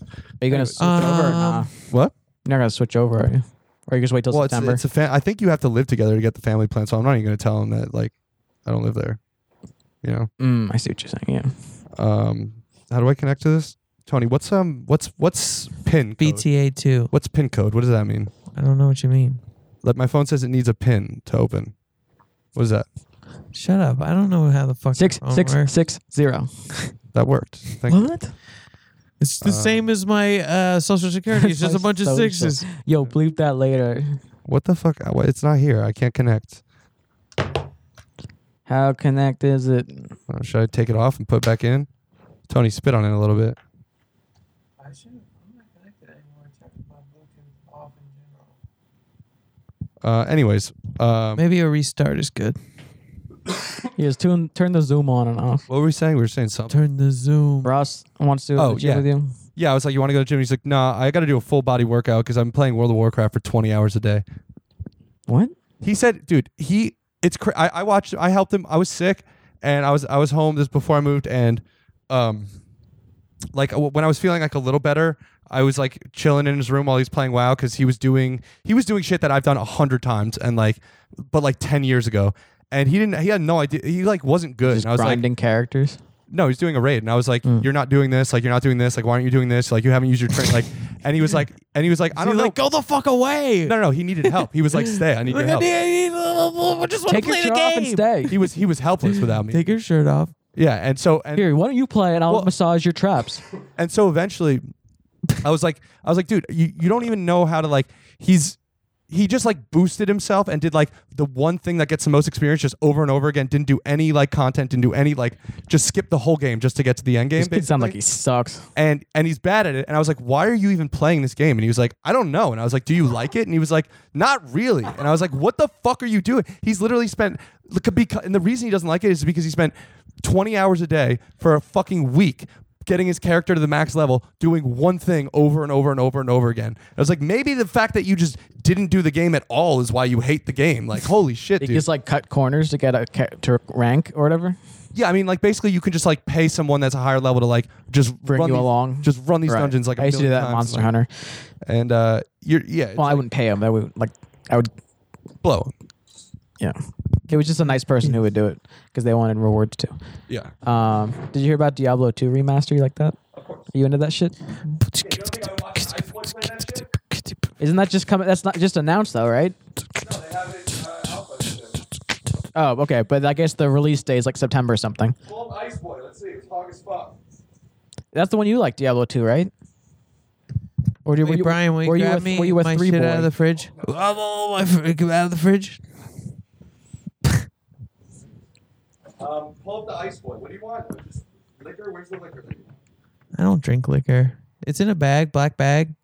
S1: Are you gonna
S3: Anyway,
S1: switch over? Or nah?
S4: um,
S3: What?
S1: You're not gonna switch over, are you? Or you just wait till
S3: Well, it's,
S1: September?
S3: it's a fa- I think you have to live together to get the family plan. So I'm not even going to tell him that like I don't live there. You know.
S1: mm, I see what you're saying. Yeah.
S3: Um, how do I connect to this, Tony? What's um, what's what's pin code?
S4: BTA two.
S3: What's pin code? What does that mean?
S4: I don't know what you mean.
S3: Like my phone says it needs a pin to open. What is that?
S4: Shut up. I don't know how the fuck.
S1: Six
S3: Oh,
S4: your phone
S1: six
S4: works.
S1: six zero.
S3: That worked. Thank you.
S1: What?
S4: It's the
S3: Uh,
S4: same as my uh, social security. It's just a bunch of
S1: Social.
S4: sixes.
S1: Yo, bleep that later.
S3: What the fuck? Uh, what- It's not here. I can't connect.
S1: How connect is it?
S3: Uh, should I take it off and put it back in? Tony, spit on it a little bit.
S4: I shouldn't. I'm not connected anymore. Check my Bluetooth off in general.
S3: Uh, anyways, um,
S4: Maybe a restart is good.
S1: You just tune, turn the zoom on and off.
S3: what were we saying? We were saying something.
S4: Turn the Zoom.
S1: Ross wants to do
S3: Oh,
S1: the gym
S3: yeah.
S1: with you.
S3: Yeah, I was like, you want to go to the gym? He's like, nah, I got to do a full body workout because I'm playing World of Warcraft for 20 hours a day.
S1: What?
S3: He said, dude, he it's cra- I, I watched I helped him. I was sick and I was I was home this before I moved and um like w- when I was feeling like a little better, I was like chilling in his room while he's playing WoW because he was doing he was doing shit that I've done a hundred times and like but like ten years ago. And he didn't he had no idea he like wasn't good.
S1: Just
S3: and I was like
S1: grinding characters.
S3: no, he's doing a raid. And I was like,
S4: Hmm.
S3: you're not doing this. Like, you're not doing this. Like, why aren't you doing this? Like, you haven't used your train. Like, and he was like, and he
S4: (laughs)
S3: was like, I don't
S4: You're
S3: know.
S4: like, go the fuck away.
S3: no, no, no, he needed help. He was like, stay. I need
S4: (laughs)
S3: your
S4: Look at
S3: help.
S4: the, I just want to
S1: Take your
S4: play the
S1: shirt off and
S4: game.
S1: stay.
S3: (laughs) He was he was helpless without me.
S4: Take your shirt off.
S3: yeah, and so and
S1: Here, why don't you play and I'll
S3: Well-
S1: massage your
S3: (laughs)
S1: traps.
S3: and so eventually, I was like, I was like, dude, you you don't even know how to like. He's he just like boosted himself and did like the one thing that gets the most experience just over and over again. Didn't do any like content. Didn't do any like just skip the whole game just to get to the end game.
S1: This kid sounds
S3: basically.
S1: like he sucks.
S3: and and he's bad at it. And I was like, "Why are you even playing this game?" And he was like, "I don't know." And I was like, "Do you like it?" And he was like, "Not really." And I was like, "What the fuck are you doing?" He's literally spent look because and the reason he doesn't like it is because he spent 20 hours a day for a fucking week getting his character to the max level doing one thing over and over and over and over again. I was like, "Maybe the fact that you just didn't do the game at all is why you hate the game."
S1: (laughs)
S3: Like, holy shit,
S1: They
S3: dude.
S1: just like cut corners to get a ca- to rank or whatever.
S3: yeah, I mean, like basically you can just like pay someone that's a higher level to like just
S1: Bring
S3: run
S1: you
S3: these-
S1: along.
S3: Just run these
S1: Right.
S3: dungeons like a
S1: I used to do
S3: million
S1: that in
S3: times.
S1: Monster
S3: Like,
S1: Hunter.
S3: and uh you're yeah it's
S1: Well, I
S3: like
S1: wouldn't pay him. I would like I would
S3: blow 'em.
S1: yeah. It was just a nice person who would do it because they wanted rewards too.
S3: yeah
S1: Um, did you hear about Diablo 2 remaster? You like that? Of course. Are you into that
S3: (laughs)
S1: shit?
S3: uh,
S1: (laughs) Isn't that just coming? That's not just announced though, right?
S3: uh,
S1: Oh, okay. But I guess the release date is like September or something.
S3: ice boy let's see it's hog as fuck
S1: That's the one you like, Diablo 2, right? Or did,
S4: Wait, Brian, will you
S1: were you
S4: grab
S1: a,
S4: me
S1: were you a
S4: my
S1: three
S4: shit
S1: boy?
S4: out of the
S1: (laughs)
S4: fridge? Oh, my (laughs) fr- out of the fridge.
S3: um pull up the ice boy what do you want Just liquor where's the liquor that you want?
S4: I don't drink liquor. It's in a bag, black bag.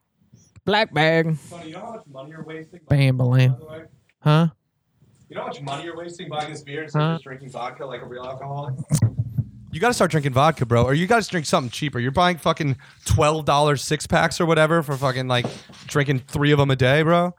S1: Black bag.
S3: Tony, you know how much money you're wasting by
S4: Bam, bam.
S3: the way?
S4: Huh?
S3: you know how much money you're wasting buying this beer instead
S4: Huh?
S3: of just drinking vodka like a real alcoholic you gotta start drinking vodka bro or you gotta drink something cheaper you're buying fucking $12 six packs or whatever for fucking like drinking three of them a day bro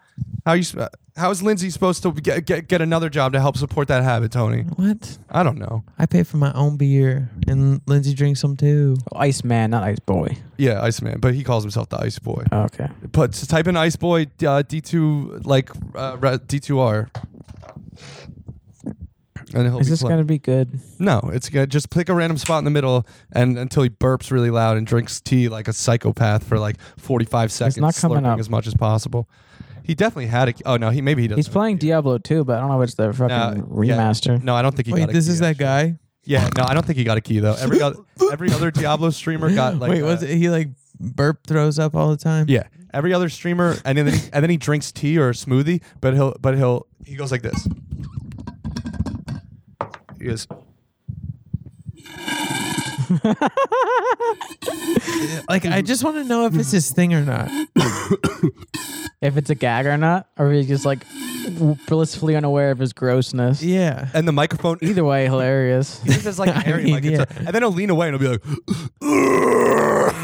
S3: how you sp- how is lindsay supposed to get, get, get another job to help support that habit tony
S4: What?
S3: i don't know
S4: I pay for my own beer, and Lindsay drinks some too.
S1: Oh, Ice Man, not Ice Boy.
S3: Yeah, Iceman, but he calls himself the Ice Boy.
S1: Okay.
S3: But to type in Ice Boy uh, D2 like uh, re- D2R. And he'll
S1: Is
S3: be
S1: this
S3: fine.
S1: gonna be good?
S3: No, it's good. Just pick a random spot in the middle and until he burps really loud and drinks tea like a psychopath for like 45 seconds,
S1: not coming
S3: slurping
S1: up.
S3: as much as possible. He definitely had a Oh no, he maybe he doesn't.
S1: He's playing Diablo 2, but I don't know if it's the fucking
S3: No, yeah.
S1: remaster.
S3: No, I don't think he got
S4: Oh, Wait,
S3: a
S4: this
S3: key,
S4: is that
S3: actually.
S4: guy.
S3: Yeah, no, I don't think he got a key though.
S4: (laughs)
S3: Every other, every other Diablo streamer got like
S4: Wait,
S3: uh,
S4: was it he like burp throws up all the time?
S3: Yeah. Every other streamer, and then and then he drinks tea or a smoothie, but he'll but he'll he goes like this. He goes.
S4: Like I just want to know if it's his thing or not.
S1: If it's a gag or not, or if he's just like w- blissfully unaware of his grossness.
S4: (laughs) Yeah.
S3: And the microphone. He
S1: Either way, hilarious.
S3: just has like
S1: (laughs)
S3: an
S4: I
S3: area,
S4: mean,
S3: like it's a-
S4: yeah.
S3: and then he'll lean away and he'll be like,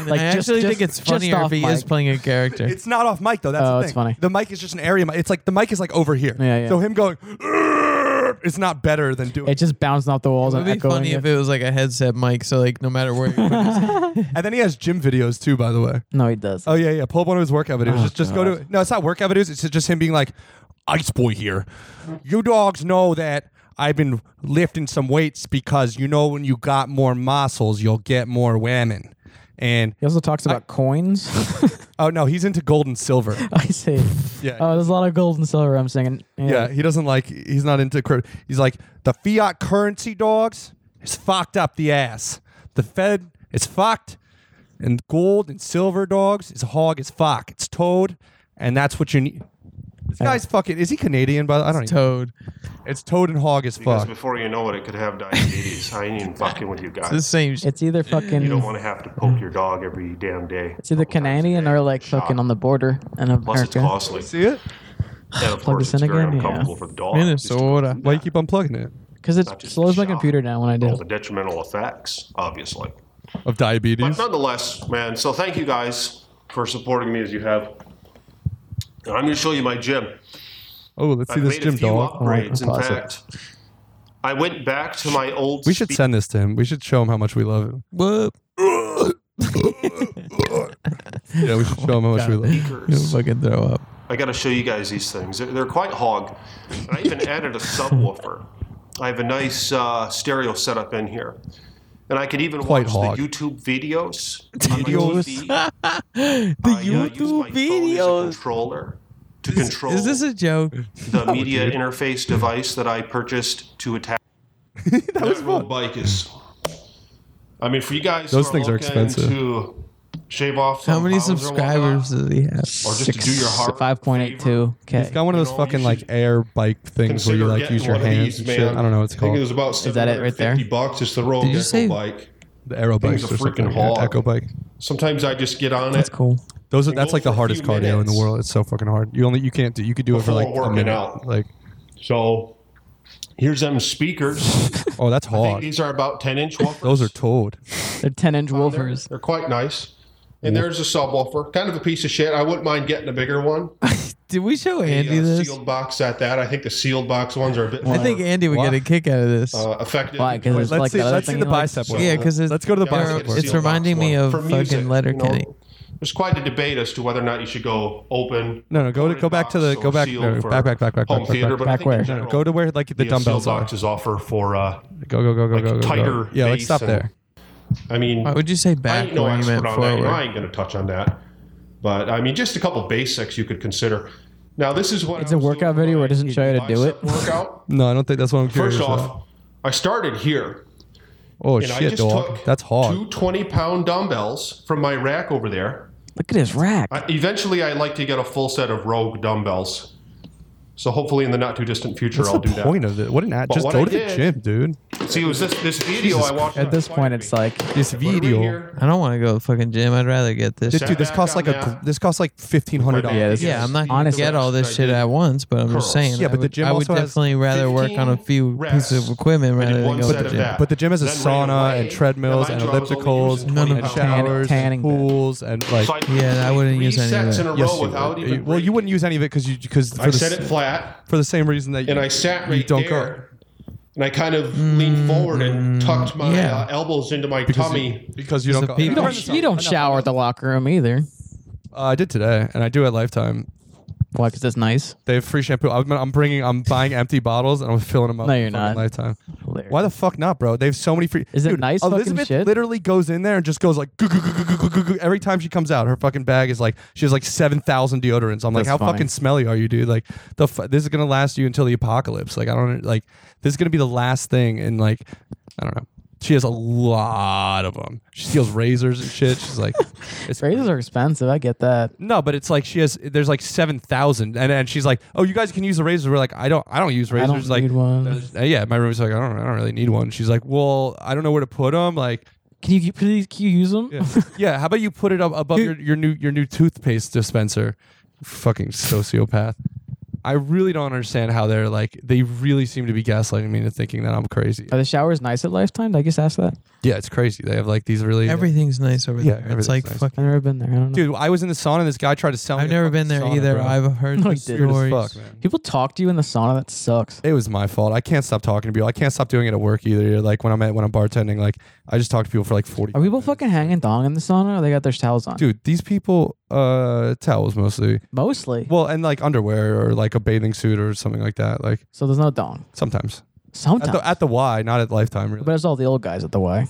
S1: Like, (laughs)
S4: I
S1: just-
S4: actually
S1: just-
S4: think it's
S1: just
S4: funnier if
S1: off
S4: he is
S1: mic.
S4: playing (laughs) a character.
S3: "It's not off mic though." That's
S1: Oh,
S3: the thing.
S1: it's funny.
S3: The mic is just an area. mic. It's like the mic is like over here.
S1: Yeah, yeah.
S3: So him going, it's not better than doing.
S1: It's just bouncing off the walls
S4: it
S1: and
S4: would be
S1: echoing.
S4: funny
S1: it.
S4: if it was like a headset mic, so like no matter where. you (laughs)
S3: and then he has gym videos too, by the way.
S1: no, he does.
S3: Oh yeah, yeah. Pull up one of his workout
S1: Oh,
S3: videos. just just go to no, it's not workout videos. It's just him being like, Ice Boy here. You dogs know that I've been lifting some weights because you know when you got more muscles, you'll get more women. And
S1: He also talks about
S4: (laughs)
S1: coins.
S3: oh no, he's into gold and silver.
S1: (laughs) I see.
S3: Yeah.
S1: Oh, there's a lot of gold and silver. I'm singing.
S3: yeah, he doesn't like. He's not into. crypt- He's like the fiat currency dogs. It's fucked up the ass. The Fed is fucked, and gold and silver dogs is hog is fuck. It's toad, and that's what you need. This guy's fucking. Is he Canadian? By the, I don't. Even,
S4: Toad.
S3: it's toad and hog as
S9: Because
S3: fuck.
S9: before you know it, it could have diabetes. I ain't even fucking with you
S4: The
S9: guys.
S4: same. shit.
S1: It's either
S9: You don't
S1: fucking
S9: want to have to poke your dog every damn day.
S1: it's either Canadian or like fucking on the border in
S9: Plus, it's
S1: America.
S9: costly.
S3: See it?
S9: And of
S1: Plug
S9: course,
S1: this
S9: it's
S1: in
S9: very
S1: again, yeah.
S9: uncomfortable for the dog.
S4: Minnesota.
S3: Why you keep unplugging it?
S1: Because it
S9: Not just
S1: slows my
S9: shot.
S1: computer down when I do.
S9: All the detrimental effects, obviously.
S3: Of
S9: But
S3: diabetes.
S9: nonetheless, man, so thank you guys for supporting me as you have. And I'm going to show you my gym.
S3: Oh, let's see
S9: I've
S3: this
S9: made a
S3: gym
S9: few
S3: dog.
S9: upgrades. In
S1: pause it.
S9: fact, I went back to my old
S3: We should
S9: speed-
S3: send this to him. We should show him how much we love him.
S4: Whoop.
S3: (laughs) Yeah, we should show him how (laughs) much we love him.
S4: You'll fucking throw up.
S9: I got to show you guys these things. They're, they're quite hog. And I even added a subwoofer. I have a nice uh, stereo setup in here, and I could even
S3: Quite
S9: watch
S3: hog.
S9: the YouTube videos. on my
S3: Videos.
S4: The
S9: TV. I, uh, use my
S4: YouTube
S9: phone as a
S4: videos.
S9: controller to control
S4: Is this a joke?
S9: the media interface device that I purchased to attack. that was fun. Bike is. I mean, for you guys,
S3: Those
S9: who
S3: things are
S9: looking
S3: expensive.
S9: To shave off.
S4: How
S9: some
S4: many
S9: pounds or
S4: subscribers
S9: whatnot,
S4: does he have?
S9: or just to do your heart
S1: Five point eight two
S3: He's
S1: k.
S3: got one of those
S9: You know,
S3: fucking
S9: you
S3: like
S9: should
S3: air bike things where
S9: Consider
S3: you like
S9: getting
S3: use your
S9: one of
S3: hands
S9: these,
S3: and
S9: man.
S3: shit. I don't know what it's
S9: I think it
S3: called.
S9: was about
S1: Is that it right there?
S9: 750 bucks just to roll
S4: Did you
S9: a
S4: say-
S9: bike.
S3: The aero
S9: Thing's
S3: bikes
S9: a
S3: or something.
S9: freaking
S3: yeah,
S9: hog.
S3: Echo bike.
S9: Sometimes I just get on
S1: That's
S9: it
S1: cool.
S3: Those are,
S9: You
S3: that's
S9: go
S3: like the
S9: for a
S3: hardest
S9: few
S3: cardio in the
S9: minutes.
S3: world. It's so fucking hard. You only you can't do. You could do it for
S9: Before
S3: like a
S9: working
S3: minute.
S9: out.
S3: Like
S9: So here's them speakers.
S3: oh, that's
S9: I think
S3: hog.
S9: these are about 10 inch woofers.
S3: Those are toad.
S1: They're ten inch
S9: They're,
S1: woofers.
S9: they're quite nice. And there's a subwoofer, kind of a piece of shit. I wouldn't mind getting a bigger one.
S4: Did we show
S9: The,
S4: Andy
S9: uh,
S4: this?
S9: sealed box at that. I think the sealed box ones are a bit more
S4: I think Andy would get a kick out of this.
S9: uh, effective.
S1: Why? Because
S3: Let's
S1: like
S3: see.
S1: the other
S3: Let's see
S1: thing
S3: the
S1: you like-
S3: bicep.
S9: So-
S3: one.
S4: yeah, because it's
S3: let's go to the
S9: Yeah, I
S3: bicep.
S9: think
S4: it's
S3: one.
S9: sealed box
S4: reminding me
S9: one.
S4: of
S9: For music,
S4: fucking Letter Kenny.
S9: There's quite a debate as to whether or not you should go open.
S3: No, no, go to-
S9: corded
S3: go back to
S9: box
S3: the-
S9: or
S3: go back-
S9: sealed
S3: no,
S9: for
S3: back, back, back, back,
S9: home
S3: back, back,
S9: theater,
S3: back.
S9: but I
S1: Back
S9: think in
S1: where?
S9: general,
S3: Go to where like the,
S9: the, uh, sealed
S3: dumbbells are.
S9: boxes offer for. Uh,
S3: Go go go go
S9: Like
S3: go go.
S9: tighter
S3: go. Yeah, let's
S9: base
S3: stop
S9: and-
S3: there.
S9: I mean,
S4: Why would you say
S9: I
S4: back
S9: ain't no
S4: when you
S9: expert
S4: meant
S9: on that. You know, I
S4: forward?
S9: ain't going to touch on that. But I mean, just a couple basics you could consider. Now, this is what
S1: It's
S9: I
S1: a
S9: was doing
S1: workout
S9: for
S1: video where it
S9: my
S1: doesn't show you to do it.
S9: bicep Workout.
S1: (laughs)
S3: No, I don't think that's what I'm curious.
S9: First
S3: about.
S9: off, I started here.
S3: oh
S9: And I
S3: shit,
S9: just
S3: dog,
S9: took
S3: that's hog.
S9: two 20 pound dumbbells from my rack over there.
S1: Look at his rack.
S9: I, eventually, I like to get a full set of rogue dumbbells. So hopefully, in the not too distant future,
S3: What's
S9: I'll
S3: the
S9: do
S3: point of it? What an ad.
S9: But
S3: Just
S9: what
S3: go
S9: I
S3: to the
S9: did-
S3: gym, dude.
S9: that. See, it was this this video I watched.
S1: At
S9: on
S1: this
S9: Fire
S1: point,
S9: Me.
S1: it's like
S3: This
S9: Put it right
S3: video.
S9: here.
S4: I don't want to go to the fucking gym. I'd rather get this.
S3: Dude,
S9: Sat
S3: this
S9: back
S3: costs
S9: on
S3: like a
S9: that.
S3: this costs like fifteen hundred
S9: Yeah,
S3: dollars.
S9: this
S4: Yeah, I'm not gonna
S1: Honestly.
S4: get all this shit at once, but I'm just
S9: Curls.
S4: saying. I
S3: Yeah, but the
S4: would-
S3: gym
S4: I would
S3: also has
S4: definitely rather work on a
S9: 15
S4: few
S9: reps.
S4: pieces of equipment
S9: I did
S4: rather than
S9: one
S4: go
S9: set
S4: to the
S9: of
S4: gym.
S9: that.
S3: But the gym has a
S9: Then right
S3: sauna
S9: away,
S3: and treadreadmills
S9: now
S3: and
S9: mind you, I was only
S3: ellipticals
S9: using
S3: and,
S4: None of
S3: and
S4: it.
S3: showers,
S1: Tanning- tanning
S3: and
S1: bed.
S3: pools, and like.
S9: So I did
S4: Yeah, I wouldn't
S9: three
S4: use any of
S9: sets
S4: that.
S9: in a row
S3: Yes, you
S9: without
S3: would.
S9: even
S3: well, you
S9: breaking.
S3: wouldn't use any of it because you because for,
S9: I
S3: the
S9: set
S3: s-
S9: it flat
S3: for the same reason that you,
S9: and I sat right
S3: you don't
S9: there.
S3: go
S9: And I kind of leaned forward and tucked my
S4: Mm, yeah.
S9: uh, elbows into my
S3: because
S9: tummy.
S3: you, because you don't
S4: the
S3: go.
S4: people-
S1: you don't, you don't shower at the locker room either.
S3: Uh, I did today, and I do at Lifetime.
S1: Why? Because that's nice.
S3: They have free shampoo. I'm, I'm bringing. I'm buying empty bottles and I'm filling them up.
S1: No,
S3: with
S1: you're
S3: fucking
S1: not.
S3: Lifetime.
S1: Hilarious.
S3: Why the fuck not, bro? They have so many free.
S1: Is it
S3: Dude,
S1: nice fucking
S3: Elizabeth
S1: shit?
S3: literally goes in there and just goes like "Goo, goo, goo, goo, goo, goo, goo, goo," every time she comes out. Her fucking bag is like she has like seven thousand deodorants. I'm like,
S1: That's
S3: how
S1: funny.
S3: fucking smelly are you, dude? Like the f- this is gonna last you until the apocalypse. Like I don't like this is gonna be the last thing. And like I don't know. She has a lot of them. She steals razors and shit.
S1: (laughs)
S3: She's like, it's
S1: Razors are expensive. I get that.
S3: no, but it's like she has. There's like seven thousand, and and she's like, "Oh, you guys can use a razor." We're like, "I don't, I don't use razors."
S1: don't
S3: like,
S1: need one.
S3: uh, yeah, my roommate's like, "I don't, I don't really need one." She's like, "Well, I don't know where to put them." Like,
S1: Can you please can you use them?
S4: (laughs)
S3: yeah, yeah how about you put it up above your, your new your new toothpaste dispenser? Fucking sociopath. I really don't understand how they're like. They really seem to be gaslighting me into thinking that I'm crazy.
S1: Are the showers nice at Lifetime? Did I just ask that.
S3: Yeah, it's crazy. They have like these really
S4: Everything's nice over
S3: Yeah,
S4: there. It's
S3: everything's
S4: like
S3: nice.
S4: fucking.
S1: I've never been there. I don't know.
S3: Dude, I was in the sauna. and This guy tried to sell me.
S4: I've
S3: a
S4: never
S3: fucking
S4: been there
S3: sauna,
S4: either.
S3: bro.
S4: I've heard
S3: (laughs)
S1: No,
S4: the
S1: you didn't.
S3: Weird as
S4: stories.
S3: fuck, man.
S1: People talk to you in the sauna. That sucks.
S3: It was my fault. I can't stop talking to people. I can't stop doing it at work either. Like when I'm at when I'm bartending, like I just talk to people for like forty.
S1: Are people fucking hanging dong in the sauna? Or they got their towels on.
S3: Dude, these people uh towels mostly.
S1: Mostly.
S3: Well, and like underwear or like a bathing suit or something like that. Like
S1: so there's no dong.
S3: sometimes
S1: Sometimes.
S3: at the, at the Y, not at Lifetime really.
S1: but it's all the old guys at the Y.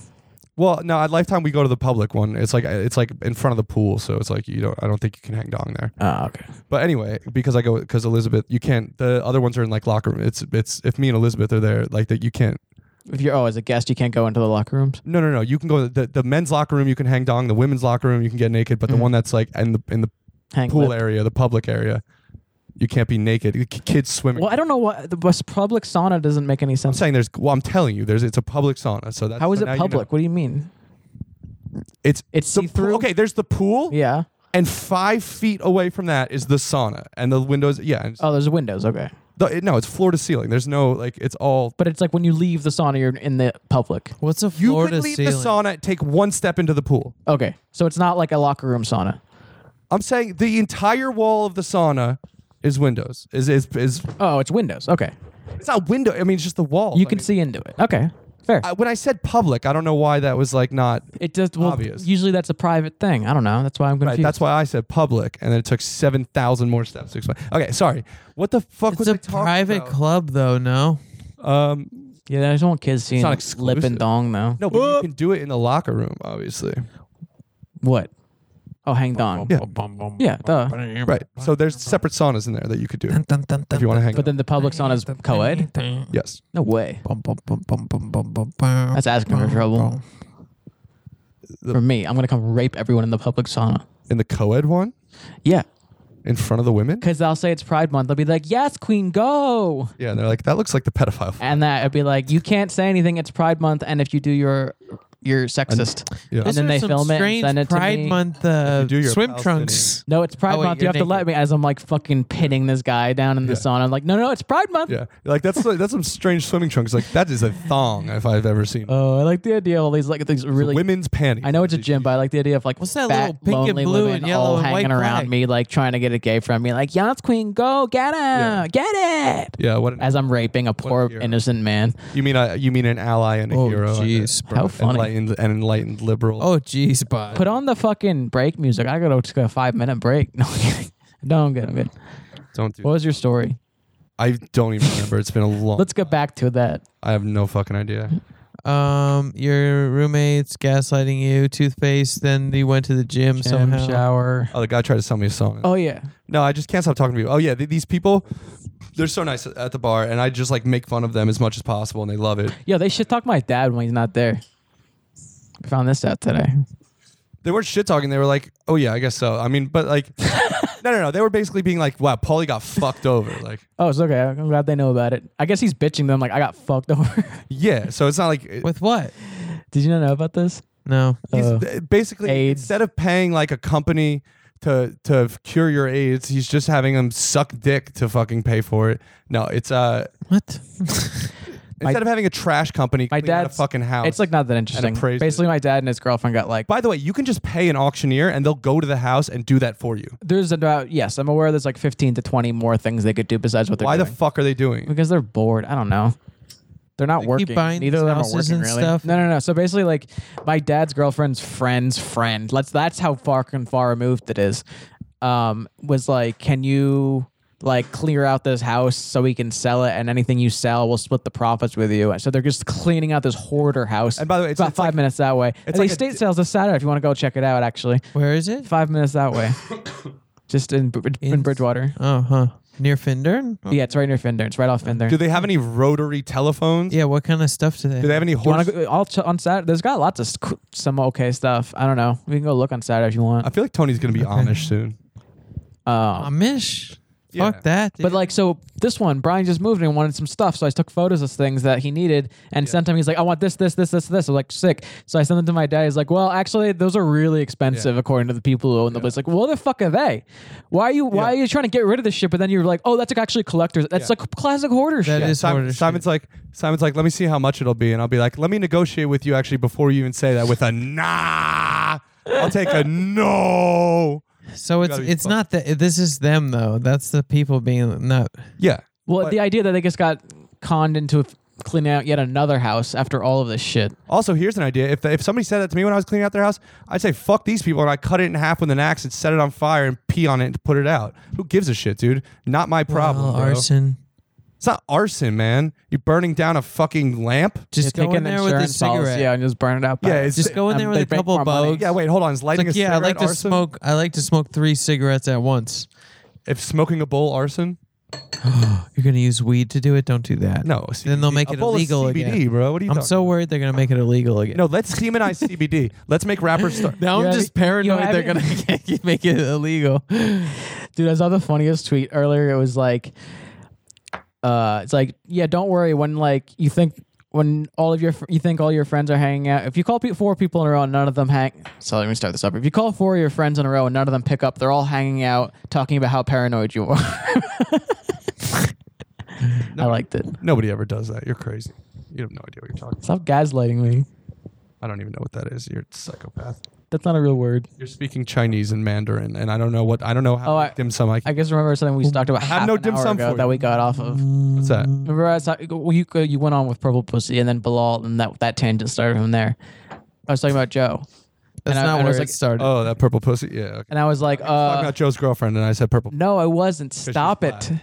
S3: well, no, at Lifetime we go to the public one. It's like it's like in front of the pool, so it's like you don't. I don't think you can hang dong there.
S1: Oh, okay.
S3: But anyway, because I go because Elizabeth, you can't. The other ones are in like locker room. It's it's if me and Elizabeth are there, like that you can't.
S1: If you're oh as a guest, you can't go into the locker rooms.
S3: No, no, no. You can go to the, the men's locker room. You can hang dong. The women's locker room. You can get naked. But the one that's like in the in the
S1: Mm. Hang
S3: pool
S1: lip.
S3: area, the public area, You can't be naked. K- Kids swimming.
S1: Well, I don't know why the bus public sauna doesn't make any
S3: I'm
S1: sense.
S3: saying there's. Well, I'm telling you, there's. It's a public sauna, so that's
S1: How is
S3: so
S1: it
S3: now you know.
S1: public? What do you mean?
S3: It's
S1: It's
S3: the
S1: see-through?
S3: pool- Okay, there's the pool.
S1: Yeah.
S3: And five feet away from that is the sauna and the windows. Yeah. And
S1: Oh, there's windows. Okay.
S3: the, it- no, it's floor to ceiling. There's no like. It's all.
S1: But it's like when you leave the sauna, you're in the public.
S4: What's a
S3: You
S4: floor to
S3: could leave
S4: ceiling?
S3: the sauna, take one step into the pool.
S1: Okay. So it's not like a locker room sauna.
S3: I'm saying the entire wall of the sauna is windows. Is is is.
S1: Oh, it's windows. Okay.
S3: It's not window. I mean, it's just the wall.
S1: You
S3: I
S1: can
S3: mean,
S1: see into it. Okay. Fair.
S3: I, when I said public, I don't know why that was like not.
S1: it does. Well,
S3: obvious.
S1: usually that's a private thing. I don't know. That's why I'm confused.
S3: Right, that's why I said public, and then it took seven thousand more steps to explain. Okay, sorry. What the fuck
S4: It's
S3: was
S4: a
S3: I talking
S4: private
S3: about?
S4: club, though. No,
S3: Um,
S1: yeah, I just want kids seeing
S3: not
S1: lip
S3: exclusive.
S1: and dong though.
S3: no, but you can do it in the locker room, obviously.
S1: Oh, What? Oh, hang dong.
S3: Yeah.
S1: Yeah. Duh.
S3: Right. So there's separate saunas in there that you
S1: (laughs)
S3: could do if you want to hang.
S1: But
S3: out.
S1: then the public sauna is co-ed.
S3: yes,
S1: No way. That's asking for trouble. For me, I'm gonna come rape everyone in the public sauna.
S3: in the co-ed one,
S1: Yeah,
S3: in front of the women.
S1: because they'll say it's Pride Month. They'll be like, "Yes, Queen, go!"
S3: Yeah, and they're like, that looks like the pedophile. f-
S1: And that I'd be like, "You can't say anything. It's Pride Month, and if you do, you're you're sexist."
S3: Yeah.
S1: And then they
S4: Some
S1: film it and
S4: strange
S1: send it to
S4: Pride
S1: me.
S4: Month uh,
S3: you do your
S4: swim
S3: Palestinian-
S4: trunks.
S1: No, it's Pride
S4: Oh, wait,
S1: Month. you
S4: you're
S1: have to let
S4: naked.
S1: me. As I'm like fucking pinning this guy down in the sauna. I'm like, "No, no, it's Pride Month."
S3: (laughs) Yeah, like that's like, that's some strange swimming trunks. Like that is a thong if I've ever seen.
S1: Oh, I like the idea. of All these like these really
S3: Women's panties.
S1: I know it's a gym, but I like the idea of like
S4: What's that
S1: fat,
S4: little pink and
S1: lonely
S4: blue
S1: women
S4: and yellow
S1: all
S4: and
S1: hanging
S4: white
S1: around
S4: flag?
S1: me, like trying to get a gay from me, like Yance Queen, go get him, get it.
S3: Yeah. What? An,
S1: As I'm raping a poor
S3: hero.
S1: innocent man.
S3: you mean? A, you mean an ally and a
S4: Oh,
S3: hero? and a-
S4: jeez, bro.
S1: How funny.
S3: Enlightened, an enlightened liberal.
S4: Oh, jeez, bud.
S1: Put on the fucking break music. I gotta take a five minute break. (laughs) No, I'm kidding. no, I'm good. I'm good.
S3: don't do.
S1: What was your story?
S3: I don't even remember. It's been a long.
S1: Let's get back to that.
S3: I have no fucking idea.
S1: (laughs)
S4: Um, your roommates gaslighting you, toothpaste. Then you went to the gym somehow.
S1: shower.
S3: Oh, the guy tried to sell me a sauna.
S1: Oh yeah.
S3: No, I just can't stop talking to people. Oh yeah, th- these people, they're so nice at the bar, and I just like make fun of them as much as possible, and they love it.
S1: Yo, they should talk my dad when he's not there. I found this out today.
S3: They weren't shit talking. They were like, "Oh yeah, I guess so." I mean,
S1: (laughs)
S3: but like, no, no, no. They were basically being like, "Wow, Paulie got fucked over." Like,
S1: Oh, it's okay. I'm glad they know about it. I guess he's bitching them like I got fucked over. (laughs)
S3: yeah. So it's not like
S4: With what?
S1: Did you not know about this?
S4: No.
S3: he's
S1: uh,
S3: th- basically
S1: AIDS.
S3: instead of paying like a company to to cure your AIDS, he's just having them suck dick to fucking pay for it. No, it's uh (laughs)
S4: What?
S3: instead of having a trash company
S1: My
S3: clean out a
S1: dad's
S3: fucking house.
S1: It's like not that interesting.
S3: appraised
S1: Basically,
S3: it.
S1: my dad and his girlfriend got like.
S3: By the way, you can just pay an auctioneer and they'll go to the house and do that for you.
S1: There's about yes, I'm aware. There's like 15 to 20 more things they could do besides what they're
S3: Why the
S1: doing.
S3: fuck are they doing?
S1: because they're bored. I don't know. They're not
S4: They keep
S1: working.
S4: buying
S1: Neither of
S4: these
S1: them are
S4: houses
S1: working
S4: and
S1: really.
S4: stuff.
S1: No, no, no. So basically, like my dad's girlfriend's friend's friend. Let's. That's how far and far removed it is. Um, was like, can you like clear out this house so we can sell it, and anything you sell, we'll split the profits with you. So they're just cleaning out this hoarder house.
S3: And by the way, it's-
S1: about
S3: it's
S1: five
S3: like-
S1: minutes that way. It's
S3: like a
S1: state
S3: d-
S1: sales this Saturday. If you want to go check it out, actually,
S4: Where is it?
S1: five minutes that way, just in Brid- in
S4: In-
S1: Bridgewater.
S4: Oh, huh. Near Finder.
S1: Yeah, it's right near Finder. It's right off Finder.
S3: Do they have any rotary telephones?
S4: Yeah. What kind of stuff do they?
S3: Do they have any
S1: Do you want
S3: horse?
S1: to go uh, I'll ch- on Saturday? There's got lots of sc- some okay stuff. I don't know. We can go look on Saturday if you want.
S3: I feel like Tony's gonna be Amish soon.
S1: Um,
S4: Amish.
S3: Yeah.
S4: Fuck that. Dude.
S1: but like, so this one, Brian just moved and he wanted some stuff. So I took photos of things that he needed and sent him. He's like, I want this, this, this, this, this. I'm like, sick. So I sent them to my dad. He's like, Well, actually, those are really expensive according to the people who own the place. Like, well, the fuck are they? Why are you? Why are you trying to get rid of this shit? But then you're like, Oh, that's like actually collectors. That's like classic hoarder shit.
S4: That is
S3: Simon-
S4: order shit.
S3: Simon's like Simon's like, let me see how much it'll be, and I'll be like, let me negotiate with you actually before you even say that with a nah. I'll take a no.
S4: So it's
S3: gotta be
S4: it's
S3: fucked.
S4: not that. This is them though. That's the people being not.
S3: Yeah,
S1: well,
S3: but-
S1: the idea that they just got conned into f- cleaning out yet another house after all of this shit.
S3: Also, here's an idea. If, if somebody said that to me when I was cleaning out their house, I'd say, fuck these people. And I cut it in half with an axe and set it on fire and pee on it and put it out. Who gives a shit, dude? Not my problem.
S4: Well,
S3: bro.
S4: arson.
S3: It's not arson, man. You're burning down a fucking lamp.
S4: Just
S1: Yeah,
S4: go in there with a
S1: insurance policy,
S4: cigarette.
S1: Yeah, and just burn it out.
S3: Yeah,
S1: back.
S3: it's-
S4: Just go in
S1: Um,
S4: there with
S1: they
S4: a
S1: make
S4: couple
S1: more money.
S4: bugs.
S3: Yeah, wait, hold on. Is lighting
S4: Like,
S3: a
S4: yeah, I like to
S3: cigarette arson?
S4: smoke. I like to smoke three cigarettes at once.
S3: If smoking a bowl arson?
S4: You're gonna use weed to do it. Don't do that.
S3: No.
S4: then they'll
S3: CBD.
S4: make
S3: a
S4: it
S3: bowl
S4: illegal
S3: of CBD,
S4: again.
S3: bro. What are you
S4: I'm
S3: talking
S4: so worried they're gonna make it illegal again.
S3: No, let's demonize
S1: (laughs)
S3: CBD. Let's make rappers start.
S4: now
S1: You
S4: I'm
S1: haven't-
S4: just (laughs)
S1: you
S4: paranoid they're gonna
S1: haven't-
S4: make it illegal.
S1: (laughs) Dude, I saw the funniest tweet earlier. It was like, uh, it's like, yeah, don't worry. When like you think when all of your fr- you think all your friends are hanging out, if you call pe- four people in a row and none of them hang, so let me start this up. If you call four of your friends in a row and none of them pick up, they're all hanging out talking about how paranoid you
S3: (laughs)
S1: are. (laughs) I liked it.
S3: Nobody ever does that. You're crazy. You have no idea what you're talking.
S1: Stop gaslighting me.
S3: I don't even know what that is. You're a psychopath.
S1: That's not a real word.
S3: You're speaking Chinese and Mandarin, and I don't know what I don't know how
S1: Oh, I-
S3: much dim sum I
S1: I
S3: can.
S1: guess remember something we talked about
S3: I have
S1: half
S3: no
S1: an
S3: dim
S1: hour
S3: sum
S1: ago
S3: for
S1: that
S3: you.
S1: we got off of.
S3: What's that?
S1: Remember, I saw, well, you you went on with purple pussy, and then Bilal, and that that tangent started from there. I was talking about Joe,
S4: That's
S1: And I- and
S4: not
S1: I
S4: where
S1: was
S4: it
S1: like-
S4: started.
S3: Oh, that purple pussy. Yeah. Okay.
S1: and I was like,
S3: Talking
S1: uh,
S3: about Joe's girlfriend, and I said purple.
S1: "No, I wasn't. Stop
S3: black.
S1: it."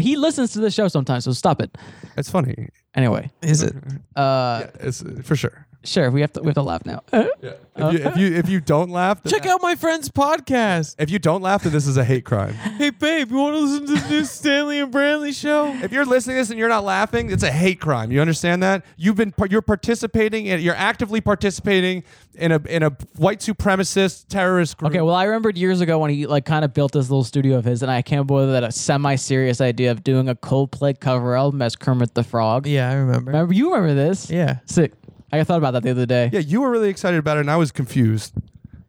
S1: He listens to the show sometimes, so stop it.
S3: It's funny.
S1: Anyway,
S4: Is it?
S1: uh,
S3: It's uh, for sure.
S1: sure, we have to we have to laugh now.
S3: Yeah. If, you, if you if you don't laugh, then
S4: Check out my friend's
S3: (laughs)
S4: podcast.
S3: If you don't laugh, then this is a hate crime.
S4: Hey, babe, you want to listen to this new Stanley and Brantley show?
S3: If you're listening to this and you're not laughing, it's a hate crime. You understand that? You've been par- you're participating in you're actively participating in a in a white supremacist terrorist group.
S1: Okay, well, I remembered years ago when he like kind of built this little studio of his, and I came up with that a semi-serious idea of doing a Coldplay cover album as Kermit the Frog.
S4: Yeah, I remember.
S1: Remember, you remember this?
S4: Yeah.
S1: Sick. I thought about that the other day.
S3: yeah, you were really excited about it, and I was confused.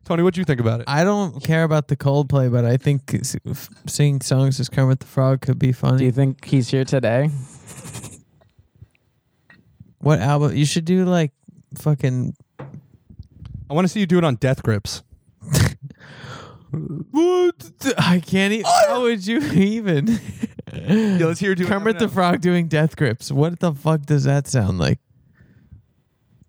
S3: Tony, what'd you think about it?
S4: I don't care about the Coldplay, but I think s- f- singing songs as Kermit the Frog could be
S1: Do
S4: funny.
S1: you think he's here today?
S4: what album? You should do like fucking.
S3: I want to see you do it on Death Grips.
S4: I can't even. How would you (laughs) even?
S3: Yeah, let's hear you do
S4: Kermit the Frog doing death grips. What the fuck does that sound like?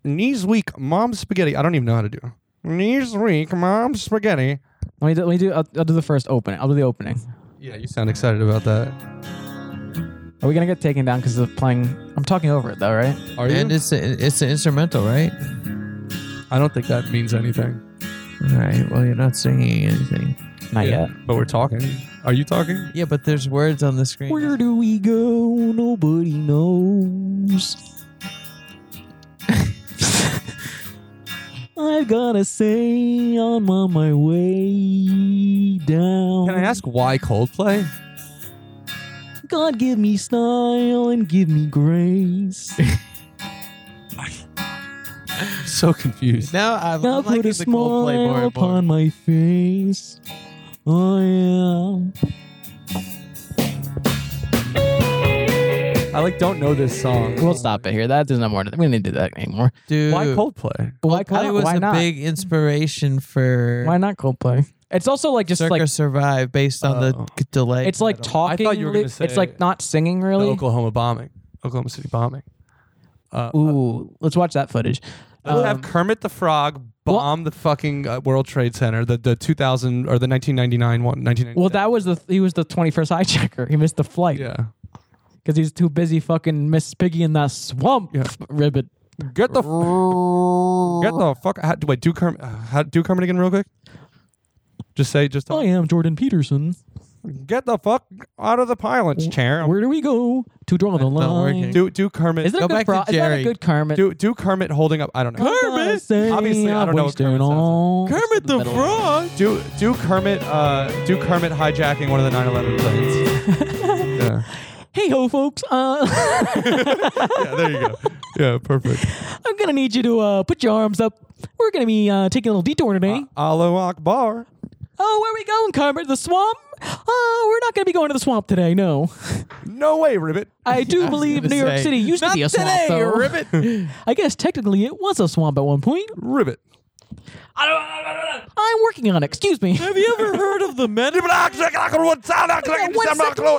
S3: Knees weak, mom spaghetti. I don't even know how to do. Knees weak, mom spaghetti.
S1: Let me do, let me do I'll, I'll do the first opening. I'll do the opening.
S3: Yeah, you sound excited about that.
S1: Are we gonna get taken down because of playing? I'm talking over it though, right?
S3: Are
S4: And it's a, it's an instrumental, right?
S3: I don't think that means anything.
S4: All right. Well, you're not singing anything.
S1: Not yet.
S3: But we're talking. Are you talking?
S4: Yeah, but there's words on the screen.
S1: Where do we go? Nobody knows. I've gotta say, I'm on my way down.
S3: Can I ask why Coldplay?
S1: God give me style and give me grace.
S3: (laughs) So confused.
S4: Now I'm,
S1: now
S4: I'm liking
S1: put a
S4: the Coldplay more
S1: smile
S4: and more.
S1: upon my face. I am.
S3: I like don't know this song.
S1: We'll stop it here. That there's no more. We don't need to do that anymore.
S4: Dude,
S3: Why Coldplay?
S1: Why,
S4: Coldplay was
S1: why
S4: a
S1: not?
S4: big inspiration for
S1: Why not Coldplay? It's also like just
S4: Circa
S1: like
S4: Survive based on
S3: Oh.
S4: the k- delay.
S1: it's like
S3: I
S1: talking.
S3: thought you were gonna
S1: li-
S3: say
S1: it's like not singing really.
S3: The Oklahoma bombing, Oklahoma City bombing.
S1: Ooh, let's watch that footage.
S3: Let's have
S1: Um,
S3: Kermit the Frog bomb the fucking uh, World Trade Center, the the 2000 or the 1999 one. 1999.
S1: well, that was the he was the twenty first hijacker. He missed the flight because
S3: yeah.
S1: he's too busy fucking Miss Piggy in that swamp
S3: Yeah.
S1: ribbit.
S3: Get the get the fuck. How, wait, do Kermit? uh, How do Kermit again, real quick? Just say, just
S1: I am Jordan Peterson.
S3: get the fuck out of the pilot's chair.
S1: Where do we go to draw the
S4: not
S1: line?
S4: working.
S3: Do do Kermit?
S1: Isn't it
S4: Go
S1: a good
S4: back to
S1: pro- Is that a
S4: Jerry.
S1: good Kermit?
S3: do do Kermit holding up? I don't know.
S1: I gotta
S4: Kermit?
S1: say
S3: Obviously, I
S1: I'm
S3: don't know what
S1: wasting
S3: Kermit sounds like.
S1: all-
S4: Kermit the Frog.
S3: Do do Kermit uh do Kermit hijacking one of the
S4: (laughs)
S3: 9/11 planes? yeah.
S1: Hey ho, folks. Uh, (laughs)
S3: yeah, there you go. Yeah, perfect.
S1: I'm gonna need you to uh, put your arms up. We're gonna be uh, taking a little detour today.
S3: Allahu Akbar.
S1: oh, where are we going, Kermit? The swamp? Uh, we're not gonna be going to the swamp today.
S4: (laughs)
S1: No,
S3: No way, Ribbit.
S1: I do believe
S4: gonna
S1: New York
S4: say,
S1: City used to
S4: "Not
S1: be a swamp.
S4: today,
S1: though.
S4: Ribbit.
S1: (laughs) I guess technically it was a swamp at one point.
S3: Ribbit.
S1: I'm working on it. Excuse me.
S4: Have you ever heard of the Medi-
S1: One second,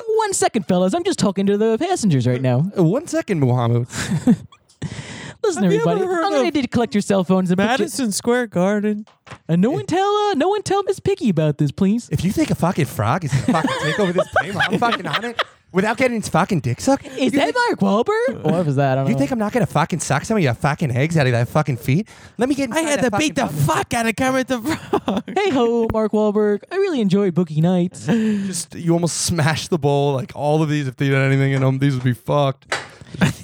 S1: one second, fellas. I'm just talking to the passengers right now.
S3: Uh, One
S4: (laughs)
S3: second, Muhammad.
S1: Listen,
S4: Have you
S1: everybody.
S4: ever heard
S1: I'm gonna
S4: of
S1: need to collect your cell phones and put your-
S4: Madison Square Garden?
S1: And no one tell uh, no one tell Miss Piggy about this, please.
S3: If you think a fucking frog is gonna fucking take over this plane
S1: (laughs)
S3: while I'm fucking on it without getting its fucking dick sucked,
S1: Is that Mark Wahlberg? What was that? I don't know.
S3: I'm not gonna fucking suck some of your fucking eggs out of that fucking feet? Let me get.
S4: I had to beat the fuck out of Kermit the Frog.
S1: hey ho, Mark Wahlberg. I really enjoyed Bookie Nights.
S3: Just you almost smashed the bowl. Like all of these, if they did anything in them, these would
S1: (laughs)
S3: be fucked.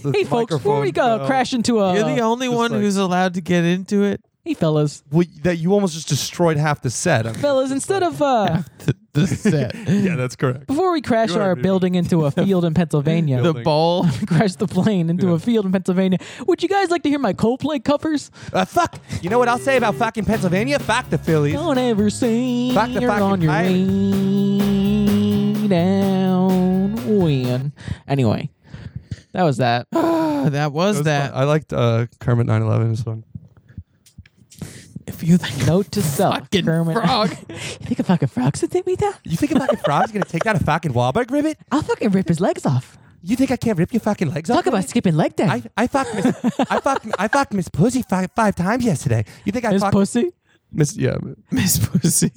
S1: Hey folks, before we uh, crash into a
S4: You're the only
S3: just
S4: one
S3: like-
S4: who's allowed to get into it.
S1: hey fellas,
S3: Well, that you almost just destroyed half the set. I mean,
S1: fellas, instead of uh,
S4: the set. (laughs)
S10: yeah, that's correct.
S1: Before we crash
S10: You are
S1: our
S10: doing-
S1: building into a field in Pennsylvania,
S4: the
S10: Building.
S4: ball.
S1: (laughs) crash the plane into a field in Pennsylvania. Would you guys like to hear my Coldplay covers?
S10: Uh, fuck. You know what I'll say about fucking Pennsylvania? Fuck the Phillies.
S1: Don't ever sing
S10: Fuck the
S1: you're
S10: fucking
S1: on your way down when. Anyway, that was that.
S4: Oh, That was that.
S3: I liked uh, Kermit 911. It was fun.
S1: If you think note to self,
S4: fucking
S1: Kermit.
S4: frog.
S1: you think a fucking frog's gonna take me down?
S10: You think a fucking frog's gonna take down a fucking Wahlberg ribbit?
S1: I'll fucking rip his legs off.
S10: You think I can't rip your fucking legs off?
S1: Talk about skipping leg day.
S10: I, I fucked Miss I fucked I fucked Miss Pussy five, five times yesterday. You think I
S1: his
S10: fucked
S1: pussy,
S3: Miss, yeah.
S4: (laughs) Miss Pussy.
S1: (laughs)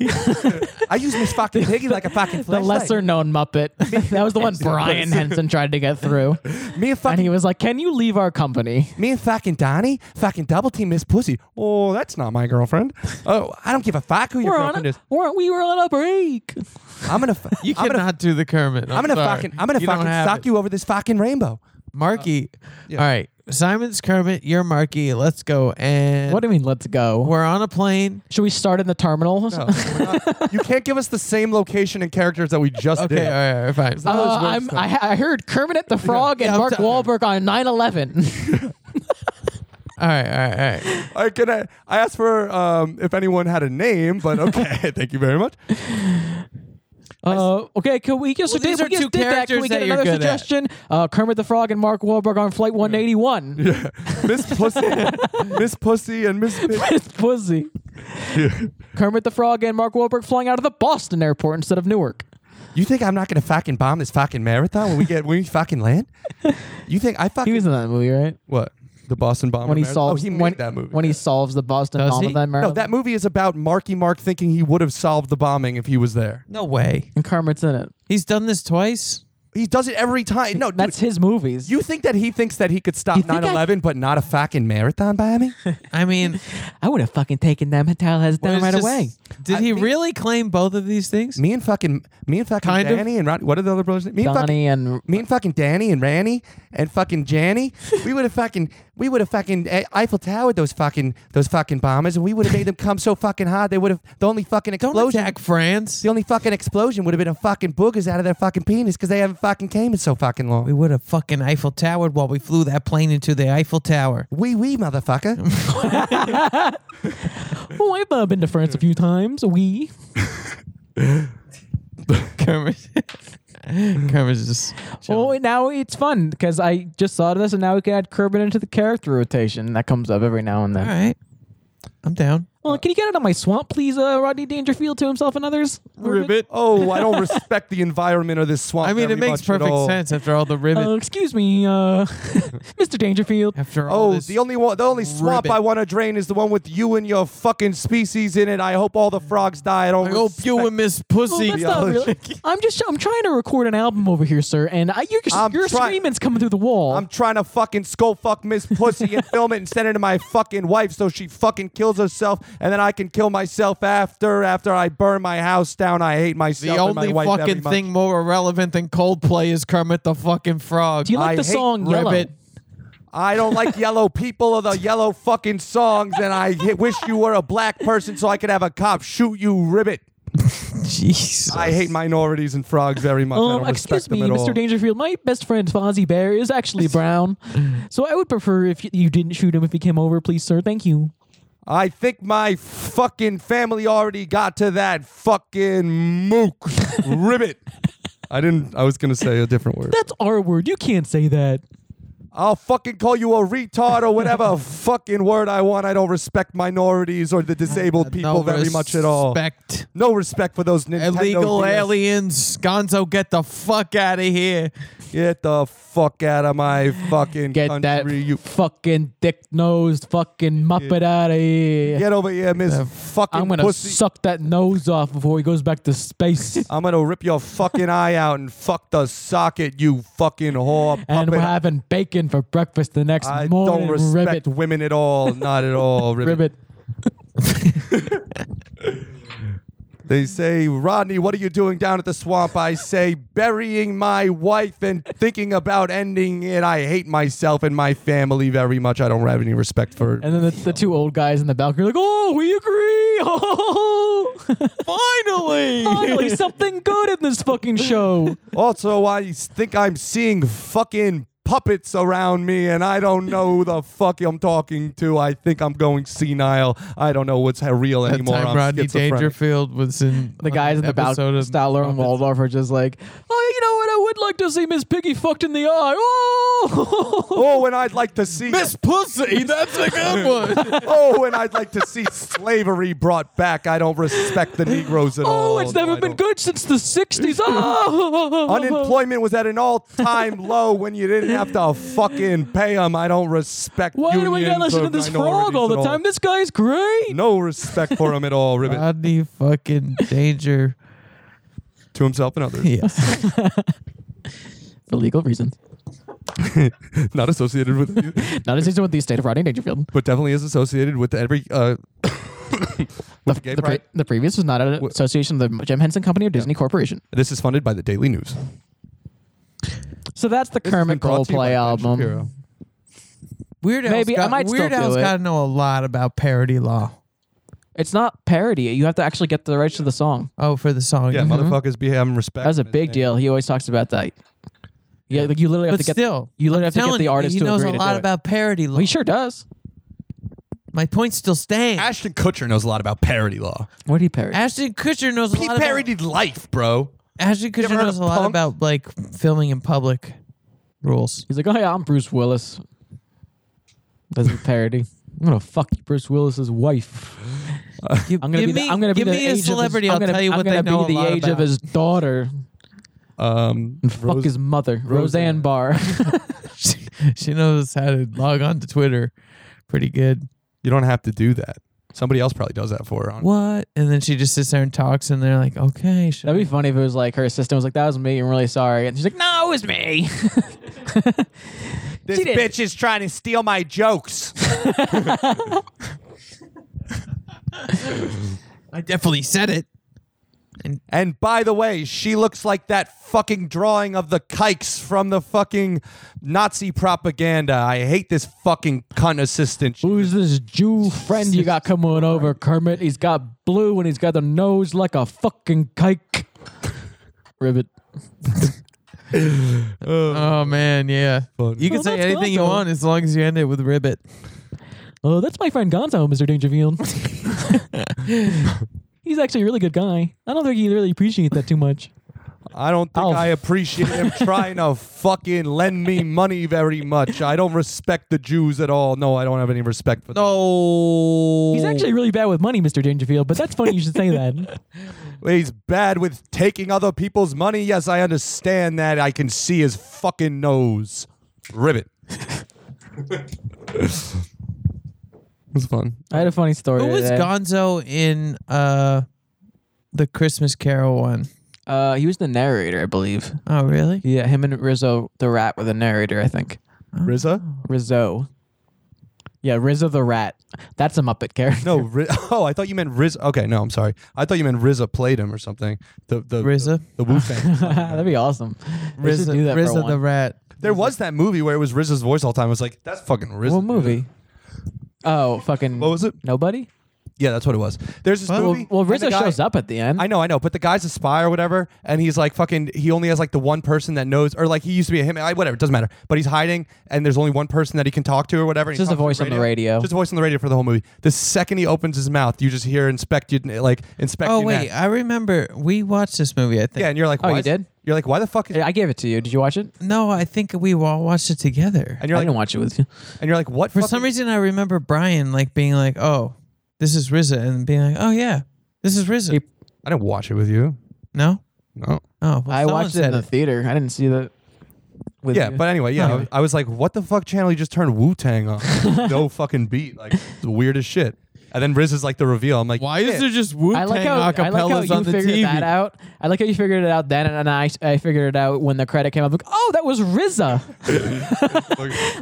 S10: I used Miss fucking Piggy like a fucking
S1: the
S10: flashlight.
S1: lesser known Muppet. that was the one Brian Henson tried to get through.
S10: me and
S1: And
S10: fucking
S1: he was like, Can you leave our company?
S10: me and fucking Donnie fucking double team Miss Pussy.
S3: Oh, that's not my girlfriend.
S10: Oh, I don't give a fuck who your
S1: We're on
S10: girlfriend
S1: a,
S10: is.
S1: we're, we were on a break.
S10: I'm gonna fu-
S4: You
S10: I'm
S4: cannot
S10: gonna,
S4: do the Kermit. I'm,
S10: I'm gonna
S4: sorry.
S10: fucking I'm gonna
S4: You don't
S10: fucking
S4: have
S10: suck
S4: it.
S10: you over this fucking rainbow.
S4: Marky.
S3: Uh, yeah.
S4: All right. Simon's Kermit. You're Marky. Let's go. And
S1: What do you mean, let's go?
S4: we're on a plane.
S1: Should we start in the terminal?
S3: Oh, No, we're not- you can't give us the same location and characters that we just
S4: Okay.
S3: did.
S4: All right. All right fine.
S1: Uh, I'm, I, I heard Kermit the Frog
S4: Yeah,
S1: and
S4: I'm
S1: Mark
S4: t-
S1: Wahlberg on 9 11.
S4: (laughs) all right. All right. All right.
S3: I can I, I asked for um, if anyone had a name, but okay, (laughs) thank you very much.
S1: Uh, okay, can we just,
S4: Well,
S1: did,
S4: these
S1: we
S4: are
S1: just
S4: two
S1: did that? Can
S4: characters
S1: we get
S4: that you're
S1: another
S4: good at.
S1: suggestion? Uh, Kermit the Frog and Mark Wahlberg on Flight 181.
S3: Miss Pussy, Miss Pussy, and Miss Pig.
S1: (laughs) It's pussy. Kermit the Frog and Mark Wahlberg flying out of the Boston airport instead of Newark.
S10: You think I'm not gonna fucking bomb this fucking marathon when we get when we fucking land? You think I
S1: He
S10: fucking
S1: was in that movie, right?
S3: What? The Boston bomber.
S1: When he
S3: Marathon?
S1: solves
S3: Oh, he made
S1: when,
S3: that movie.
S1: when he solves the Boston
S4: Does
S1: bomb
S4: he?
S1: of that
S3: no,
S1: marathon.
S3: that movie is about Marky Mark thinking he would have solved the bombing if he was there.
S4: No way.
S1: and Kermit's in it.
S4: He's done this twice.
S3: He does it every time. No, dude,
S1: That's his movies.
S3: you think that he thinks that he could stop
S1: You think I-
S3: 9/11, but not a fucking marathon bombing?
S4: I
S1: (laughs)
S4: mean,
S1: I would have fucking taken them Tallahassee down
S4: it's
S1: right
S4: just-
S1: away.
S4: Did he really claim both of these things?
S3: me and fucking me and fucking
S4: Kind of.
S3: Danny and Ron, what are the other brothers? names? Me and fucking
S1: Donnie
S4: (laughs)
S1: and
S3: me and fucking Danny and Ranny and fucking Janny, we would have fucking we would have fucking E- Eiffel Towered those fucking those fucking bombers, and we would have made them come so fucking hard they would have the only fucking
S4: Don't
S3: explosion.
S4: attack France.
S3: The only fucking explosion would have been a fucking boogers out of their fucking penis because they haven't fucking came in so fucking long.
S4: We would have fucking Eiffel Towered while we flew that plane into the
S1: (laughs)
S4: Eiffel Tower.
S3: Wee wee, motherfucker.
S1: oh, I've uh, been to France a few times. We
S4: Kermit. Kermit's just.
S1: oh, and now it's fun because I just thought of this, and now we can add Kermit into the character rotation that comes up every now and then.
S4: All right. I'm down.
S1: Well, can you get out of my swamp, please, uh, Rodney Dangerfield to himself and others?
S3: (laughs) oh, I don't respect the environment of this swamp.
S4: I mean,
S3: very
S4: it makes
S3: much at
S4: perfect
S3: all.
S4: sense after all the ribbit.
S1: Uh, excuse me, uh, (laughs) Mr. Dangerfield.
S4: after all
S3: Oh,
S4: this.
S3: the only one, the only swamp
S4: ribbit.
S3: I want to drain is the one with you and your fucking species in it. I hope all the frogs die. I don't.
S4: I hope you
S3: respect-
S4: and Miss
S1: Oh,
S4: Pussy.
S1: that's not really. I'm just. I'm trying to record an album over here, sir, and I, your
S3: I'm
S1: your
S3: try-
S1: screaming's coming through the wall.
S3: I'm trying to fucking skull fuck Miss Pussy
S4: (laughs)
S3: and film it and send it to my fucking wife so she fucking kills herself and then I can kill myself after after I burn my house down. I hate
S4: the
S3: myself. and my
S4: only
S3: wife every
S4: fucking
S3: month.
S4: thing more relevant than Coldplay is Kermit the fucking Frog.
S1: Do you like
S3: I
S1: the
S3: hate
S1: song Yellow?
S4: ribbit?
S3: I don't like yellow people or the
S4: (laughs)
S3: yellow fucking songs and I hi- wish you were a black person so I could have a cop shoot you, ribbit.
S4: (laughs) Jesus. Oh,
S3: I hate minorities and frogs very much. I
S1: Um,
S3: don't
S1: excuse
S3: respect
S1: me,
S3: them at
S1: Mr.
S3: all.
S1: Dangerfield. My best friend Fozzie Bear is
S3: (laughs)
S1: actually brown, so I would prefer if you, you didn't shoot him if he came over, please, sir. Thank you.
S3: I think my fucking family already got to that fucking mook
S1: (laughs)
S3: ribbit. I didn't. I was gonna say a different word.
S1: That's our word. You can't say that.
S3: I'll fucking call you a retard
S1: (laughs)
S3: or whatever fucking word I want. I don't respect minorities or the
S1: Uh,
S3: disabled people
S4: no
S3: very much at all.
S4: Respect.
S3: No respect for those Nintendo
S4: Illegal
S3: DS.
S4: aliens. Gonzo, get the fuck out of here.
S3: Get the fuck out of my fucking
S1: Get
S3: country.
S1: that
S3: You
S1: fucking dick nosed fucking muppet out of here.
S3: get over here, Miss fucking
S1: Uh, I'm gonna
S3: pussy.
S1: suck that nose off before he goes back to
S3: (laughs)
S1: space.
S3: I'm gonna rip your fucking eye out and fuck the socket, you fucking whore puppet.
S1: and we're having bacon for breakfast the next
S3: I
S1: morning.
S3: don't respect
S1: ribbit,
S3: women at all. Not
S4: (laughs)
S3: at all. Ribbit.
S1: ribbit.
S3: They say, Rodney, what are you doing down at the swamp? I say, burying my wife and thinking about ending it. I hate myself and my family very much. I don't have any respect for
S1: And then the, the two old guys in the (laughs) balcony are like, "Oh, we agree!
S4: Finally.
S1: Finally, something fucking show.
S3: Also, I think I'm seeing fucking puppets around me and I don't know who the fuck I'm talking to. I think I'm going senile. I don't know what's real
S4: That
S3: anymore.
S4: time
S3: I'm
S4: Rodney
S3: schizophrenic.
S4: Dangerfield was in
S1: The guys in the
S4: episode
S1: balcony,
S4: of
S1: Statler and Waldorf, are just like, oh, you know what? I would like to see Miss Piggy fucked in the eye. (laughs) Oh, (laughs)
S3: Oh, and I'd like to see
S4: Miss Pussy. That's a good one.
S3: Oh, and I'd like to see slavery brought back. I don't respect the Negroes at all.
S1: oh, it's never
S3: I
S1: been
S3: don't-
S1: good since the (laughs) '60s. Oh,
S3: Unemployment was at an all-time (laughs) low when you didn't have to fucking pay them. I don't respect.
S1: Why do we
S3: unions
S1: gotta listen
S3: or
S1: to this frog
S3: minorities
S1: all the
S3: at
S1: time? This guy's great.
S3: No respect for him at all,
S1: (laughs)
S3: Ribbit.
S4: Rodney fucking Danger.
S3: to himself and others.
S1: (laughs)
S4: Yes.
S1: For legal reasons.
S3: Not associated with
S1: (laughs)
S3: you,
S1: Not as easy with the state of Rodney Dangerfield.
S3: but definitely is associated with every. Uh, with the gay
S1: The, pre-
S3: pride.
S1: the previous was not an
S3: Wh-
S1: association of the Jim Henson Company or Disney Corporation.
S3: This is funded by the Daily News.
S1: So that's the
S3: This has
S1: Kermit
S3: been brought to you
S1: Goldplay
S3: by Ben
S1: album.
S3: Shapiro.
S4: Weird Al's
S1: Maybe I
S4: got,
S1: might still
S4: Weird
S1: do
S4: Al's
S1: it.
S4: got to know a lot about parody law.
S1: It's not parody. You have to actually get the rights to the song.
S4: Oh, for the song.
S3: Yeah, motherfuckers be having respect.
S1: Mm-hmm. That's a
S3: and his
S1: big
S3: name.
S1: deal. He always talks about that. Yeah, like you literally have
S4: But
S1: to get
S4: still,
S1: you literally
S4: I'm
S1: have to get
S4: telling
S1: the
S4: you,
S1: artist
S4: He
S1: to
S4: knows
S1: agree
S4: a
S1: to
S4: lot
S1: do it.
S4: about parody law.
S1: Well, he sure does.
S4: My point still stands.
S3: Ashton Kutcher knows a lot about parody law.
S1: What did he parody?
S4: Ashton Kutcher knows a
S3: He
S4: lot about
S3: parodied life, bro.
S4: Ashton Kutcher
S3: ever heard
S4: knows
S3: of
S4: a lot
S3: punk?
S4: about like filming in public
S1: (laughs)
S4: rules.
S1: He's like, oh yeah, I'm Bruce Willis. That's a parody. I'm gonna fuck Bruce Willis's wife.
S4: You-
S1: I'm gonna
S4: give
S1: be.
S4: me-
S1: the, I'm gonna be
S4: give
S1: the age
S4: me a
S1: of his-
S4: celebrity.
S1: I'm
S4: I'll
S1: gonna-
S4: tell you
S1: I'm
S4: what
S1: gonna
S4: they know
S1: be
S4: a
S1: the
S4: lot
S1: age of
S4: about.
S1: his daughter
S3: Um,
S1: and fuck his mother, Roseanne (laughs) Barr.
S4: she, (laughs) she knows how to log on to Twitter pretty good.
S3: you don't have to do that. Somebody else probably does that for her. honestly.
S4: What? And then she just sits there and talks, and they're like, "Okay, should
S1: That'd be funny if it was like her assistant was like, "That was me. I'm really sorry," and she's like, "No, it was me."
S3: This
S1: She did.
S3: bitch is trying to steal my (laughs) jokes.
S4: (laughs) I definitely said it."
S3: and by the way, she looks like that fucking drawing of the kikes from the fucking Nazi propaganda. I hate this fucking cunt assistant. She-
S1: Who's this Jew friend you got coming over, Kermit? He's got blue and he's got a nose like a fucking kike. Ribbit.
S4: Oh man, yeah. You can
S1: Oh,
S4: say
S1: that's
S4: anything
S1: good,
S4: you
S1: though.
S4: want as long as you end it with ribbit.
S1: Oh, that's my friend Gonzo, Mr. Dangerfield. (laughs) He's actually a really good guy. I don't think he really appreciates that too much.
S3: I don't think
S1: Oh.
S3: I appreciate
S1: (laughs)
S3: him trying to fucking lend me money very much. I don't respect the Jews at all. No, I don't have any respect for them.
S4: No,
S1: He's actually really bad with money, Mr. Dangerfield, but that's funny you should say that.
S3: He's bad with taking other people's money. Yes, I understand that. I can see his fucking nose.
S1: (laughs)
S3: Ribbit. It's fun.
S1: (laughs) I had a funny story.
S4: Who was
S1: today.
S4: Gonzo in uh the Christmas Carol one?
S1: Uh, he was the narrator, I believe.
S4: Oh, really?
S1: Yeah, him and Rizzo the Rat were the narrator, I think.
S3: Rizza?
S1: Rizzo. Yeah, Rizzo the Rat. That's a Muppet character.
S3: No, Ri- (laughs) oh, I thought you meant Riz. Okay, no, I'm sorry. I thought you meant Rizza played him or something. The the
S4: Rizza?
S3: the, Wu Fang.
S1: (laughs) That'd be awesome. They should
S4: RZA,
S1: do that for
S4: RZA
S1: one.
S4: the Rat.
S3: there was that movie where it was Rizza's voice all the time. It's like that's fucking Rizza.
S1: What
S3: dude.
S1: movie? Oh, fucking.
S3: What was it?
S1: Nobody?
S3: Yeah, that's what it was. There's this
S1: Well,
S3: movie.
S1: well
S3: and the
S1: Rizzo
S3: guy-
S1: shows up at the end.
S3: I know, I know, but the guy's a spy or whatever, and he's like fucking. He only has like the one person that knows, or like he used to be a him. I, whatever, it doesn't matter. But he's hiding, and there's only one person that he can talk to or whatever. and he
S1: Just a
S3: talks
S1: voice on the radio.
S3: Just a voice on the radio for the whole movie. The second he opens his mouth, you just hear inspect you like inspect.
S4: Oh
S3: you
S4: wait,
S3: Nat.
S4: I remember we watched this movie. I think.
S3: yeah, and you're like,
S1: Oh,
S3: why
S1: you
S3: is-
S1: did?
S3: You're like, why the fuck is?
S1: I gave it to you. Did you watch it?
S4: No, I think we all watched it together.
S3: And you're
S1: I
S3: like,
S1: didn't watch it with
S3: (laughs)
S1: you.
S3: and you're like, what?
S4: For some reason, I remember Brian like being like, "Oh, this is RZA," and being like, "Oh yeah, this is RZA."
S3: I didn't watch it with you.
S4: No.
S3: No.
S4: Oh, well,
S1: I
S4: someone
S1: watched it in
S4: said
S1: the theater. I didn't see that. With
S3: Yeah,
S1: you.
S3: but anyway, yeah, I was like, what the fuck channel you just turned Wu Tang on?
S1: (laughs)
S3: no fucking beat, like it's the weirdest shit. And then Riz is like the reveal. I'm like,
S4: Why
S3: yeah.
S4: is there just Wu
S1: I like
S4: Tang
S1: how I like how
S4: acapellas on
S1: you
S4: the
S1: figured
S4: TV?
S1: that out. I like how you figured it out then, and I I figured it out when the credit came up. Like, oh, that was RZA.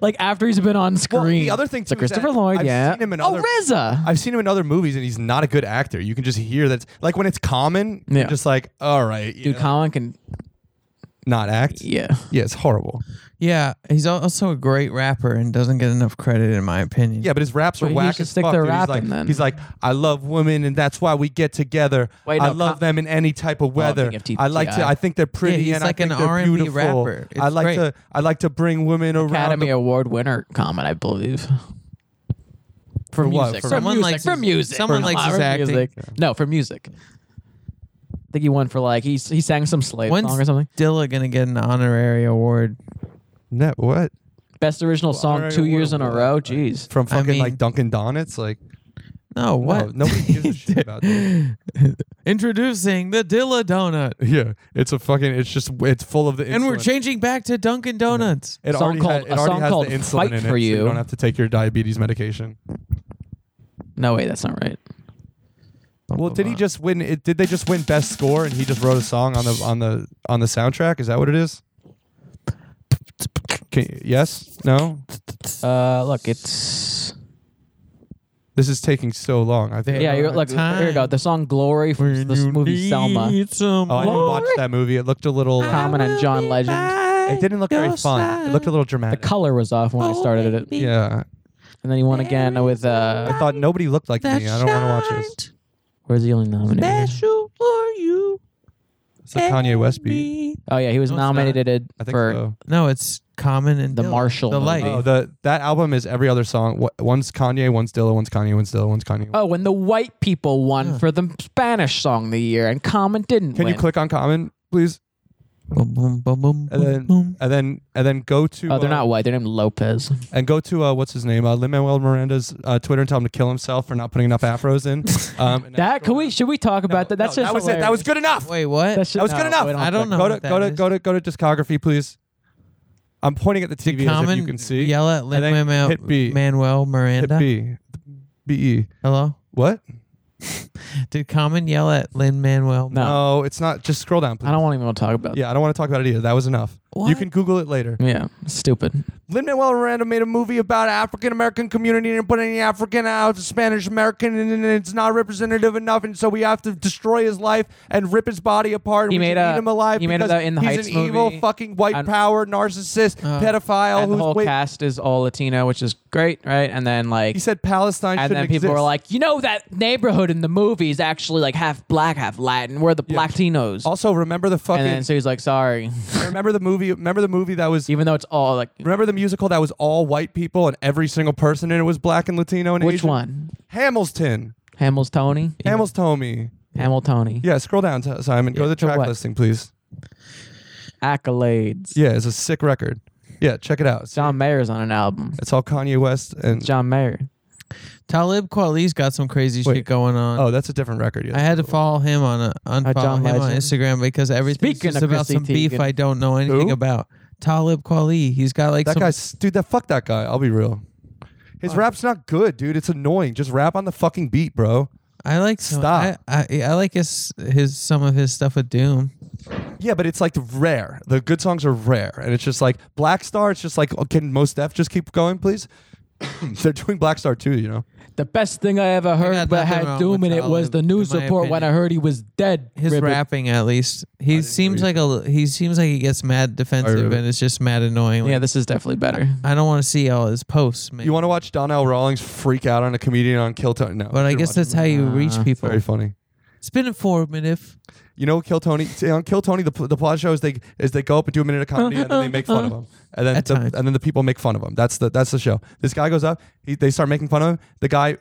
S1: (laughs) like after he's been on screen.
S3: Well, the other thing
S1: It's
S3: too
S1: like
S3: is that
S1: Christopher Lloyd.
S3: I've
S1: yeah.
S3: seen him in
S1: oh,
S3: other-
S1: RZA.
S3: I've seen him in other movies, and he's not a good actor. You can just hear that, like when it's common,
S1: Yeah.
S3: you're just like, all right, you
S1: Dude,
S3: know,
S1: Colin can.
S3: not act.
S1: Yeah.
S3: Yeah, it's horrible.
S4: Yeah, he's al- also a great rapper and doesn't get enough credit in my opinion.
S3: Yeah, but his raps are
S1: But he
S3: whack
S1: should
S3: as
S1: stick
S3: fuck.
S1: to
S3: dude. He's
S1: rapping
S3: like,
S1: then.
S3: he's like, I love women, and that's why we get together.
S1: Wait,
S3: I
S1: no,
S3: love
S1: Con-
S3: them in any type of weather.
S11: thinking of TTI.
S3: I like to. I think they're pretty,
S4: he's
S3: and
S4: like
S3: I
S4: an
S3: think they're
S4: R&B
S3: beautiful.
S4: rapper.
S3: I
S4: It's
S3: like
S4: great.
S3: to. I like to bring women around.
S1: Academy
S3: the-
S1: Award winner comment, I believe. For,
S3: what?
S1: music.
S3: For-
S1: For
S3: Someone
S1: music.
S4: likes
S1: for
S4: his-
S1: music.
S4: someone
S1: Come
S4: likes
S1: on,
S4: his
S1: for
S4: acting.
S1: music. No, for music. I think he won for like he he sang some Slave
S4: When's
S1: song or something.
S4: Dilla gonna get an honorary award?
S3: Net what?
S1: Best original song
S3: honorary
S1: two years in a
S3: award,
S1: row. Jeez.
S3: From fucking like
S4: mean-
S3: Dunkin' Donuts, like
S4: No,
S3: no,
S4: what?
S3: nobody gives
S4: (laughs)
S3: a shit about that.
S4: Introducing the Dilla Donut,
S3: Yeah, it's a fucking. It's just. It's full of the.
S4: and we're
S3: insulin.
S4: changing back to Dunkin' Donuts.
S3: It
S1: song
S3: already, ha-
S1: called-
S3: it
S1: a
S3: already
S1: song
S3: has
S1: called
S3: the insulin
S1: Fight
S3: in it,
S1: for
S3: so you
S1: You.
S3: don't have to take your diabetes medication.
S1: No, wait, that's not right.
S3: Well, did he just win? It, did they just win best score and he just wrote a song on the on the on the soundtrack? Is that what it is? Can, yes? No?
S1: Uh, look, it's
S3: This is taking so long. I think.
S1: yeah. You're, look, here we go.
S4: time.
S1: The song "Glory" from
S4: When
S1: this
S4: you
S1: movie Selma.
S4: need some
S3: Oh, I didn't
S4: love.
S3: watch that movie. It looked a little.
S1: Common and John Legend.
S3: it didn't look very fun. It looked a little dramatic.
S1: Color was off
S4: Oh,
S1: when I started it,
S3: yeah.
S1: and then he won again with
S3: I
S1: uh.
S3: thought nobody looked like me. I don't want to watch this.
S1: Where's the only nominated?
S4: Special for you.
S3: It's a Kanye West beat.
S4: me.
S1: Oh yeah, he was
S4: No, it's not.
S1: nominated
S3: I think
S1: for
S3: so.
S4: No, it's Common and
S1: The
S4: Dilla.
S1: Marshall
S4: the
S1: movie.
S4: light.
S3: Oh, the that album is every other song. Wha- One's Kanye, one's Dilla, one's Kanye, one's Dilla, one's Kanye.
S1: Oh, when the white people won for the Spanish song of the year, and Common didn't
S3: Can
S1: win.
S3: you click on Common, please?
S4: Boom, boom, boom, boom,
S3: And
S4: boom,
S3: then
S4: boom.
S3: and then and then go to.
S1: Oh, they're
S3: uh,
S1: not white. They're named Lopez.
S3: And go to uh, what's his name, uh, Lin Manuel Miranda's uh, Twitter and tell him to kill himself for not putting enough
S4: (laughs)
S3: afros in. Um, and
S1: That can we? Should we talk about that? That's
S3: no,
S1: just
S3: that was it. That was good enough.
S4: Wait, what?
S1: That, shit-
S3: That was
S1: no,
S3: good enough.
S1: we
S4: I don't
S1: click.
S4: know
S3: Go
S4: what
S3: to
S4: that
S3: go to
S4: is.
S3: go to go to discography, please. I'm pointing at the TV as if
S4: Common
S3: you can see.
S4: yell at
S3: And then
S4: Lin Manuel
S3: hit B.
S4: Manuel
S3: Hit
S4: Miranda.
S3: B. B E.
S4: Hello.
S3: What?
S4: Did Common yell at Lin Manuel?
S1: No.
S3: No, it's not. Just scroll down, please.
S1: I don't even want to talk about.
S3: yeah, I don't want to talk about it either. That was enough. You
S4: What?
S3: can Google it later.
S1: that. Yeah. Stupid.
S3: Lin Manuel Miranda made a movie about African American community and put any African out as Spanish American, and, and it's not representative enough, and so we have to destroy his life and rip his body apart. And
S1: He
S3: we
S1: made
S3: should
S1: a-
S3: eat him alive
S1: he made
S3: because
S1: that in the
S3: he's
S1: Heights
S3: an evil
S1: movie.
S3: fucking white
S1: And-
S3: power narcissist pedophile
S1: and the
S3: Oh, who's
S1: whole
S3: wait-
S1: cast is all Latino, which is great, right? And then like,
S3: He said Palestine
S1: and then
S3: shouldn't
S1: people
S3: exist.
S1: were like, you know, that neighborhood in the movie is actually like half black, half Latin. We're the Latinos.
S3: also remember the
S1: and then
S3: fucking
S1: so he's like, sorry, (laughs)
S3: remember the movie remember the movie that was
S1: even though it's all like,
S3: remember the musical that was all white people and every single person in it was black and Latino and
S1: which
S3: Asian?
S1: one?
S3: Hamilton.
S1: Hamil's Tony.
S3: Hamil's Tommy.
S1: Hamil Tony.
S3: Yeah, scroll down, T- Simon. Go to the
S1: to
S3: track
S1: what?
S3: listing, please.
S1: Accolades.
S3: Yeah, it's a sick record. Yeah, check it out.
S1: John Mayer's on an album.
S3: It's all Kanye West and
S1: John Mayer.
S4: Talib Kweli's got some crazy
S3: Wait.
S4: shit going on.
S3: Oh, that's a different record. Yeah.
S4: I had to follow him on a, unfollow
S1: John
S4: him on
S1: Legend.
S4: Instagram because everything's
S1: Speaking
S4: just
S1: of
S4: about
S1: Chrissy
S4: some beef
S1: Teigen.
S4: I don't know anything
S3: Who?
S4: about. Talib Kweli, he's got like
S3: that
S4: some Uh,
S3: guy's dude. That fuck that guy. I'll be real. His rap's not good, dude. It's annoying. Just rap on the fucking beat, bro.
S4: I like some,
S3: Stop.
S4: I, I I like his his some of his stuff with Doom.
S3: Yeah, but it's like rare. The good songs are rare, and it's just like Black Star. It's just like oh, can most Def just keep going, please? (coughs) They're doing Black Star too, you know.
S1: The best thing I ever heard
S4: got
S1: but
S4: nothing
S1: had
S4: wrong
S1: Doom
S4: with
S1: in it was
S4: Talib,
S1: the news
S4: in my
S1: report when I
S4: opinion.
S1: heard he was dead.
S4: His
S1: Ribbit.
S4: rapping, at least, he seems like a he seems like he gets mad defensive
S3: Ribbit.
S4: and it's just mad annoying. Like,
S1: Yeah, this is definitely better.
S4: I don't want to see all his posts, man.
S3: You want to watch Donnell Rawlings freak out on a comedian on Kill Tony? No,
S4: but uh, I
S3: you
S4: guess
S3: should watch
S4: that's how you reach
S3: it. It's
S4: people.
S3: very funny.
S4: It's been informative.
S3: You know, Kill Tony. see, on Kill Tony, the, pl- the plot show is they is they go up and do a minute of comedy and then they
S1: (laughs)
S3: make fun of him, and then
S4: At
S3: the,
S4: times.
S3: and then the people make fun of him. That's the that's the show. This guy goes up, he, they start making fun of him. The guy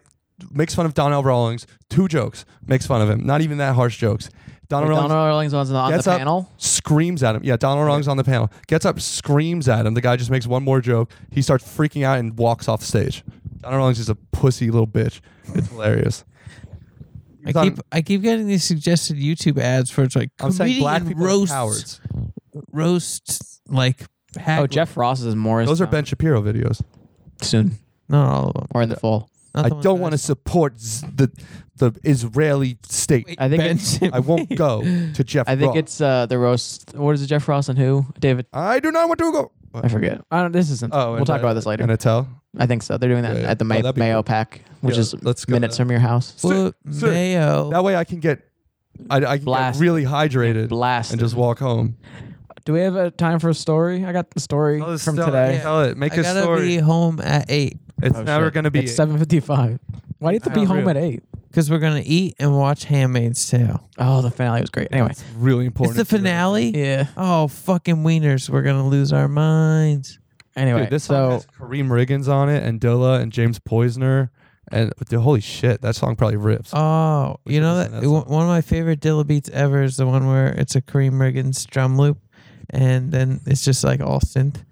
S3: makes fun of Donnell Rawlings. Two jokes makes fun of him. Not even that harsh jokes. Donnell
S1: Donald
S3: Rawlings
S1: Rawlings was on the, on the
S3: gets up,
S1: panel.
S3: screams at him. Yeah, Donnell Rawlings on the panel gets up, screams at him. The guy just makes one more joke. He starts freaking out and walks off stage. Donnell Rawlings is a pussy little bitch. It's hilarious.
S4: I
S3: Done.
S4: keep I keep getting these suggested YouTube ads for it's like
S3: I'm saying black people
S4: roast
S3: are cowards.
S4: roast like
S1: Oh,
S4: hack-
S1: Jeff Ross is in Morris.
S3: Those are
S1: now.
S3: Ben Shapiro videos.
S1: soon
S4: Not all of them.
S1: or in the fall.
S4: Not
S3: I
S4: the ones
S3: don't
S4: that
S3: want to support z- the the Israeli state.
S1: (laughs) I think
S4: Ben
S1: it's,
S3: I won't go to Jeff.
S1: I think
S3: Ross.
S1: it's uh, the roast. What is it? Jeff Ross and who? David.
S3: I do not want to go.
S1: I forget. I don't, this isn't.
S3: Oh,
S1: we'll
S3: and
S1: talk
S3: I-
S1: about this later.
S3: And I tell.
S1: I think so. They're doing that
S3: Yeah,
S1: at the
S3: yeah.
S1: May-
S3: Oh, that'd be
S1: Mayo
S3: cool.
S1: pack, which
S3: Yeah,
S1: is
S3: let's go
S1: minutes
S3: there.
S1: from your house.
S4: Well,
S3: Sir,
S4: mayo.
S3: That way I can get. I, I can get
S1: Blasted.
S3: really hydrated
S1: Blasted.
S3: and just walk home.
S1: Do we have a time for a story? I got the story
S3: Tell us-
S1: from
S3: tell it,
S1: today.
S3: tell it. Make
S4: I
S3: a
S4: gotta
S3: story.
S4: be home at eight
S3: It's
S12: Oh,
S3: never
S12: shit.
S3: gonna be.
S1: It's seven fifty-five. Why do you have to be
S3: Oh,
S1: home
S3: really?
S1: at eight?
S4: because we're gonna eat and watch Handmaid's Tale.
S1: Oh, the finale was great. Anyway,
S3: It's really
S4: It's
S3: important.
S4: the finale.
S1: yeah.
S4: Oh fucking wieners! We're gonna lose our minds.
S1: Anyway,
S3: Dude, this song
S1: so
S3: has Kareem Riggins on it, and Dilla, and James Poisoner, and dude, holy shit, that song probably rips.
S4: Oh,
S3: Which
S4: you know
S3: one is
S4: that,
S3: that
S4: one one of my favorite Dilla beats ever is the one where it's a Kareem Riggins drum loop, and then it's just like all synth,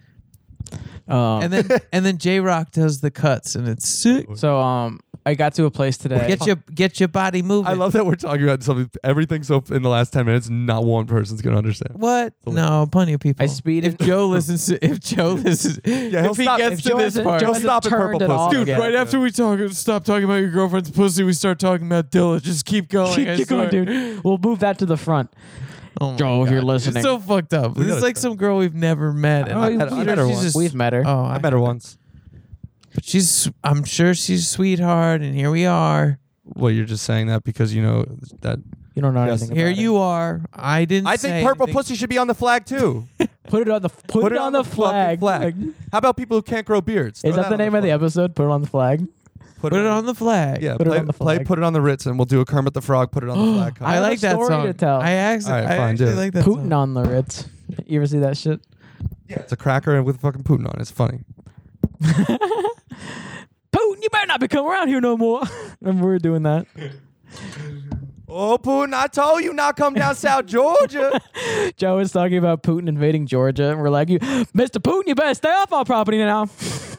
S1: um,
S3: (laughs)
S4: and then and then J Rock does the cuts, and it's sick.
S1: so um, I got to a place today.
S4: Get your get your body moving.
S3: I love that we're talking about something. Everything so in the last ten minutes, not one person's gonna understand.
S4: What? No, plenty of people.
S1: I speed
S4: If
S1: it-
S4: Joe listens, to, if Joe listens,
S3: he'll
S4: if he
S3: stop-
S4: gets
S3: if
S4: to
S1: Joe
S4: this
S1: hasn't-
S4: part,
S1: Joe
S3: Don't
S1: hasn't
S3: stop at
S1: turned
S3: Purple
S1: it all
S3: Pussy.
S4: dude,
S1: yet.
S4: right after we talk, stop talking about your girlfriend's pussy, we start talking about Dilla. Just keep going. I
S1: Keep going,
S4: swear.
S1: dude. We'll move that to the front.
S4: Oh my
S1: Joe, if you're
S4: God.
S1: listening.
S4: It's so fucked up. This
S3: gotta
S4: is like some girl we've never met. and
S1: Oh,
S4: I-
S1: you-
S3: met- I met her
S1: she's
S3: once.
S1: just- We've met her.
S4: Oh, I
S3: I met her once.
S4: But she's, I'm sure she's a sweetheart, and here we are.
S3: Well, you're just saying that because you know that.
S1: You don't know
S3: Yes.
S1: anything.
S4: Here
S1: about
S4: you are. I didn't.
S3: I think
S4: say
S3: purple
S4: anything.
S3: pussy should be on the flag too.
S1: it. Put it on the put, it, on, the,
S3: fucking
S1: flag. Like,
S3: How about people who can't grow beards?
S1: is that the name of the episode? Put it on the flag.
S4: Put it on the flag.
S3: Yeah,
S1: Put it
S3: play,
S1: on the
S3: play
S1: flag.
S3: put it on the Ritz, and we'll do a Kermit the Frog. Put it
S1: (gasps)
S3: on the flag. cover.
S4: I,
S1: have a
S4: like that
S1: story
S4: song.
S1: to tell.
S4: I actually,
S3: All right,
S4: I
S3: fine, do
S4: actually
S3: it.
S4: like that
S1: Putin
S4: song.
S1: on the Ritz. You ever see that shit?
S3: Yeah, it's a cracker with fucking Putin on. it. It's funny.
S1: Putin, you better not be coming around here no more. Remember we were doing that.
S3: Oh, Putin! I told you not come down South (laughs) Georgia.
S1: Joe was talking about Putin invading Georgia, and we're like, "You, Mr. Putin, you better stay off our property now."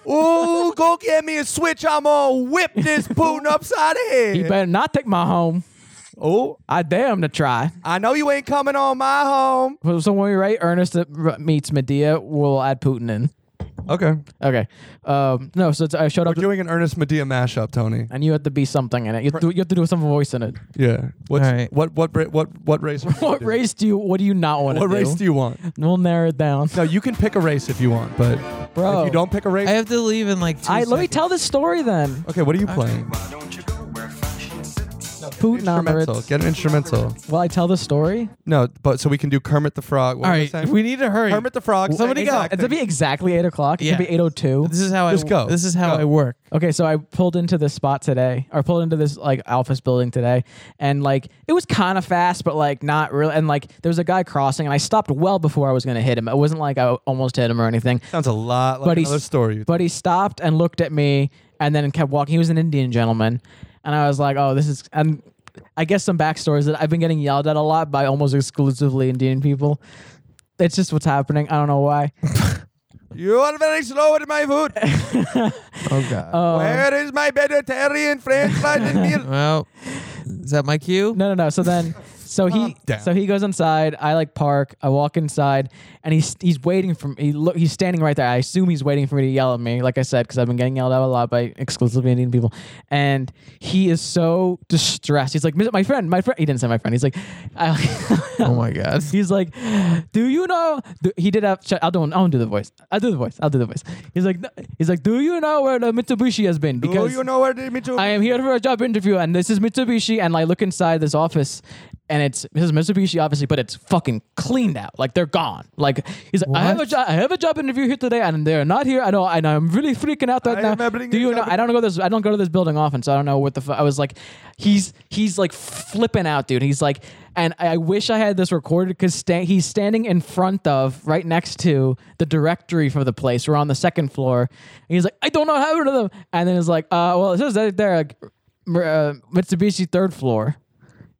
S3: Ooh, go get me a switch. I'm gonna whip this (laughs) Putin upside the
S1: you
S3: head.
S1: better not take my home.
S3: Oh,
S1: I dare him to try.
S3: I know you ain't coming on my home.
S1: So when we write Ernest meets Medea, we'll add Putin in.
S3: Okay,
S1: Okay. Um, no, so it's, I showed
S3: we're
S1: up.
S3: doing an Ernest Medea mashup, Tony.
S1: and you have to be something in it. You have to, you have to do some voice
S3: (laughs)
S1: in it.
S3: Yeah. What's,
S4: All right.
S3: What what ra- what what race? are you
S1: What
S3: doing?
S1: race do you? What do you not want to
S3: What
S1: do?
S3: race do you want?
S1: We'll narrow it down,
S3: No, you can pick a race if you want, but
S1: bro.
S3: if you don't pick a race,
S4: I have to leave in like two
S1: I let me
S4: seconds.
S1: tell this story then.
S3: okay. What are you playing?
S1: Putin on the
S3: Instrumental.
S1: Ritz.
S3: Get an instrumental.
S1: Will I tell the story?
S3: No, but so we can do Kermit the Frog. What
S4: All
S3: was I
S4: right,
S3: saying?
S4: we need to hurry.
S3: Kermit the Frog.
S4: Somebody
S3: same
S4: go.
S3: exact
S1: It's gonna
S3: thing.
S1: be exactly eight o'clock. It's gonna
S4: Yeah.
S1: be eight o two.
S4: This is how I
S3: Just go.
S4: This is how
S3: Go.
S4: I work.
S1: Okay, so I pulled into this spot today, or pulled into this like office building today, and like it was kind of fast, but like not really. And like there was a guy crossing, and I stopped well before I was gonna hit him. It wasn't like I almost hit him or anything.
S3: Sounds a lot like
S1: But he
S3: another
S1: s-
S3: story. you
S1: But he stopped and looked at me and then kept walking. He was an Indian gentleman. And I was like, oh, this is. And I guess some backstory is that I've been getting yelled at a lot by almost exclusively Indian people. It's just what's happening. I don't know why.
S3: You are very slow with my (laughs) food.
S4: Oh god.
S3: Where is my vegetarian French fries and (laughs) meal?
S4: well, is that my cue?
S1: No, no, no. So
S3: (laughs)
S1: then, so he,
S3: Calm down.
S1: so he goes inside. I like park. I walk inside, and he's he's waiting for me. He look, he's standing right there. I assume he's waiting for me to yell at me. Like I said, because I've been getting yelled at a lot by exclusively Indian people, and he is so distressed. He's like, "My friend, my friend." He didn't say my friend. He's like, (laughs)
S3: (laughs)
S1: I,
S4: Oh my god.
S1: (laughs) He's like, "Do you know?" do-" he did have. shut- I'll do. I'll do the voice. I'll do the voice. I'll do the voice. He's like, "He's like, do you know where the Mitsubishi has been?"
S3: Do
S1: Because
S3: you know where the Mitsubishi?
S1: I am here for a job interview, and this is Mitsubishi. And I look inside this office, and it's this is Mitsubishi, obviously, but it's fucking cleaned out. Like they're gone. Like he's like, I have a
S4: What?
S1: job. I have a job interview here today, and they're not here. I know, and I'm really freaking out right
S3: I
S1: now.
S3: am having
S1: Do
S3: a
S1: you know?
S3: job
S1: I don't go to this. I don't go to this building often, so I don't know what the. Fu- I was like, he's he's like flipping out, dude. He's like, and I I wish I had this recorded because sta- he's standing in front of, right next to the directory for the place. We're on the second floor, and he's like, I don't know how to do them. And then it's like, uh, well, it says right there, like, uh, Mitsubishi third floor.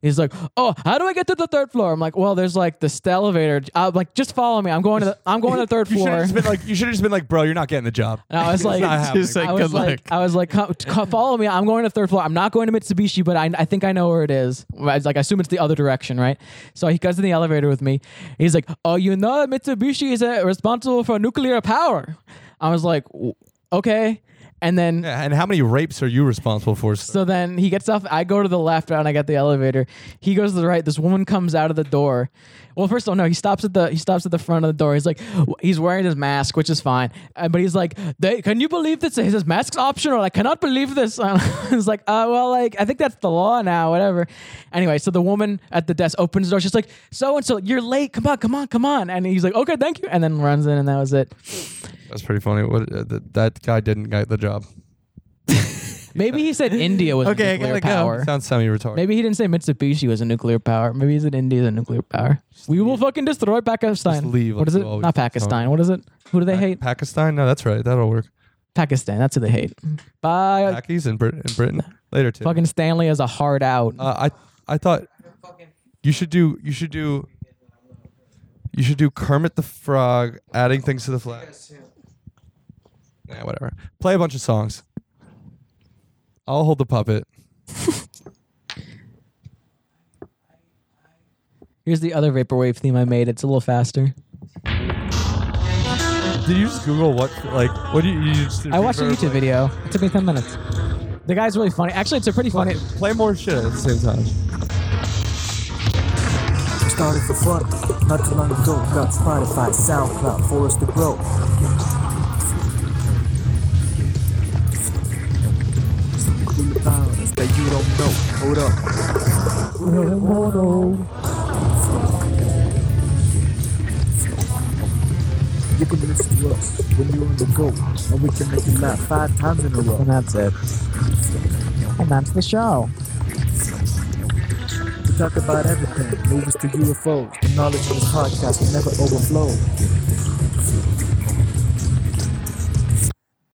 S1: He's like, oh, how do I get to the third floor? I'm like, well, there's like this elevator. I'm like, just follow me. I'm going to the, I'm going to the third
S3: (laughs) You should have
S1: floor.
S3: just been like, you should have just been like, bro, you're not getting the job.
S1: And
S13: (laughs)
S1: I was like,
S3: not happening. Just
S4: like,
S1: I was
S4: good
S1: like,
S4: luck.
S1: I was like, "Co- co- follow me. I'm going to third floor. I'm not going to Mitsubishi, but I, I think I know where it is. I was like, I assume it's the other direction, right? So he goes in the elevator with me. He's like, oh, you know, that Mitsubishi is uh, responsible for nuclear power. I was like, "W- okay. And then
S3: Yeah, and how many rapes are you responsible for?
S1: So then he gets off. I go to the left and I got the elevator. He goes to the right. This woman comes out of the door. Well, first of all, no, he stops at the he stops at the front of the door. He's like, he's wearing his mask, which is fine. Uh, but he's like, they, can you believe this? He says mask's optional. I cannot believe this. (laughs) And he's like, uh, well, like I think that's the law now. Whatever. Anyway, so the woman at the desk opens the door. She's like, so and so, you're late. Come on, come on, come on. And he's like, okay, thank you. And then runs in, and that was it.
S13: That's pretty funny. What uh, th- that guy didn't get the job.
S1: Maybe he said India was a
S4: Okay, I
S1: nuclear
S4: gotta go.
S1: power.
S13: Sounds semi-retarded.
S1: Maybe he didn't say Mitsubishi was a nuclear power. Maybe he said India is a nuclear power. We will fucking destroy Pakistan.
S13: Just leave,
S1: What is
S13: let's
S1: it?
S13: go always
S1: Not
S13: destroy.
S1: Pakistan. What is it? Who do they hate?
S13: Pakistan. No, that's right. That'll work.
S1: Pakistan. That's who they hate. Bye.
S13: Pakis in, Brit- in (laughs) Britain later too.
S1: fucking Stanley is a hard out.
S13: Uh, I I thought you should do you should do you should do Kermit the Frog adding things to the flag. Yeah, whatever. Play a bunch of songs. I'll hold the puppet.
S1: Here's the other vaporwave theme I made. It's a little faster.
S3: Did you just Google what like what do you, you just
S1: I watched a YouTube video. It took me 10 minutes. The guy's really funny. Actually, it's a pretty funny.
S3: Play more shit at the same time.
S14: Started for fun, not too long ago. Got Spotify, SoundCloud, for us to grow. Cool violence that you don't know. Hold up. You can listen to us when you're on the go, and we can make you laugh five times in a row.
S1: And that's it. And that's the show.
S14: We talk about everything, movies to UFOs. The knowledge in this podcast will never overflow.